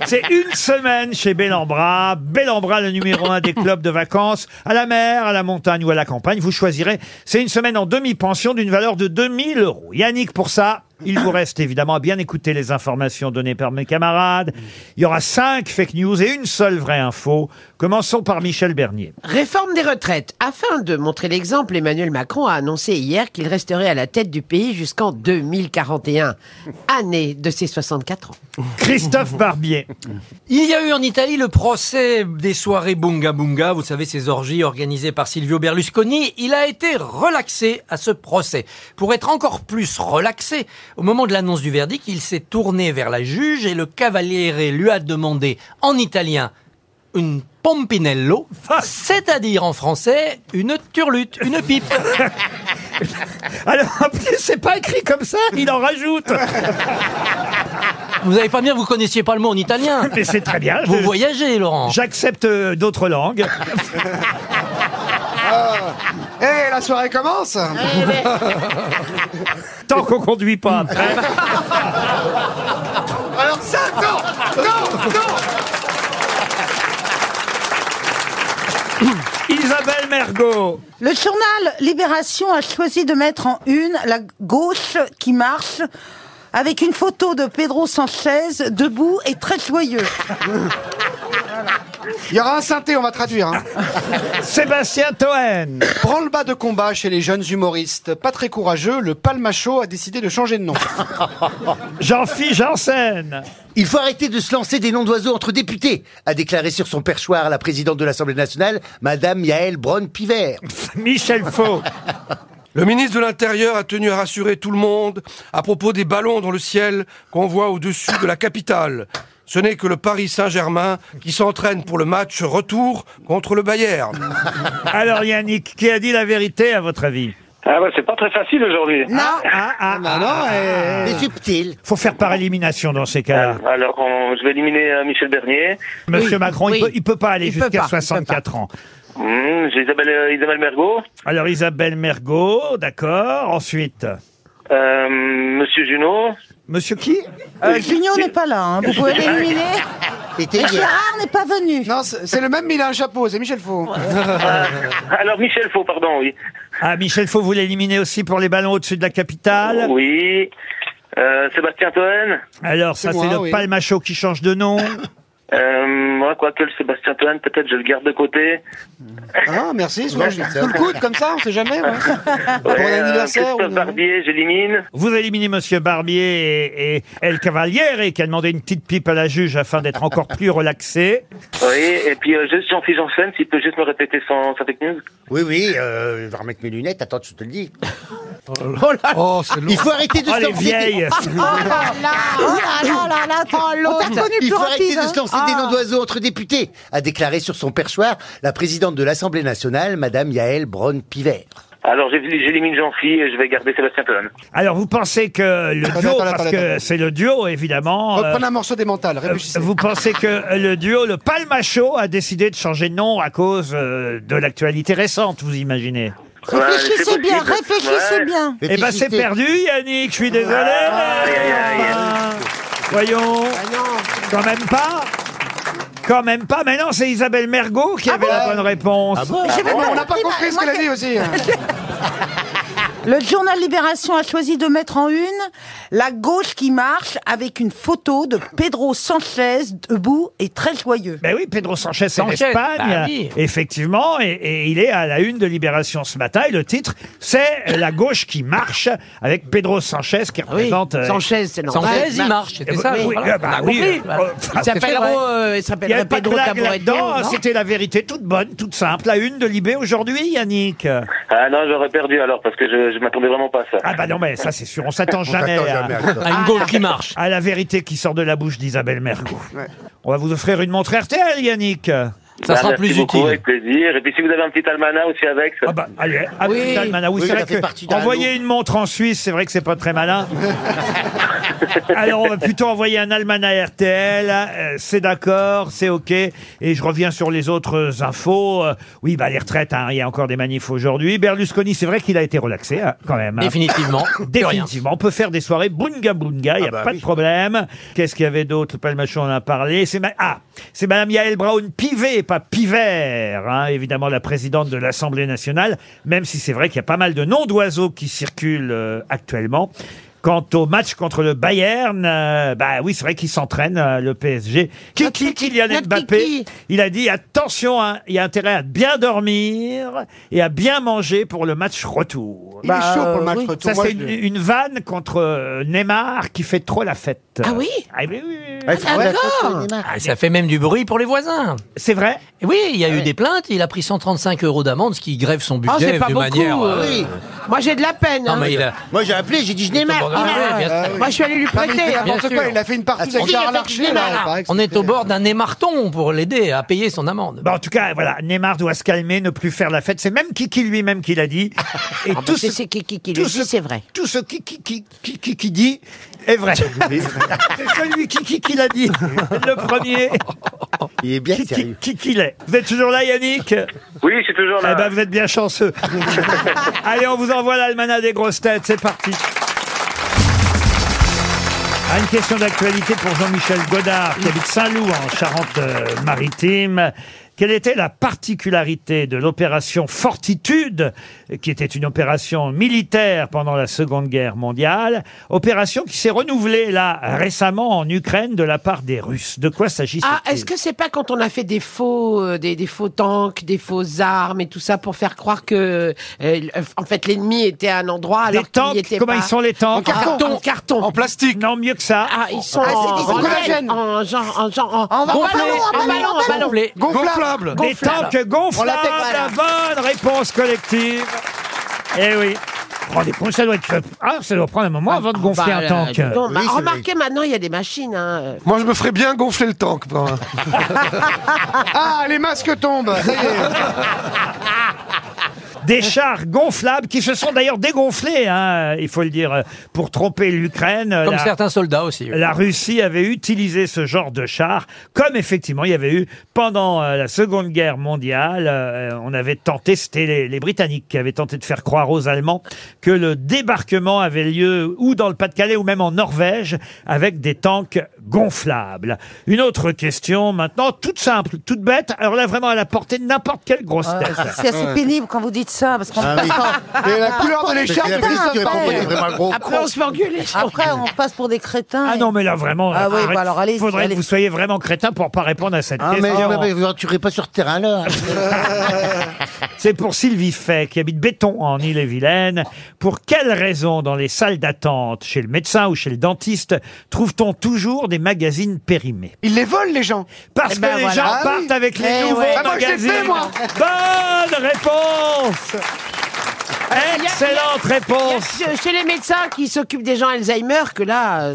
c'est une semaine chez Bellambra. Bellambra, le numéro un des clubs de vacances, à la mer, à la montagne ou à la campagne. Vous choisirez. C'est une semaine en demi-pension d'une valeur de 2000 euros. Yannick, pour ça, il vous reste évidemment à bien écouter les informations données par mes camarades. Il y aura cinq fake news et une seule vraie info. Commençons par Michel Bernier.
Réforme des retraites. Afin de montrer l'exemple, Emmanuel Macron a annoncé hier qu'il resterait à la tête du pays jusqu'en 2041, année de ses 64 ans.
Christophe Barbier.
Il y a eu en Italie le procès des soirées Bunga Bunga, vous savez, ces orgies organisées par Silvio Berlusconi. Il a été relaxé à ce procès. Pour être encore plus relaxé, au moment de l'annonce du verdict, il s'est tourné vers la juge et le cavaliere lui a demandé en italien une pompinello, c'est-à-dire en français une turlute, une pipe.
Alors, en plus, c'est pas écrit comme ça, il en rajoute.
Vous n'allez pas bien, vous connaissiez pas le mot en italien.
Mais c'est très bien.
Vous
Je-
voyagez, Laurent.
J'accepte euh, d'autres langues.
Eh, la soirée commence
eh.
Tant qu'on conduit pas après.
Alors ça, non, non, non.
Isabelle Mergot.
Le journal Libération a choisi de mettre en une la gauche qui marche avec une photo de Pedro Sanchez debout et très joyeux.
Il y aura un synthé, on va traduire. hein.
Sébastien Toen.
Branle-bas de combat chez les jeunes humoristes. Pas très courageux, le Palmacho a décidé de changer de nom.
Jean-Philippe Janssen.
Il faut arrêter de se lancer des noms d'oiseaux entre députés, a déclaré sur son perchoir la présidente de l'Assemblée nationale, Madame Yael Braun-Piver.
Michel Faux.
Le ministre de l'Intérieur a tenu à rassurer tout le monde à propos des ballons dans le ciel qu'on voit au-dessus de la capitale. Ce n'est que le Paris Saint-Germain qui s'entraîne pour le match retour contre le Bayern.
Alors Yannick, qui a dit la vérité à votre avis
Ah ouais, c'est pas très facile aujourd'hui.
Ah, ah, ah.
C'est subtil.
Faut faire par élimination dans ces cas-là.
Alors, on- je vais éliminer euh, Michel Bernier.
Monsieur Macron, il, peut, il peut pas aller
Il peut pas,
jusqu'à
il peut
64 ans.
Mmh, j'ai Isabelle, euh, Isabelle Mergot,
Alors Isabelle Mergot, d'accord. Ensuite,
euh, Monsieur Junot.
Monsieur qui
Euh, Junio n'est pas là, hein. vous pouvez l'éliminer. Et Gérard n'est pas venu.
Non, c'est c'est le même, mais il a un chapeau, c'est Michel Faux.
Alors, Michel Faux, pardon, oui.
Ah, Michel Faux, vous l'éliminez aussi pour les ballons au-dessus de la capitale
Oui. Euh, Sébastien Toen.
Alors ça,
C'est
c'est
moi,
le
oui.
Palmacho qui change de nom.
Euh, moi, quoique le Sébastien Toen, peut-être je le garde de côté.
Ah, merci, soulage. Sous le coude, comme ça, on sait jamais. ouais. Pour
Ouais,
un
euh,
anniversaire.
Christophe
ou-
Barbier, j'élimine.
Vous éliminez Monsieur Barbier et, et El Cavaliere qui a demandé une petite pipe à la juge afin d'être encore plus relaxé.
Oui, et puis euh, juste Jean-Philippe Janssen, s'il peut juste me répéter son, sa technique.
Oui, oui, euh, je vais remettre mes lunettes, attends, je te le dis.
Oh, c'est lourd.
Il faut arrêter de
Oh,
se
les
lancer.
vieilles.
Des... Oh Il faut arrêter de se lancer des noms d'oiseaux entre députés, a déclaré sur son perchoir la présidente de l'Assemblée nationale, Madame Yael Braun-Pivet.
Alors j'ai- j'élimine Jean-Phi et je vais garder Sébastien Toen.
Alors, vous pensez que le duo,
Attends, attends,
parce
attends,
que
attends.
c'est le duo, évidemment. euh,
Reprenez un morceau des mentales, réfléchissez.
vous pensez que le duo, le Palmacho, a décidé de changer de nom à cause euh, de l'actualité récente, vous imaginez
Réfléchissez c'est possible. bien, réfléchissez Ouais. bien.
Eh ben, c'est perdu, Yannick, je suis désolé.
Ah,
mais enfin, Voyons. Quand même pas. Quand même pas. Mais non, c'est Isabelle Mergot qui avait la bonne réponse.
Mais j'ai Ah même bon pas On n'a pas compris, compris ce
moi,
qu'elle a dit aussi. hein.
Le journal Libération a choisi de mettre en une la gauche qui marche avec une photo de Pedro Sanchez debout et très joyeux.
Ben oui, Pedro Sanchez est en
Sanchez,
Espagne,
bah oui.
effectivement, et, et il est à la une de Libération ce matin. Et le titre, c'est La gauche qui marche, avec Pedro Sanchez qui représente. euh,
Sanchez, c'est normal. Sanchez, il marche, c'était
Eh ben,
ça,
oui,
voilà,
ah bah
on a
oui,
compris.
euh,
Voilà.
euh,
Il s'appelle,
c'est vrai.
euh, il s'appellerait
y a pas de
Pedro
blague
Tamboretto,
là-dedans,
non
C'était la vérité toute bonne, toute simple. La une de Libé aujourd'hui, Yannick.
Ah non, j'aurais perdu alors parce que je, je m'attendais vraiment pas à ça.
Ah bah non, mais ça c'est sûr, on s'attend
On
jamais,
s'attend jamais à ça. À une
gauche qui marche. À la vérité qui sort de la bouche d'Isabelle Mergo. On va vous offrir une montre RTL, Yannick.
Bah, merci beaucoup, Avec plaisir. Et puis si vous avez un petit almanach aussi avec. Ça... Ah
bah allez. Ah oui, Dalmana, oui, c'est vrai que envoyer une montre en Suisse, c'est vrai que c'est pas très malin. Alors on va plutôt envoyer un almanach RTL, euh, c'est d'accord, c'est ok. Et je reviens sur les autres infos. Euh, Oui, bah les retraites, hein, il y a encore des manifs aujourd'hui. Berlusconi, c'est vrai qu'il a été relaxé hein, quand même. hein.
Définitivement, plus rien.
Définitivement, on peut faire des soirées bunga bunga, il n'y a pas de problème. Qu'est-ce qu'il y avait d'autre Palmachon en a parlé. C'est ma- ah, c'est Madame Yael Brown Pivet, pas Pivert, hein, évidemment la présidente de l'Assemblée nationale, même si c'est vrai qu'il y a pas mal de noms d'oiseaux qui circulent euh, actuellement. Quant au match contre le Bayern, euh, bah oui, c'est vrai qu'il s'entraîne, euh, le PSG. Kiki, Kylian Mbappé, il a dit attention, hein, il y a intérêt à bien dormir et à bien manger pour le match retour. Bah,
Il est chaud pour le match retour,
Ça,
moi,
c'est
je-
une, une vanne contre euh, Neymar qui fait trop la fête.
Ah oui
Ah oui, oui, oui.
Ah, d'accord. Ah, ça fait même du bruit pour les voisins.
C'est vrai Ah
Oui, il y a eu des plaintes. Il a pris 135 euros d'amende, ce qui grève son
Ah,
budget
c'est pas
de
beaucoup.
manière. euh,
oui. Moi, j'ai de la peine.
Non,
hein.
mais il a-
Moi, j'ai appelé, j'ai dit je démarre.
Ah,
Neymar.
ouais, bien sûr.
Moi, je suis allé lui
Non, mais il fait
prêter. hein.
n'importe quoi, il a
fait une partie
Ah, si, il a fait Neymar. On est au bord d'un émarton pour l'aider à payer son amende.
Bah, en tout cas, voilà, Neymar doit se calmer, ne plus faire la fête. C'est même Kiki lui-même qui l'a dit. Et
bah, c'est- c'est Kiki qui
tout
le dit,
ce-
c'est vrai.
Tout ce qui, qui, qui, qui, qui- qui dit est vrai. c'est celui qui, qui, qui l'a dit. Le premier.
Il est bien
qui,
sérieux.
Qui, qui l'est. Vous êtes toujours là, Yannick
Oui, je suis toujours là.
Eh ben, vous êtes bien chanceux. Allez, on vous envoie l'almanach des grosses têtes. C'est parti. Ah, Une question d'actualité pour Jean-Michel Godard, qui habite Saint-Loup, en Charente-Maritime. Quelle était la particularité de l'opération Fortitude, qui était une opération militaire pendant la Seconde Guerre mondiale, opération qui s'est renouvelée là récemment en Ukraine de la part des Russes De quoi s'agissait-il
Ah, est-ce que c'est pas quand on a fait des faux, euh, des, des faux tanks, des faux armes et tout ça pour faire croire que, euh, en fait, l'ennemi était à un endroit alors
Des tanks,
qu'il y était
comment
pas. Ah,
ils sont les tanks
En carton, en carton.
En plastique Non, mieux que ça.
Ah, ils sont
Ah,
en,
c'est des
en-
collagènes.
en genre, en genre, en,
va-
en
ballon,
ballon,
en
en ballon, en ballon.
Gonflables. Des tanks gonflables.
On l'attaque, voilà.
La bonne réponse collective. Eh oui. Rendez compte, ça doit être. Ah, ça doit prendre un moment avant de gonfler
Bah,
un
là,
tank.
dis donc, bah,
Oui, c'est
remarquez, maintenant, il y a des machines, hein.
Moi, je me ferais bien gonfler le tank. moi.
Ah, les masques tombent. Ça y est.
Des chars gonflables qui se sont d'ailleurs dégonflés, hein, il faut le dire, pour tromper l'Ukraine.
Comme
La-
certains soldats aussi. oui.
La Russie avait utilisé ce genre de char, comme effectivement il y avait eu pendant euh, la Seconde Guerre mondiale, euh, on avait tenté, c'était les, les Britanniques qui avaient tenté de faire croire aux Allemands que le débarquement avait lieu ou dans le Pas-de-Calais ou même en Norvège avec des tanks gonflables. Une autre question maintenant, toute simple, toute bête, alors là vraiment à la portée de n'importe quelle grosse
Ouais,
tête.
Ah, c'est assez pénible quand vous dites ça parce qu'on
Ah oui.
Et la couleur de l'écharpe,
Putain,
de Christophe
après.
Paul, il est vraiment gros. Après, on se fait engueuler.
Après, on passe pour des crétins.
Ah non mais là vraiment,
Ah oui,
arrête-
bah alors allez.
faudrait que vous soyez vraiment crétin pour pas répondre à cette
Ah, mais
question.
mais- mais vous rentrerez pas sur terrain là.
C'est pour Sylvie Fay, qui habite Béton en Ille-et-Vilaine. Pour quelle raison, dans les salles d'attente, chez le médecin ou chez le dentiste, trouve-t-on toujours des magazines périmés
Ils les volent, les gens.
Parce que les gens
Ah oui.
partent avec les
Eh
nouveaux
ouais. Ah, moi, je l'ai
magazines.
Euh,
fait, moi.
Bonne réponse Excellente réponse.
Il y a que Chez les médecins qui s'occupent des gens Alzheimer, que là, euh,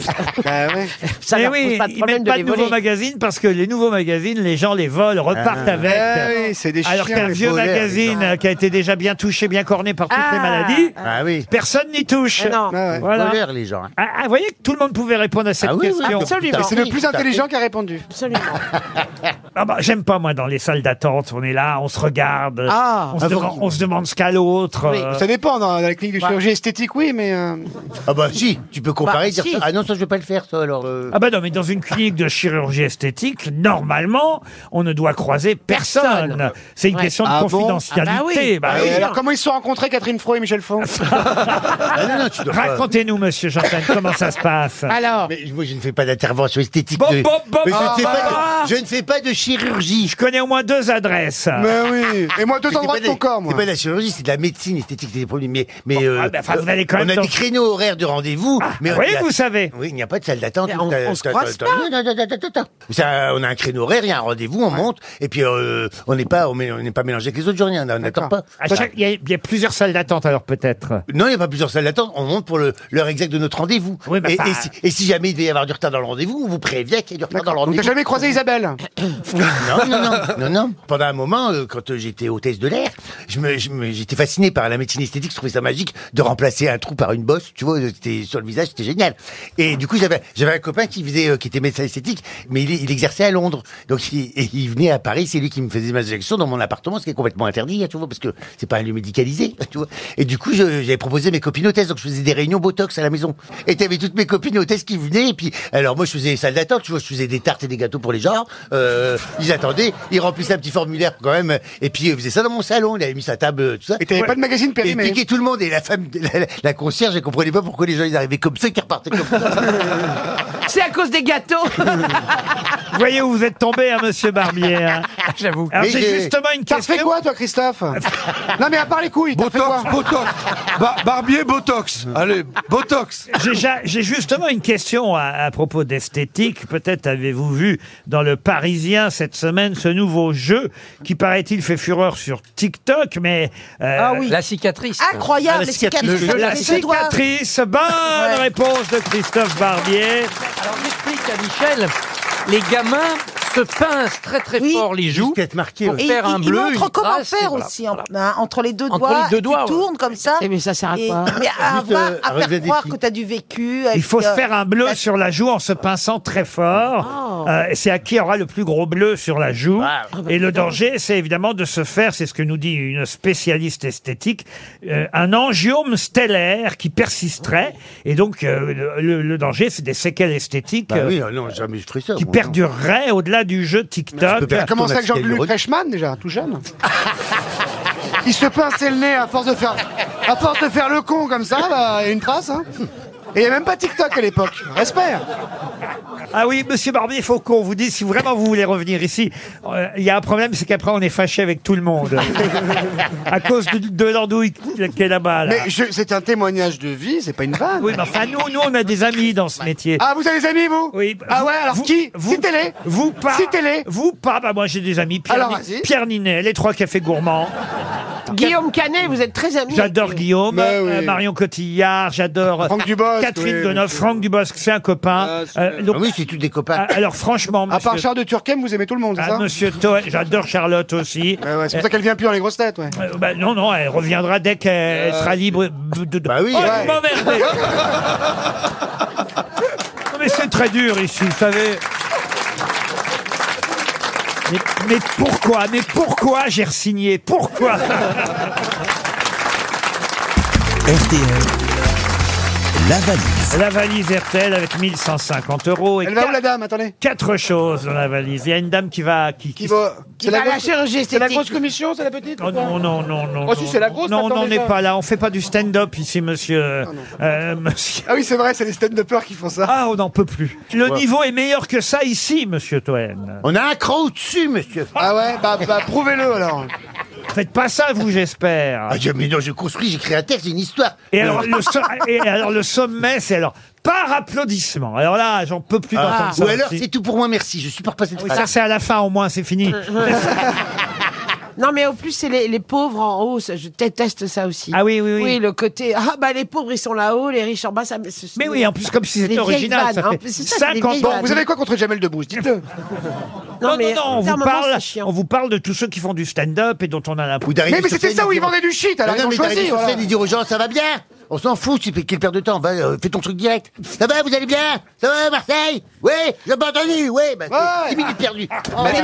ça
Eh
leur
oui,
pose pas de
ils
problème
mettent
de
pas
les
de nouveaux
voler.
magazines parce que les nouveaux magazines, les gens les volent, repartent
Ah.
avec.
Ah oui, c'est des
Alors
chiens,
qu'un
les
vieux
voleurs, les
magazine euh, qui a été déjà bien touché, bien corné par toutes
Ah.
les maladies,
Ah
personne n'y touche.
Ah non. Ah ouais.
Voilà.
Voleurs, les
hein.
gens.
Ah, ah, vous voyez que tout le monde pouvait répondre à cette
Ah oui, oui,
question.
absolument. C'est le plus intelligent qui a répondu.
Absolument.
Ah bah, J'aime pas, moi, dans les salles d'attente, on est là, on se regarde,
Ah.
on, se
Ah, vous-
demande, on se demande ce qu'a l'autre. euh,
Ça dépend, dans la clinique du chirurgie esthétique, oui, mais. euh,
Ah bah si, tu peux comparer
Bah,
et dire
si.
ça. Ah non, ça je vais pas le faire, ça alors. euh.
Ah bah non, mais dans une clinique de chirurgie esthétique, normalement, on ne doit croiser personne. C'est une question de
Ah bon
confidentialité.
Ah bah
Eh
oui.
ben
Bah
Ah
oui.
oui, Alors, comment ils se sont rencontrés, Catherine Fro et Michel Fon
Racontez-nous, monsieur Janssen, comment ça se passe
Alors
Mais moi, je ne fais pas d'intervention esthétique. de-
Bon, bon,
Mais je, ne fais
bah,
pas
bah.
de... je ne fais pas de chirurgie.
Je connais au moins deux adresses.
Mais oui. Et moi, deux
c'est
endroits
pas
de mon corps, moi.
C'est pas de la chirurgie, c'est de la médecine esthétique, c'est des problèmes. Mais, mais euh,
ah, bah, enfin, vous allez quand
on
même
a
dans- Ah,
des créneaux horaires de rendez-vous. mais
oui,
il y a-
vous savez.
Oui, il n'y a pas de salle d'attente. Euh,
on-
T'as-
on se
t'as-
croise
t'as-
pas.
Non, non, non, non, non, non. C'est un- on a un créneau horaire, il y a un rendez-vous, on monte, et puis euh, on n'est pas, on met- on n'est pas mélangé avec les autres journées, on n'attend pas.
À chaque- Il y, a- il y a plusieurs salles d'attente, alors peut-être.
Non, il n'y a pas plusieurs salles d'attente. On monte pour le- l'heure exacte de notre rendez-vous.
mais
et,
enfin-
et si, et si jamais il devait y avoir du retard dans le rendez-vous, on vous prévient qu'il y a du retard dans le
Donc,
rendez-vous.
t'as jamais croisé Isabelle
Non, non, non, non, non. Pendant un moment, euh, quand euh, j'étais hôtesse de l'air, je me- je me- j'étais fasciné par la médecine esthétique. Je trouvais ça magique de remplacer un trou par une bosse. Tu vois, euh, c'était sur le visage, c'était génial. Et du coup, j'avais j'avais un copain qui faisait, euh, qui était médecin esthétique, mais il, il exerçait à Londres. Donc, il, et il venait à Paris. C'est lui qui me faisait ma injections dans mon appartement, ce qui est complètement interdit, hein, tu vois, parce que c'est pas un lieu médicalisé, tu vois. Et du coup, je- j'avais proposé mes copines hôtesses, donc je faisais des réunions botox à la maison. Et t'avais toutes mes copines hôtesses qui venaient, et puis, alors moi, je faisais salle d'attente, tu vois, je faisais des tartes et des gâteaux pour les gens, euh, ils attendaient, ils remplissaient un petit formulaire quand même, et puis, ils faisaient ça dans mon salon, il avait mis sa table, euh, tout ça. Et
t'avais pas de magazine périmé.
Et piqué tout le monde, et la femme, la, la concierge, elle comprenait pas pourquoi les gens, ils arrivaient comme ça, et qu'ils repartaient comme ça.
C'est à cause des gâteaux.
Vous voyez où vous êtes tombé, hein, monsieur Barbier. hein.
J'avoue.
Alors, j'ai justement une
T'as fait
question.
quoi, toi, Christophe Non, mais à part les couilles, t'as fait quoi
Botox, Botox. Ba- barbier, Botox. Allez, Botox.
J'ai ja- j'ai justement une question à, à propos d'esthétique. Peut-être avez-vous vu dans le Parisien cette semaine ce nouveau jeu qui paraît-il fait fureur sur TikTok, mais euh,
Ah oui.
La cicatrice.
Incroyable,
Ah,
les cicatrices.
Le jeu de
Je
la
les
cicatrice.
doigts.
cicatrice. Bonne
Ouais.
réponse de Christophe Barbier.
Alors j'explique à Michel, les gamins se pincent très très fort les joues
Jusqu'à être marqué,
pour
ouais.
Et
faire
il-
un
il
bleu.
montre
une
comment
trace, et
faire
voilà.
aussi, en- hein, entre les deux
Entre
doigts,
les deux
et
doigts, ouais.
tu tournes comme ça.
Eh, mais ça sert à
Et-
quoi
mais à,
Juste,
avoir-
euh,
à
relever
faire
des
croire
filles.
que tu as du vécu. euh, et
Il faut
que-
se faire un bleu sur la joue en se pinçant très fort.
Oh.
Euh, c'est à qui aura le plus gros bleu sur la joue.
Wow.
Et le danger, c'est évidemment de se faire, c'est ce que nous dit une spécialiste esthétique, euh, un angiome stellaire qui persisterait. Et donc, euh, le, le danger, c'est des séquelles esthétiques
Bah
euh,
oui, non, jamais je ferais ça.
qui
moi.
perdureraient au-delà du jeu TikTok.
T'as commencé avec
Maxime
Jean-Luc
Leroux.
Reichmann, déjà, tout jeune. Il se pinçait le nez à force de faire, à force de faire le con comme ça, bah, il y a une trace. Hein. Et il n'y a même pas TikTok à l'époque. Respect.
Ah oui, monsieur Barbier, il faut qu'on vous dise si vraiment vous voulez revenir ici. Euh, Il y a un problème, c'est qu'après, on est fâché avec tout le monde. à cause de, de l'andouille qui est là-bas. là.
Mais je- c'est un témoignage de vie, c'est pas une vanne.
Oui, mais enfin, nous, nous, on a des amis dans ce métier.
Ah, vous avez des amis, vous
Oui.
Ah ouais, alors
vous-
qui
vous-
Citez-les
Vous pas.
Citez-les
Vous pas. Bah, moi, j'ai des amis. Pierre,
Alors,
Ni-
vas-y.
Pierre Ninet, les trois cafés gourmands.
Guillaume Canet, vous êtes très amis.
J'adore
avec-
Guillaume.
Mais oui.
euh, Marion Cotillard. J'adore.
Franck Dubosc,
Catherine
oui,
Deneuve.
monsieur.
Franck Dubosc, c'est un copain.
Ah, c'est
Euh, donc,
Ah oui, c'est tous des copains.
ah, alors, franchement,
À part
monsieur.
Charles de Turquem, vous aimez tout le monde, c'est
ah,
ça
monsieur Toen, j'adore Charlotte aussi.
Ouais, ouais, C'est pour ça qu'elle vient plus dans les grosses têtes, ouais.
Euh, bah, non, non, elle reviendra dès qu'elle elle
Euh,
sera libre. de- de-
Bah oui,
oh,
ouais.
vous m'emmerdez. Non, mais c'est très dur ici, vous savez. Mais, mais pourquoi Mais pourquoi j'ai re-signé Pourquoi
RTL, la valise.
La valise RTL avec 1150 euros et
Elle va où,
quatre,
la dame Attendez.
quatre choses dans la valise. Il y a une dame qui va... Qui,
Qui va
Qui va à la
grosse-
chirurgie
C'est la
esthétique.
grosse commission, c'est la petite
Oh non, non, non, non.
Oh, si,
non,
c'est la
non.
grosse,
Non, on
maintenant,
n'en
déjà.
est pas là. On fait pas du stand-up ici, monsieur. euh, monsieur.
Ah oui, c'est vrai, c'est les stand peur qui font ça.
Ah, on n'en peut plus. Le niveau est meilleur que ça ici, monsieur Toen.
On a un cran au-dessus, monsieur.
Ah ouais Bah, bah, prouvez-le alors.
Faites pas ça, vous, j'espère.
Ah, je- mais non, je construis, j'écris un texte, j'ai une histoire. Euh.
Et alors, le so- et alors, le sommet, c'est alors par applaudissement. Alors là, j'en peux plus d'entendre ça.
Ah.
Ah
Ou alors,
aussi.
c'est tout pour moi, merci. Je supporte pas cette
Oui,
phrase.
ça, c'est à la fin, au moins, c'est fini.
Non, mais au plus, c'est les, les pauvres en haut. ça, Je déteste ça aussi.
Ah oui, oui, oui.
Oui, le côté. Ah, bah, les pauvres, ils sont là-haut, les riches en bas, ça. Mais
oui, en plus, comme si c'était original, ça
hein.
hein.
fait 50 ans. Vous avez
quoi contre Jamel Debbouze Dites-le.
Non, non,
mais
non,
euh,
on vous,
bizarrement,
parle,
c'est chiant.
on vous parle de tous ceux qui font du stand-up et dont on a l'impression.
d'arriver
Mais- mais sur c'était scène, ça où ils dire- vendaient du shit, alors
Ah
ils ont
non, mais
choisi,
d'arriver sur
voilà.
scène et dire aux gens, ça va bien On s'en fout, c'est quelle perte de temps. Va, euh, fais ton truc direct. Ça va, vous allez bien Ça va, Marseille Oui, j'ai pas entendu, oui. Bah, c'est 10 minutes perdues. Oh.
Ah oui,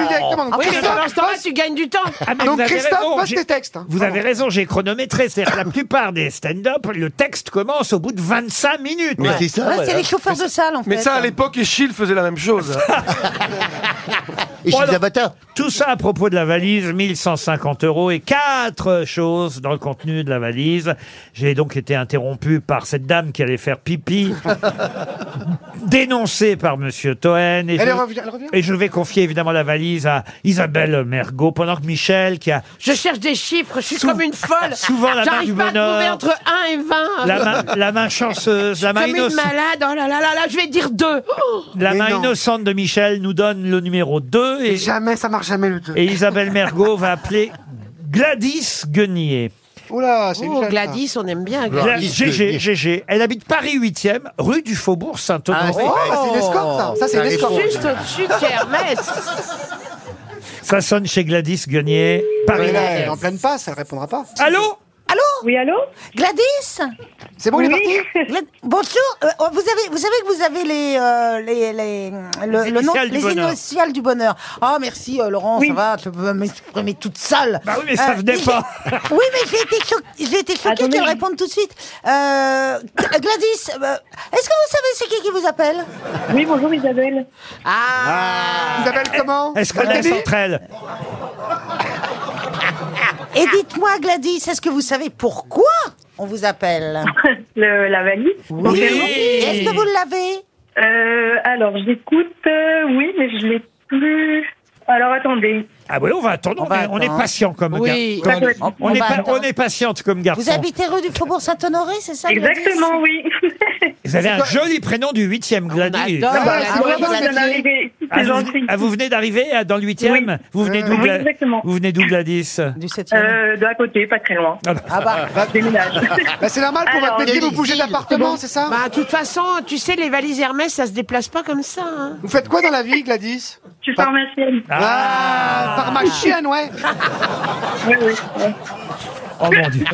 mais pendant ce temps-là, tu gagnes du temps.
Ah, mais vous avez raison, j'ai-
hein.
Vous avez raison, j'ai chronométré. C'est-à-dire que la plupart des stand-up, le texte commence au bout de 25 minutes.
Mais Ouais. c'est ça, Ouais, ouais. c'est les
chauffeurs de salle, en
Mais ça, à l'époque, Eschil faisait la même chose.
Et
suis Tout ça à propos de la valise, 1150 euros et quatre choses dans le contenu de la valise. J'ai donc été interrompu par cette dame qui allait faire pipi, dénoncée par Monsieur Toen. Et,
Elle
je,
revient- elle revient
et je vais confier évidemment la valise à Isabelle Mergot pendant que Michel, qui a
Je cherche des chiffres, je suis comme une folle.
souvent la main
J'arrive
du
pas à trouver
bonheur.
entre 1 et 20.
la main, la main chanceuse, la main
Comme une
innocente.
malade. Oh là là là là, je vais dire Oh. 2.
La main innocente de Michel nous donne le numéro 2. Et
jamais, ça marche jamais le 2.
Et Isabelle Mergot va appeler Gladys Guenier.
Oula, c'est
Oh,
une
Gladys, on aime bien.
Gla-
Gladys.
GG, GG. Elle habite Paris 8e, rue du Faubourg
Ah,
Saint-Honoré.
c'est- Ah, c'est une escorte, ça. Ça, c'est une escorte.
Juste au-dessus de chez Hermès.
Ça sonne chez Gladys Guenier, Paris
Ouais, elle est
8e.
en pleine passe, elle répondra pas.
Allô
Allô Oui, allô Gladys
C'est bon, il est Oui.
Glad- Bonjour, euh, vous, avez, vous savez que vous avez les, euh, les, les, le,
Les
le nom,
initiales du
les
bonheur.
initiales du bonheur. Ah, merci euh, Laurent, ça va, je peux m'exprimer toute seule. Euh,
Bah oui, mais ça venait
j'ai-
pas.
oui, mais j'ai été, cho- j'ai été choquée
Attendez.
qu'elle réponde tout de suite. Euh, Gladys, euh, est-ce que vous savez c'est qui qui vous appelle
Oui, bonjour Isabelle.
Ah. Isabelle, comment
Eh, Est-ce qu'on est entre elles
Et dites-moi, Gladys, est-ce que vous savez pourquoi on vous appelle
Le- la valise.
Oui. Est-ce que vous l'avez
Euh, alors, j'écoute, euh, oui, mais je l'ai plus. Alors, attendez.
Ah oui, on va attendre,
On va
mais on, est
attendre.
patient comme
Oui,
gar- comme-
on-
on,
on
est
va
pa-
attendre.
on est patiente comme garçon.
Vous habitez rue du Faubourg Saint-Honoré, c'est ça Gladys
Exactement, oui.
Vous avez un joli prénom du 8e, Gladys.
Ah, bah,
c'est
c'est
vrai,
gentil
c'est
d'en arriver.
Ah,
C'est
vous, venez-
gentil.
ah, vous venez d'arriver ah, dans le 8e Vous venez d'où
Oui,
Gla-
exactement.
Vous venez d'où, Gladys
Du 7
Euh, de à côté, pas très loin.
Ah bah.
Ah bah.
Je déménage.
Bah, c'est normal pour
Alors,
votre métier, vous
Gladys,
bougez d'appartement, c'est ça
Bah, de toute façon, tu sais, les valises Hermès, ça se déplace pas comme ça. hein.
Vous faites quoi dans la vie, Gladys
Je suis pharmacienne.
Ah, pharmacienne, ouais.
Ah.
Oui, oui. oui.
Oh mon Dieu.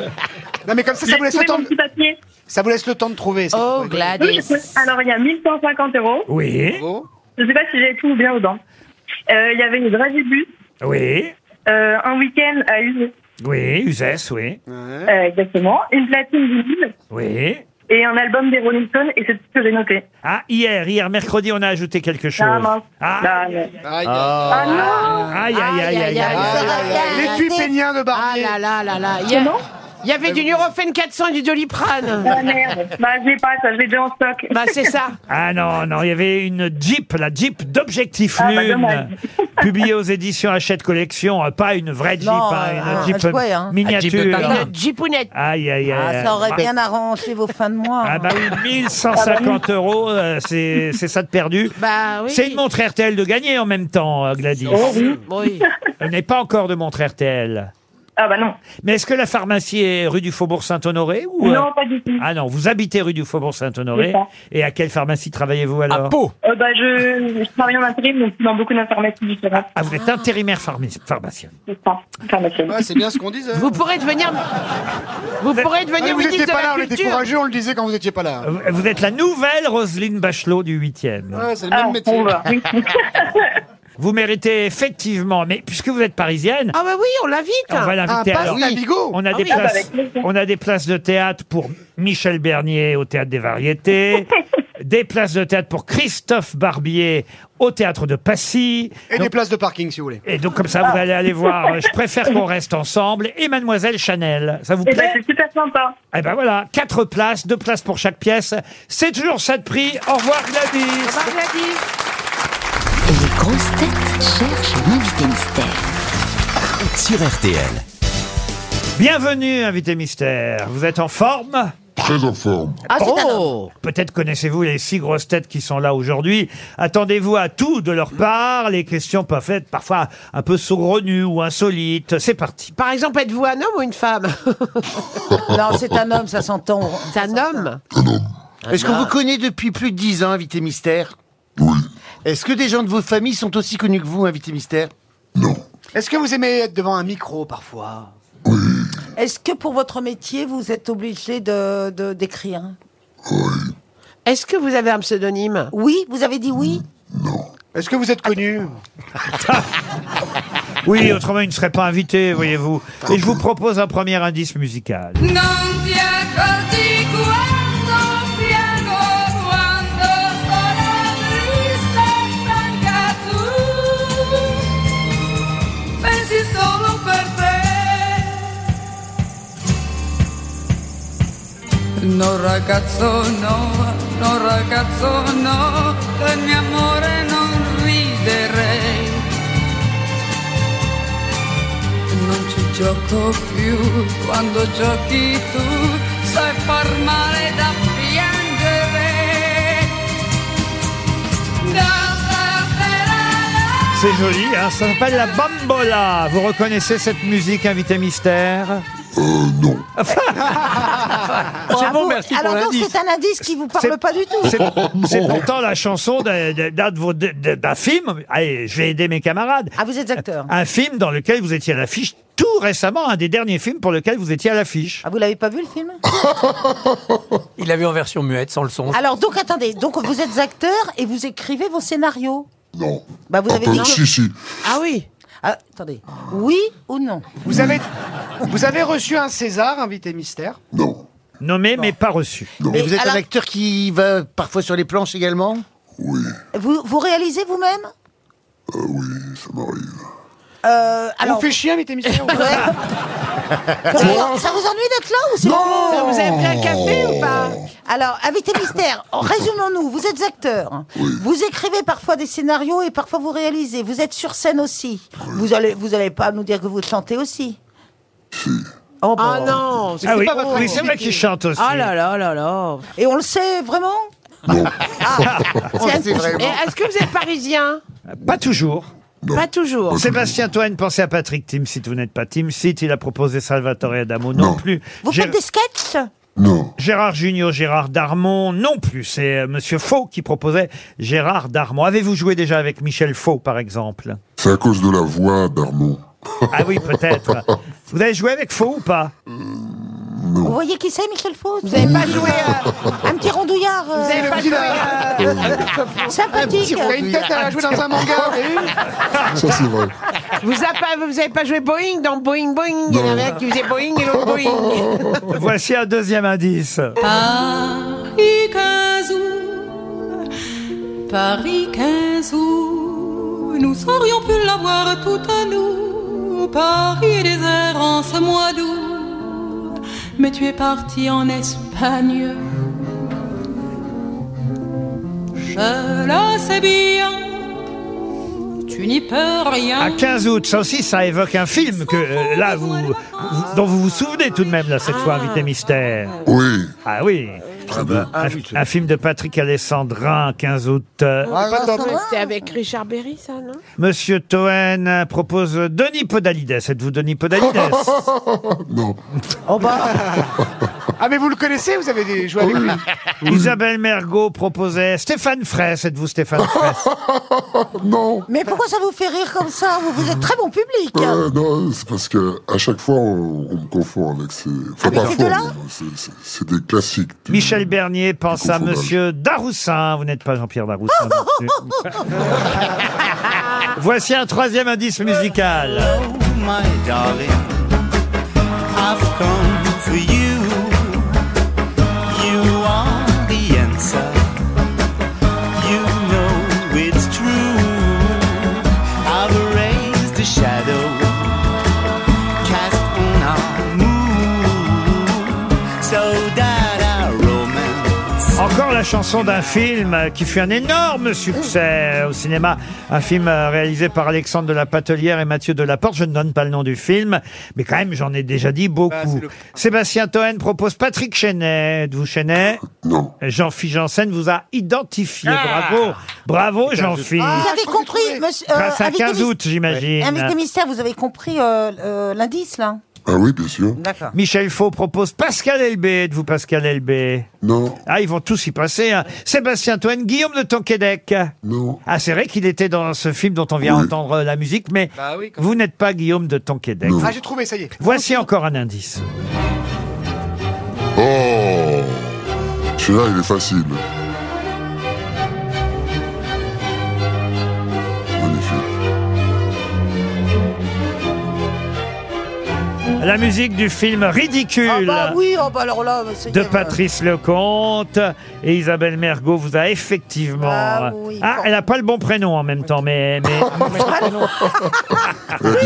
Non, mais comme ça, ça vous
J'ai
laisse
trouvé
le temps.
mon
de-
petit papier.
Ça vous laisse le temps de trouver. ça.
Oh,
Oui,
Gladys.
j'ai trouvé- Alors, il y a 1150 euros.
Oui,
Bravo.
Je sais pas si j'ai tout ou bien dedans. Euh, Il y avait une dragibus,
oui,
euh, un week-end à Uzès.
oui, Uzès, oui,
Euh, exactement. Une platine vinyle
oui.
et un album des Rolling Stones, et c'est tout ce que j'ai noté.
Ah, hier, hier, mercredi, on a ajouté quelque chose.
Ah, mince.
Ah,
Bah, non.
Aïe,
Ah, non
aïe, aïe, aïe, aïe, aïe.
aïe, aïe, aïe. L'étui peignien de
Ah
Barbier.
là là là là. Il y, a-
Comment
il y avait du Nurofen 400 et du Doliprane.
Ah, merde. Bah, je l'ai pas, ça, je l'ai déjà en stock.
Bah, c'est ça.
Ah non, non, il y avait une Jeep, la Jeep d'Objectif
Ah, bah,
Lune,
dommage.
publiée aux éditions Hachette Collection. euh, Pas une vraie Jeep,
Non,
hein, une
euh,
Jeep
un jouet, hein.
miniature.
Une Jeepounette.
Aïe, aïe, aïe.
Ah, ça aurait
Ah,
bien arrangé vos fins de mois. hein.
Ah bah oui, 1150 euros, euh, c'est c'est ça de perdu.
Bah oui.
C'est une montre RTL de gagner en même temps, euh, Gladys.
Oh,
Oui.
On n'est pas encore de montre RTL.
Ah, bah non.
Mais est-ce que la pharmacie est rue du Faubourg Saint-Honoré ou euh,
Non, pas du tout.
Ah non, vous habitez rue du Faubourg
C'est
Saint-Honoré.
ça.
Et à quelle pharmacie travaillez-vous alors
À Pau.
Euh, bah, je, je travaille en intérim, donc dans beaucoup d'informations différentes.
Ah, vous êtes intérimaire pharmacie, pharmacienne.
C'est ça, pharmacienne.
Ouais, Ah, c'est bien ce qu'on disait. hein.
Vous pourrez devenir. Vous pourrez
Ah,
devenir
vous
ministre
étiez
de
pas là, on
la
était
culture.
courageux, on le disait quand vous étiez pas là.
Euh, Vous- Vous êtes la nouvelle Roselyne Bachelot du 8e.
Ouais, c'est le
Ah,
même métier.
on va. Oui.
Vous méritez effectivement, mais puisque vous êtes parisienne,
Ah bah oui, on l'invite.
on va
Un
l'inviter
passe
alors.
Navigo
On a,
Ah
des
oui, ah bah
places,
avec plaisir.
on a des places de théâtre pour Michel Bernier au Théâtre des Variétés, des places de théâtre pour Christophe Barbier au Théâtre de Passy.
et des
Donc-
places de parking si vous voulez.
et donc comme ça,
Ah.
vous allez aller voir. euh, Je préfère qu'on reste ensemble. Et Mademoiselle Chanel, ça vous
Eh ben,
plaît
c'est super sympa.
Eh ben voilà, quatre places, deux places pour chaque pièce. C'est toujours ça de prix. Au revoir Gladys.
Bah, Gladys.
Les grosses têtes cherchent l'invité mystère.
sur RTL.
Bienvenue, invité mystère. Vous êtes en forme
très en forme.
Ah,
Oh Peut-être connaissez-vous les six grosses têtes qui sont là aujourd'hui. Attendez-vous à tout de leur part. Les questions peuvent être parfois un peu saugrenues ou insolites. C'est parti.
Par exemple, êtes-vous un homme ou une femme
Non, c'est un homme, ça s'entend.
C'est un homme
Est-ce
Ah.
qu'on vous connaît depuis plus de 10 ans, invité mystère Est-ce que des gens de vos familles sont aussi connus que vous, invité mystère
Est-ce que vous aimez être devant un micro parfois
Est-ce que pour votre métier, vous êtes obligé de de- d'écrire
Est-ce que vous avez un pseudonyme
Oui, vous avez dit oui
Est-ce que vous êtes connu
Oui, autrement, ils ne seraient pas invités, voyez-vous. Et je vous propose un premier indice musical.
Non ti accorgi quando piango, quando sono triste e stanca tu, pensi solo per te. No ragazzo no, no ragazzo no, del mio amore non riderei. Non ci gioco più, quando giochi tu sai far male da piangere. Da
C'est joli, hein, ça s'appelle la bambola. Vous reconnaissez cette musique, invité mystère
Bravo. Alors donc c'est un indice qui vous parle pas du tout.
C'est c'est pourtant la chanson d'un d'un de vos- d'un- d'un film. Allez, je vais aider mes camarades.
Ah, vous êtes acteur.
Un film dans lequel vous étiez à l'affiche tout récemment, un des derniers films pour lequel vous étiez à l'affiche.
Ah, vous l'avez pas vu le film
Il l'a vu en version muette, sans le son.
Alors donc attendez, donc vous êtes acteur et vous écrivez vos scénarios.
Non.
Bah vous avez
Attends,
dit non.
si, si.
Ah oui. Ah, attendez. Oui ou non
Vous avez, vous avez reçu un César, invité mystère
Nommé mais pas reçu.
Et vous êtes
alors-
un acteur qui va parfois sur les planches également
Vous vous réalisez vous-même Euh,
On
alors-
fait chier, invité mystère ou pas
Ça ça vous ennuie d'être là ou c'est
Ça vous avez pris un café ou pas
Alors, invité mystère, résumons-nous. Vous êtes acteur. Vous écrivez parfois des scénarios et parfois vous réalisez. Vous êtes sur scène aussi. Vous allez, vous allez pas nous dire que vous chantez aussi. Oh,
Ah non, c'est
Ah oui,
pas votre
oui, c'est vrai
activité.
qu'il chante aussi.
Ah là là là là. Ah.
Et on le sait vraiment
On le sait vraiment.
Et Est-ce que vous êtes parisien
Pas toujours.
Pas toujours.
Sébastien Toine, pensez à Patrick Timsit. Vous n'êtes pas Timsit. Il a proposé Salvatore Adamo non, plus.
Vous
Gér-
faites des sketchs
Gérard Junior, Gérard Darmon non plus. C'est euh, Monsieur Faux qui proposait Gérard Darmon. Avez-vous joué déjà avec Michel Faux, par exemple
C'est à cause de la voix d'Armand.
Ah oui, peut-être. Vous avez joué avec Faux ou pas
Vous voyez qui c'est, Michel Faux Vous n'avez pas joué euh, un petit rondouillard euh,
Vous avez pas joué
euh, sympathique.
Vous avez une tête à jouer dans un manga, vous avez vu
Ça, c'est vrai.
Vous avez pas, vous avez pas joué Boeing dans Boeing Boeing Il y en avait un qui faisait Boeing et l'autre Boeing.
Voici un deuxième indice.
Paris 15 août, Paris 15 août, nous aurions pu l'avoir tout à nous. Paris est désert en ce mois d'août, mais tu es parti en Espagne. Je le sais bien, tu n'y peux rien.
À 15 août, ça aussi, ça évoque un film que euh, là, vous, vous- dont vous vous souvenez tout de même, là, cette fois, Invité Mystère.
Oui. bah, ah
Ah oui. un, un film de Patrick Alessandrin, 15 août. Euh,
C'était avec Richard Berry, ça, non
Monsieur Toen propose Denis Podalides. Êtes-vous Denis Podalides
Non.
Ah, mais vous le connaissez, vous avez joué avec lui
Isabelle Mergot proposait Stéphane Fraisse. Êtes-vous Stéphane Fraisse
Non.
Mais pourquoi ça vous fait rire comme ça Vous vous êtes très bon public.
Ouais, non, c'est parce que à chaque fois on, on me confond avec ces. Enfin,
Ah, mais
pas
ces
fois,
deux-là
mais c'est- c'est- c'est des classiques.
Michel Bernier pense à
confondable.
Monsieur Daroussin. Vous n'êtes pas Jean-Pierre Daroussin. non plus. Voici un troisième indice musical.
my darling, I've come for you. You are the answer. You know it's true. I've raised a shadow cast on our moon so that our romance
Encore la chanson d'un film qui fut un énorme succès au cinéma. Un film euh, réalisé par Alexandre de la Patelière et Mathieu Delaporte. Je ne donne pas le nom du film, mais quand même, j'en ai déjà dit beaucoup. Sébastien Toen propose Patrick Chenet. Êtes-vous Chenet Non. Jean-Philippe Janssen vous a identifié. Bravo. Bravo, Jean-Philippe.
Ah, vous avez compris, monsieur. euh,
Grâce à
avec
15
les
août,
mys-
j'imagine.
Avec les mystères, vous avez compris euh, euh, l'indice, là
Ah oui, bien sûr.
D'accord.
Michel Faux propose Pascal Elbé. Êtes-vous Pascal Elbé
Non.
Ah, ils vont tous y passer. hein. Sébastien Toine, Guillaume de Tonquédec.
Non.
Ah, c'est vrai qu'il était dans ce film dont on vient
Oui.
entendre euh, la musique, mais
Bah oui, quand
vous n'êtes pas Guillaume de Tonquédec.
Ah, j'ai trouvé, ça y est.
Voici encore un indice.
Oh Celui-là, il est facile.
La musique du film Ridicule.
Ah bah oui, oh bah alors là, monsieur
de
Guérin.
Patrice Lecomte et Isabelle Mergot vous a effectivement.
Ah
Ah, elle n'a pas le bon prénom en même temps, mais, mais,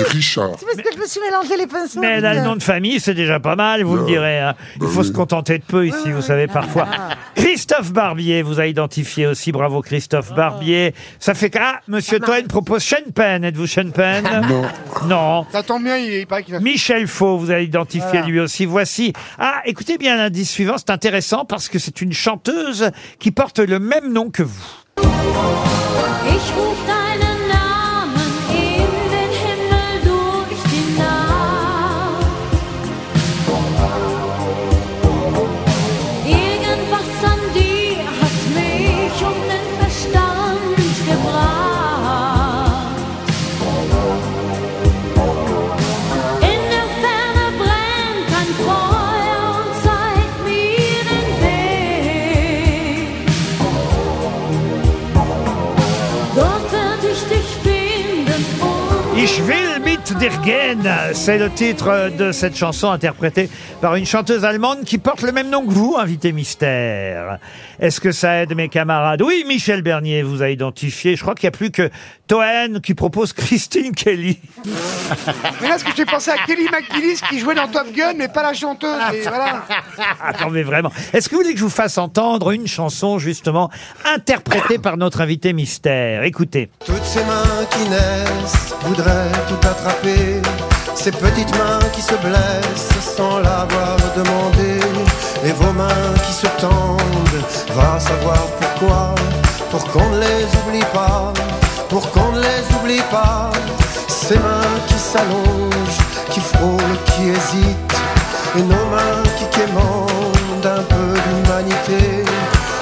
Richard.
C'est parce que je me suis mélangé les pinceaux.
mais elle a le nom de famille, c'est déjà pas mal, vous me direz. hein. Il faut se contenter de peu ici, vous savez, parfois. Christophe Barbier vous a identifié aussi, bravo Christophe Barbier. Ça fait que, ah, Monsieur Toen propose Sean Penn, êtes-vous Sean Penn
Non.
Non.
Ça tombe bien, il, il paraît qu'il a.
Michel Faux vous a identifié
Voilà.
lui aussi. Voici. Ah, écoutez bien l'indice suivant, c'est intéressant parce que c'est une chanteuse qui porte le même nom que vous.
Ich ruf deinen Namen in den Himmel durch die Nacht. Irgendwas an dir hat mich um den Verstand gebracht. In der Ferne brennt ein Feuer und zeigt mir den Weg. Dort werd ich dich finden und
Ich will mit dir gehen, c'est le titre de cette chanson interprétée par une chanteuse allemande qui porte le même nom que vous, invité mystère. Est-ce que ça aide mes camarades Oui, Michel Bernier vous a identifié. Je crois qu'il n'y a plus que Toen qui propose Christine Kelly.
Mais là, ce que j'ai pensé à Kelly McGillis qui jouait dans Top Gun, mais pas la chanteuse. Et voilà.
Attends, mais vraiment. Est-ce que vous voulez que je vous fasse entendre une chanson, justement, interprétée par notre invité mystère Écoutez.
Toutes ces mains qui naissent voudraient tout attraper. Ces petites mains qui se blessent sans l'avoir demandé. Et vos mains qui se tendent, va savoir pourquoi. Pour qu'on ne les oublie pas, pour qu'on ne les oublie pas. Ces mains qui s'allongent, qui frôlent, qui hésitent. Et nos mains qui quémandent un peu d'humanité.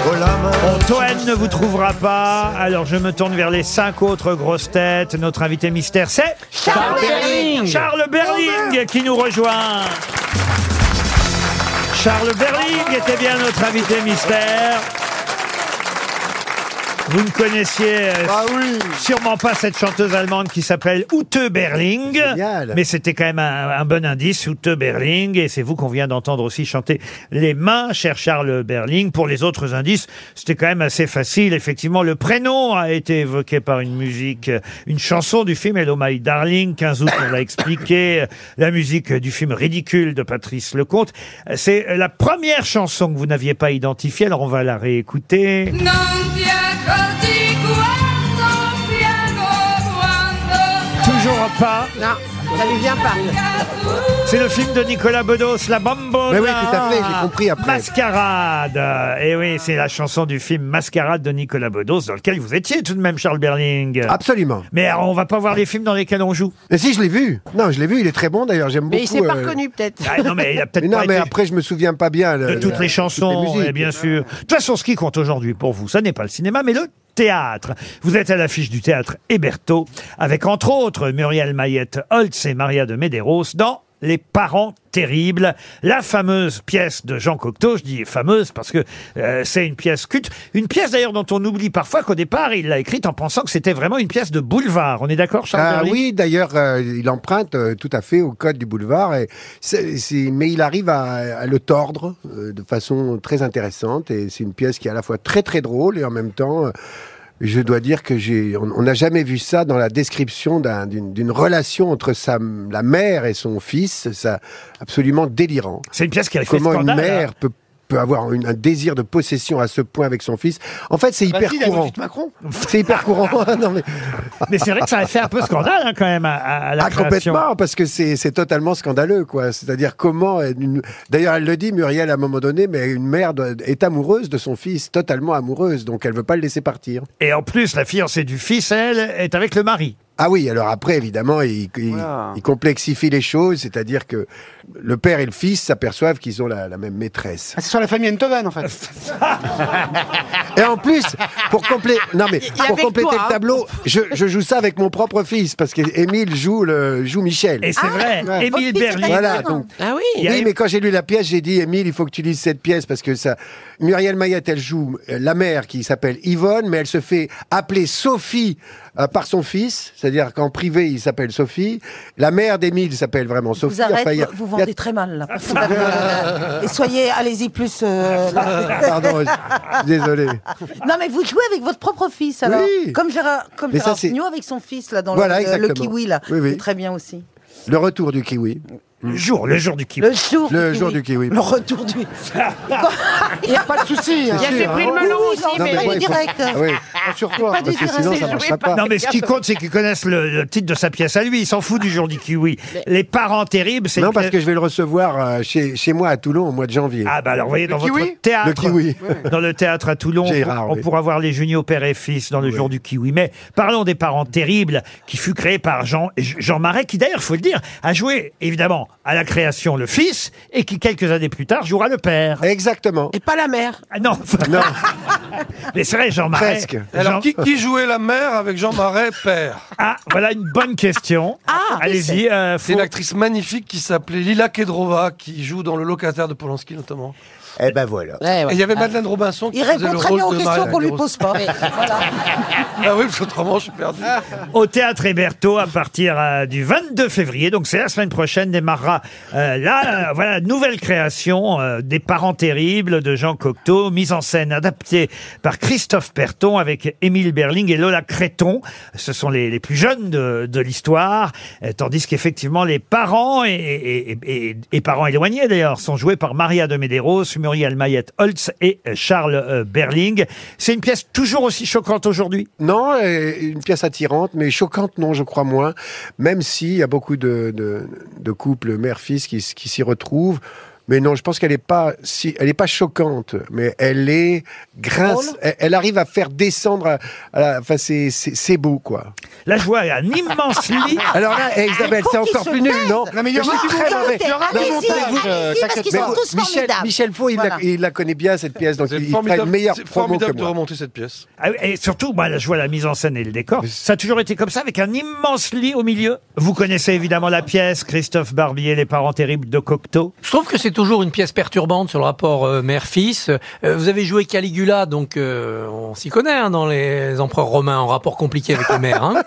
Oh la main.
Bon, Toen ne vous trouvera pas, alors je me tourne vers les cinq autres grosses têtes. Notre invité mystère, c'est
Charles Berling.
Charles Berling qui nous rejoint. Charles Berling était bien notre invité mystère. Vous ne connaissiez euh, sûrement pas cette chanteuse allemande qui s'appelle Ute Berling, mais c'était quand même un, un bon indice, Ute Berling, et c'est vous qu'on vient d'entendre aussi chanter Les mains, cher Charles Berling. Pour les autres indices, c'était quand même assez facile. Effectivement, le prénom a été évoqué par une musique, euh, une chanson du film Hello My Darling, 15 août, on l'a expliqué, euh, la musique euh, du film Ridicule de Patrice Lecomte. Euh, C'est euh, la première chanson que vous n'aviez pas identifiée, alors on va la réécouter.
Non ti accorgi quando piango, quando
Toujours pas.
Non, ça lui vient pas.
C'est le film de Nicolas Bedos, La Bambona.
Mais oui, tout à fait, j'ai compris après.
Mascarade. Et oui, c'est la chanson du film Mascarade de Nicolas Bedos, dans lequel vous étiez tout de même, Charles Berling.
Absolument.
Mais alors, on va pas voir les films dans lesquels on joue.
Mais si, je l'ai vu. Non, je l'ai vu, il est très bon d'ailleurs, j'aime beaucoup.
Mais il s'est pas
euh,
reconnu, peut-être.
Ah, non, mais il a peut-être
mais non,
pas
mais
été-
après, je me souviens pas bien.
De toutes les chansons,
musiques.
eh bien sûr. De toute façon, ce qui compte aujourd'hui pour vous, ça n'est pas le cinéma, mais le théâtre. Vous êtes à l'affiche du théâtre Héberto, avec entre autres Muriel Mayette Holtz et Maria de Medeiros dans Les parents terribles, la fameuse pièce de Jean Cocteau, je dis fameuse parce que euh, c'est une pièce culte, une pièce d'ailleurs dont on oublie parfois qu'au départ il l'a écrite en pensant que c'était vraiment une pièce de boulevard. On est d'accord, Charles
Ah
Berling
oui, d'ailleurs, euh, il emprunte euh, tout à fait au code du boulevard, et c'est- c'est- mais il arrive à, à le tordre euh, de façon très intéressante. Et c'est une pièce qui est à la fois très très drôle et en même temps, euh, je dois dire que j'ai, on on n'a jamais vu ça dans la description d'un- d'une d'une relation entre sa, la mère et son fils. Ça, absolument délirant.
C'est une pièce qui a fait
Comment
scandale,
une mère
hein.
peut peut avoir une- un désir de possession à ce point avec son fils. En fait,
Bah
c'est hyper
Vas-y, la
courant.
logique Macron.
C'est hyper courant. non, mais
Mais c'est vrai que ça a fait un peu scandale hein, quand même à, à la
ah,
création.
complètement, parce que c'est c'est totalement scandaleux, quoi. C'est-à-dire comment... elle- une- D'ailleurs, elle le dit, Muriel, à un moment donné, mais une mère doit- est amoureuse de son fils, totalement amoureuse, donc elle veut pas le laisser partir.
Et en plus, la fiancée du fils, elle, est avec le mari.
Ah oui, alors après, évidemment, il, il- il complexifie les choses, c'est-à-dire que le père et le fils s'aperçivent qu'ils ont la, la même maîtresse.
Ah, c'est sur la famille Entoven, en fait.
Et en plus, pour, complé- non, mais,
Et
pour
avec
compléter
toi, hein.
le tableau, je, je joue ça avec mon propre fils, parce qu'Émile joue, le, joue Michel.
Et c'est Ah, vrai,
Ouais.
Émile Votre fils est Berlin.
Voilà,
acteur.
donc,
Ah oui.
oui, mais quand j'ai lu la pièce, j'ai dit, Émile, il faut que tu lises cette pièce, parce que ça... Muriel Mayette, elle joue euh, la mère qui s'appelle Yvonne, mais elle se fait appeler Sophie euh, par son fils, c'est-à-dire qu'en privé, il s'appelle Sophie. La mère d'Émile s'appelle vraiment Sophie.
vous arrêtez,
Enfin, il y a-
vous, vous
il y a
vendez très mal. là. euh, Et soyez, allez-y plus. euh, là.
Pardon, je- désolé.
Non, mais vous jouez avec votre propre fils, alors.
Oui.
Comme Gérard, comme
Mais ça,
Gérard
c'est-
Pignot avec son fils, là, dans le-
Voilà,
le, le
exactement.
kiwi, là.
Oui, oui.
C'est très bien aussi.
Le retour du kiwi. Le
jour, le jour du kiwi.
Le jour
Le
du
jour
kiwi.
du kiwi.
Le retour du.
Il n'y a pas de souci. hein.
Il y a
j'ai
j'ai pris le melon aussi, mais- Pas du direct.
Sur
Pas
toi.
du direct. C'est joué par
Non, mais ce qui
quelqu'un.
compte, c'est qu'ils connaissent le, le titre de sa pièce à lui. Ils s'en foutent du jour du kiwi. Les parents terribles, c'est.
Non, parce que je vais le recevoir euh, chez, chez moi à Toulon au mois de janvier.
Ah, bah alors, vous voyez, dans votre
Le
théâtre.
kiwi.
Dans le théâtre à Toulon, on,
Gérard,
pour- on
oui.
pourra voir les juniors père et fils dans le jour du kiwi. Mais parlons des parents terribles qui fut créé par Jean, Jean Marais, qui d'ailleurs, faut le dire, a joué évidemment à la création le fils et qui quelques années plus tard jouera le père. Ah,
Exactement.
Et pas la mère.
non.
non.
Mais c'est vrai, Jean Marais.
Presque. Alors,
Jean-
qui, qui jouait la mère avec Jean Marais, père
Ah, voilà une bonne question.
Ah,
Allez-y. euh,
C'est
faut-
une actrice magnifique qui s'appelait Lila Kedrova, qui joue dans Le Locataire de Polanski, notamment.
Eh ben voilà.
Et il y avait Madeleine Robinson qui
Ah. Il
faisait
répond
le
très
rôle
bien aux
de
questions
Maria
qu'on lui
Lagrosse.
pose pas.
Ah oui, parce qu'autrement, je suis perdu.
Au théâtre Héberto à partir euh, du 22 février, donc c'est la semaine prochaine, démarrera euh, là, euh, voilà, nouvelle création euh, des parents terribles de Jean Cocteau, mise en scène adaptée par Christophe Perton avec Émile Berling et Lola Créton. Ce sont les, les plus jeunes de, de l'histoire, euh, tandis qu'effectivement les parents et, et- et- et- et parents éloignés d'ailleurs sont joués par Maria de Medeiros, Muriel Mayette Holtz et euh, Charles euh, Berling. C'est une pièce toujours aussi choquante aujourd'hui.
Non, euh, une pièce attirante, mais choquante, non, je crois moins. Même s'il y a beaucoup de, de, de couples mère-fils qui, s- qui s'y retrouvent. Mais non, je pense qu'elle n'est pas, si, elle est pas choquante, mais elle est grince. Elle, elle arrive à faire descendre. à- à la- enfin, c'est- c'est c'est beau, quoi.
La joie est un immense lit.
Alors là, eh, Isabelle, c'est encore plus nul, non
Non, mais il y aura
Je suis
du
très
monde.
mauvais.
Il y aura
Non,
du
mais
monde.
vous-
Allez-y, allez-y, parce qu'ils
Mais
sont
vous-
tous
Michel,
formidables.
Michel Faux, il,
Voilà.
la, il la connaît bien cette pièce, donc il, il fera une meilleure
c'est
promo que
formidable de
moi.
remonter cette pièce.
Ah oui, Et surtout, moi, là, je vois la mise en scène et le décor. Ça a toujours été comme ça, avec un immense lit au milieu. Vous connaissez évidemment la pièce, Christophe Barbier, Les parents terribles de Cocteau.
Je trouve que c'est toujours une pièce perturbante sur le rapport euh, mère-fils. Euh, vous avez joué Caligula, donc euh, on s'y connaît hein, dans les empereurs romains, en rapport compliqué avec les mères. hein.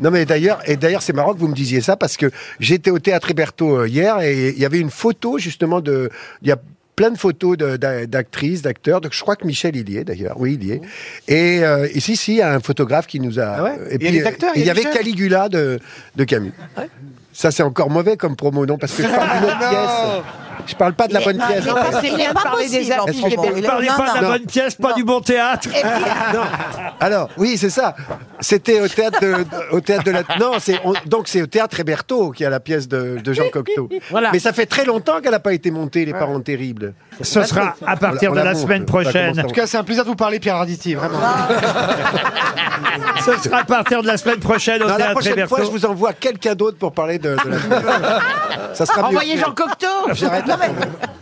Non mais d'ailleurs, et d'ailleurs c'est marrant que vous me disiez ça parce que j'étais au théâtre Héberto euh, hier et il y avait une photo justement de, il y a plein de photos de- d'a- d'actrices, d'acteurs. Donc je crois que Michel il y est d'ailleurs, oui il y est. Et euh, ici, si, il y a un photographe qui nous a.
Ah Il y a
puis,
des acteurs,
euh,
il y a
il y avait
Michel. Ah
Caligula de, de Camus. Ça c'est encore mauvais comme promo, non Parce que je parle d'une autre
Non.
pièce. Je parle pas de la
Il est-
bonne
non,
pièce.
il est pas- il est
Est-ce
pas possible,
que j'ai
en
bien-
ce moment. Il est-
Vous parlez
Non,
pas de la
non.
bonne pièce, pas du bon théâtre.
non. Alors oui, c'est ça. C'était au théâtre de, de- au théâtre de la Non, c'est on- donc c'est au théâtre Héberto qui a la pièce de, de Jean Cocteau.
Voilà.
Mais ça fait très longtemps qu'elle n'a pas été montée les parents terribles.
Ce sera à partir de la semaine prochaine.
En tout cas, c'est un plaisir de vous parler, Pierre Arditi, vraiment.
Ce sera à partir de la semaine prochaine au
Non, la
théâtre
prochaine
Héberto.
fois, je vous envoie quelqu'un d'autre pour parler de, de la. ça sera mieux.
Envoyez Jean Cocteau.
J'arrête
Non,
la
mais,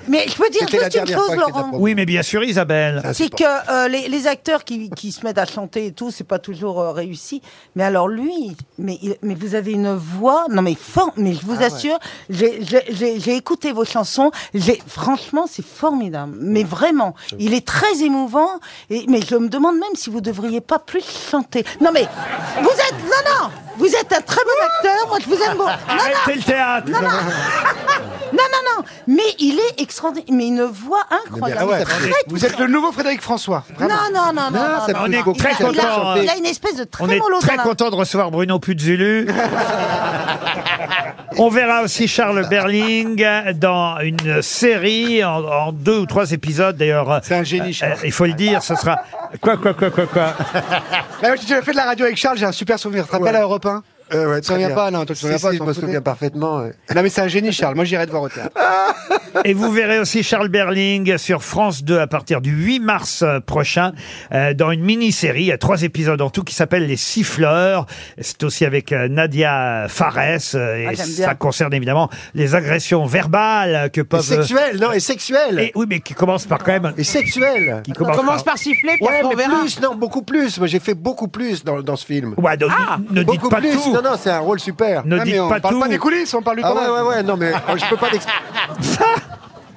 mais je peux dire
C'était la
juste une
dernière
chose,
fois que j'ai de la
Laurent.
Oui, mais bien sûr, Isabelle.
C'est que euh, les, les acteurs qui, qui se mettent à chanter et tout, c'est pas toujours euh, réussi. Mais alors lui, mais, il- mais vous avez une voix, non mais fort, mais je vous assure, j'ai- j'ai- j'ai j'ai écouté vos chansons, j'ai franchement c'est formidable, mais vraiment, il est très émouvant. Et mais je me demande même si vous devriez pas plus chanter. Non mais vous êtes, non non, vous êtes un très bon acteur, moi je vous aime beaucoup. Non, non.
Arrêtez le théâtre.
Non, non. Non, non, non. Mais il est extraordinaire. Mais une voix incroyable.
Ah ouais,
Très
vous êtes le nouveau Frédéric François.
Non,
vraiment.
non, non, non. non,
ça
non,
peut
non.
beaucoup
Il a-
chanter.
il a- Il a une espèce de très
On est
mollo dans
très
la-
content de recevoir Bruno Puzulu. On verra aussi Charles Berling dans une série en, en deux ou trois épisodes d'ailleurs. C'est un génie, Charles. il faut le dire, ce sera quoi, quoi, quoi, quoi, quoi.
Bah, J'ai déjà fait de la radio avec Charles, j'ai un super souvenir. Tu te rappelles à Europe 1
ouais,
Tu te souviens
très bien.
pas Non, toi, tu te souviens
Si,
pas
si,
tu
je
t'en
me
foutais
souviens parfaitement. ouais.
Non, mais c'est un génie, Charles. Moi, j'irai te voir au théâtre.
Et vous verrez aussi Charles Berling sur France 2 à partir du 8 mars euh, prochain euh, dans une mini-série, il y a trois épisodes en tout, qui s'appelle Les Siffleurs. C'est aussi avec euh, Nadia Fares euh, et
Ah, j'aime bien.
ça concerne évidemment les agressions verbales que peuvent...
sexuelles, non, et sexuelles.
Et, oui, mais qui commencent par quand même...
Et sexuelles.
Qui
Attends,
commencent
commence
par...
par
siffler,
Ouais, mais plus, non, beaucoup plus. Moi, j'ai fait beaucoup plus dans, dans ce film.
Ouais, donc, ne dites
beaucoup
pas
plus.
tout.
Non, non, c'est un rôle super.
Ne
Ah, mais
dites
on
pas
parle
tout.
pas des coulisses.
on parle du
Ah
combat.
ouais, ouais, ouais, non, mais euh, je peux pas l'expliquer.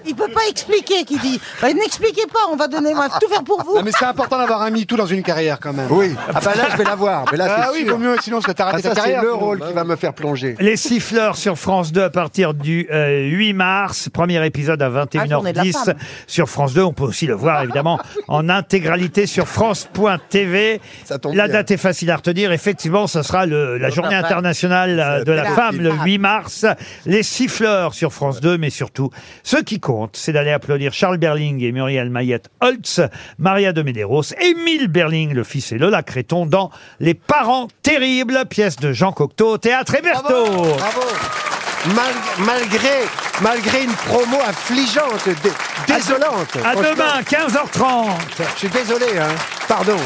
Il peut pas expliquer, qui dit. Bah, N'expliquez pas, on va donner, on va tout faire pour vous.
Non, mais c'est important d'avoir un MeToo dans une carrière quand même.
Oui. Ah bah là, je vais l'avoir. Mais là, c'est
Ah oui,
sûr.
vaut mieux, sinon, parce que t'as
Ah,
raté
ça,
ta
c'est
carrière.
le
sinon.
rôle qui va me faire plonger.
Les siffleurs sur France 2 à partir du euh, 8 mars. Premier épisode à
journée Ah, de la
21h10
femme.
sur France 2. On peut aussi le voir évidemment en intégralité sur France.tv. La
bien.
date est facile à retenir. Effectivement, ce sera le- la journée
femme.
internationale euh,
C'est
de la
la
femme le
femme.
8 mars. Les siffleurs sur France 2, mais surtout, ce qui compte, c'est d'aller applaudir Charles Berling et Muriel Mayette Holtz, Maria de Medeiros, Émile Berling, le fils et Lola Créton dans Les parents terribles, pièce de Jean Cocteau au théâtre Héberto.
Bravo. Mal- malgré, malgré une promo affligeante, dé- désolante.
À
Franchement,
demain, 15h30.
Je suis désolé, hein. Pardon.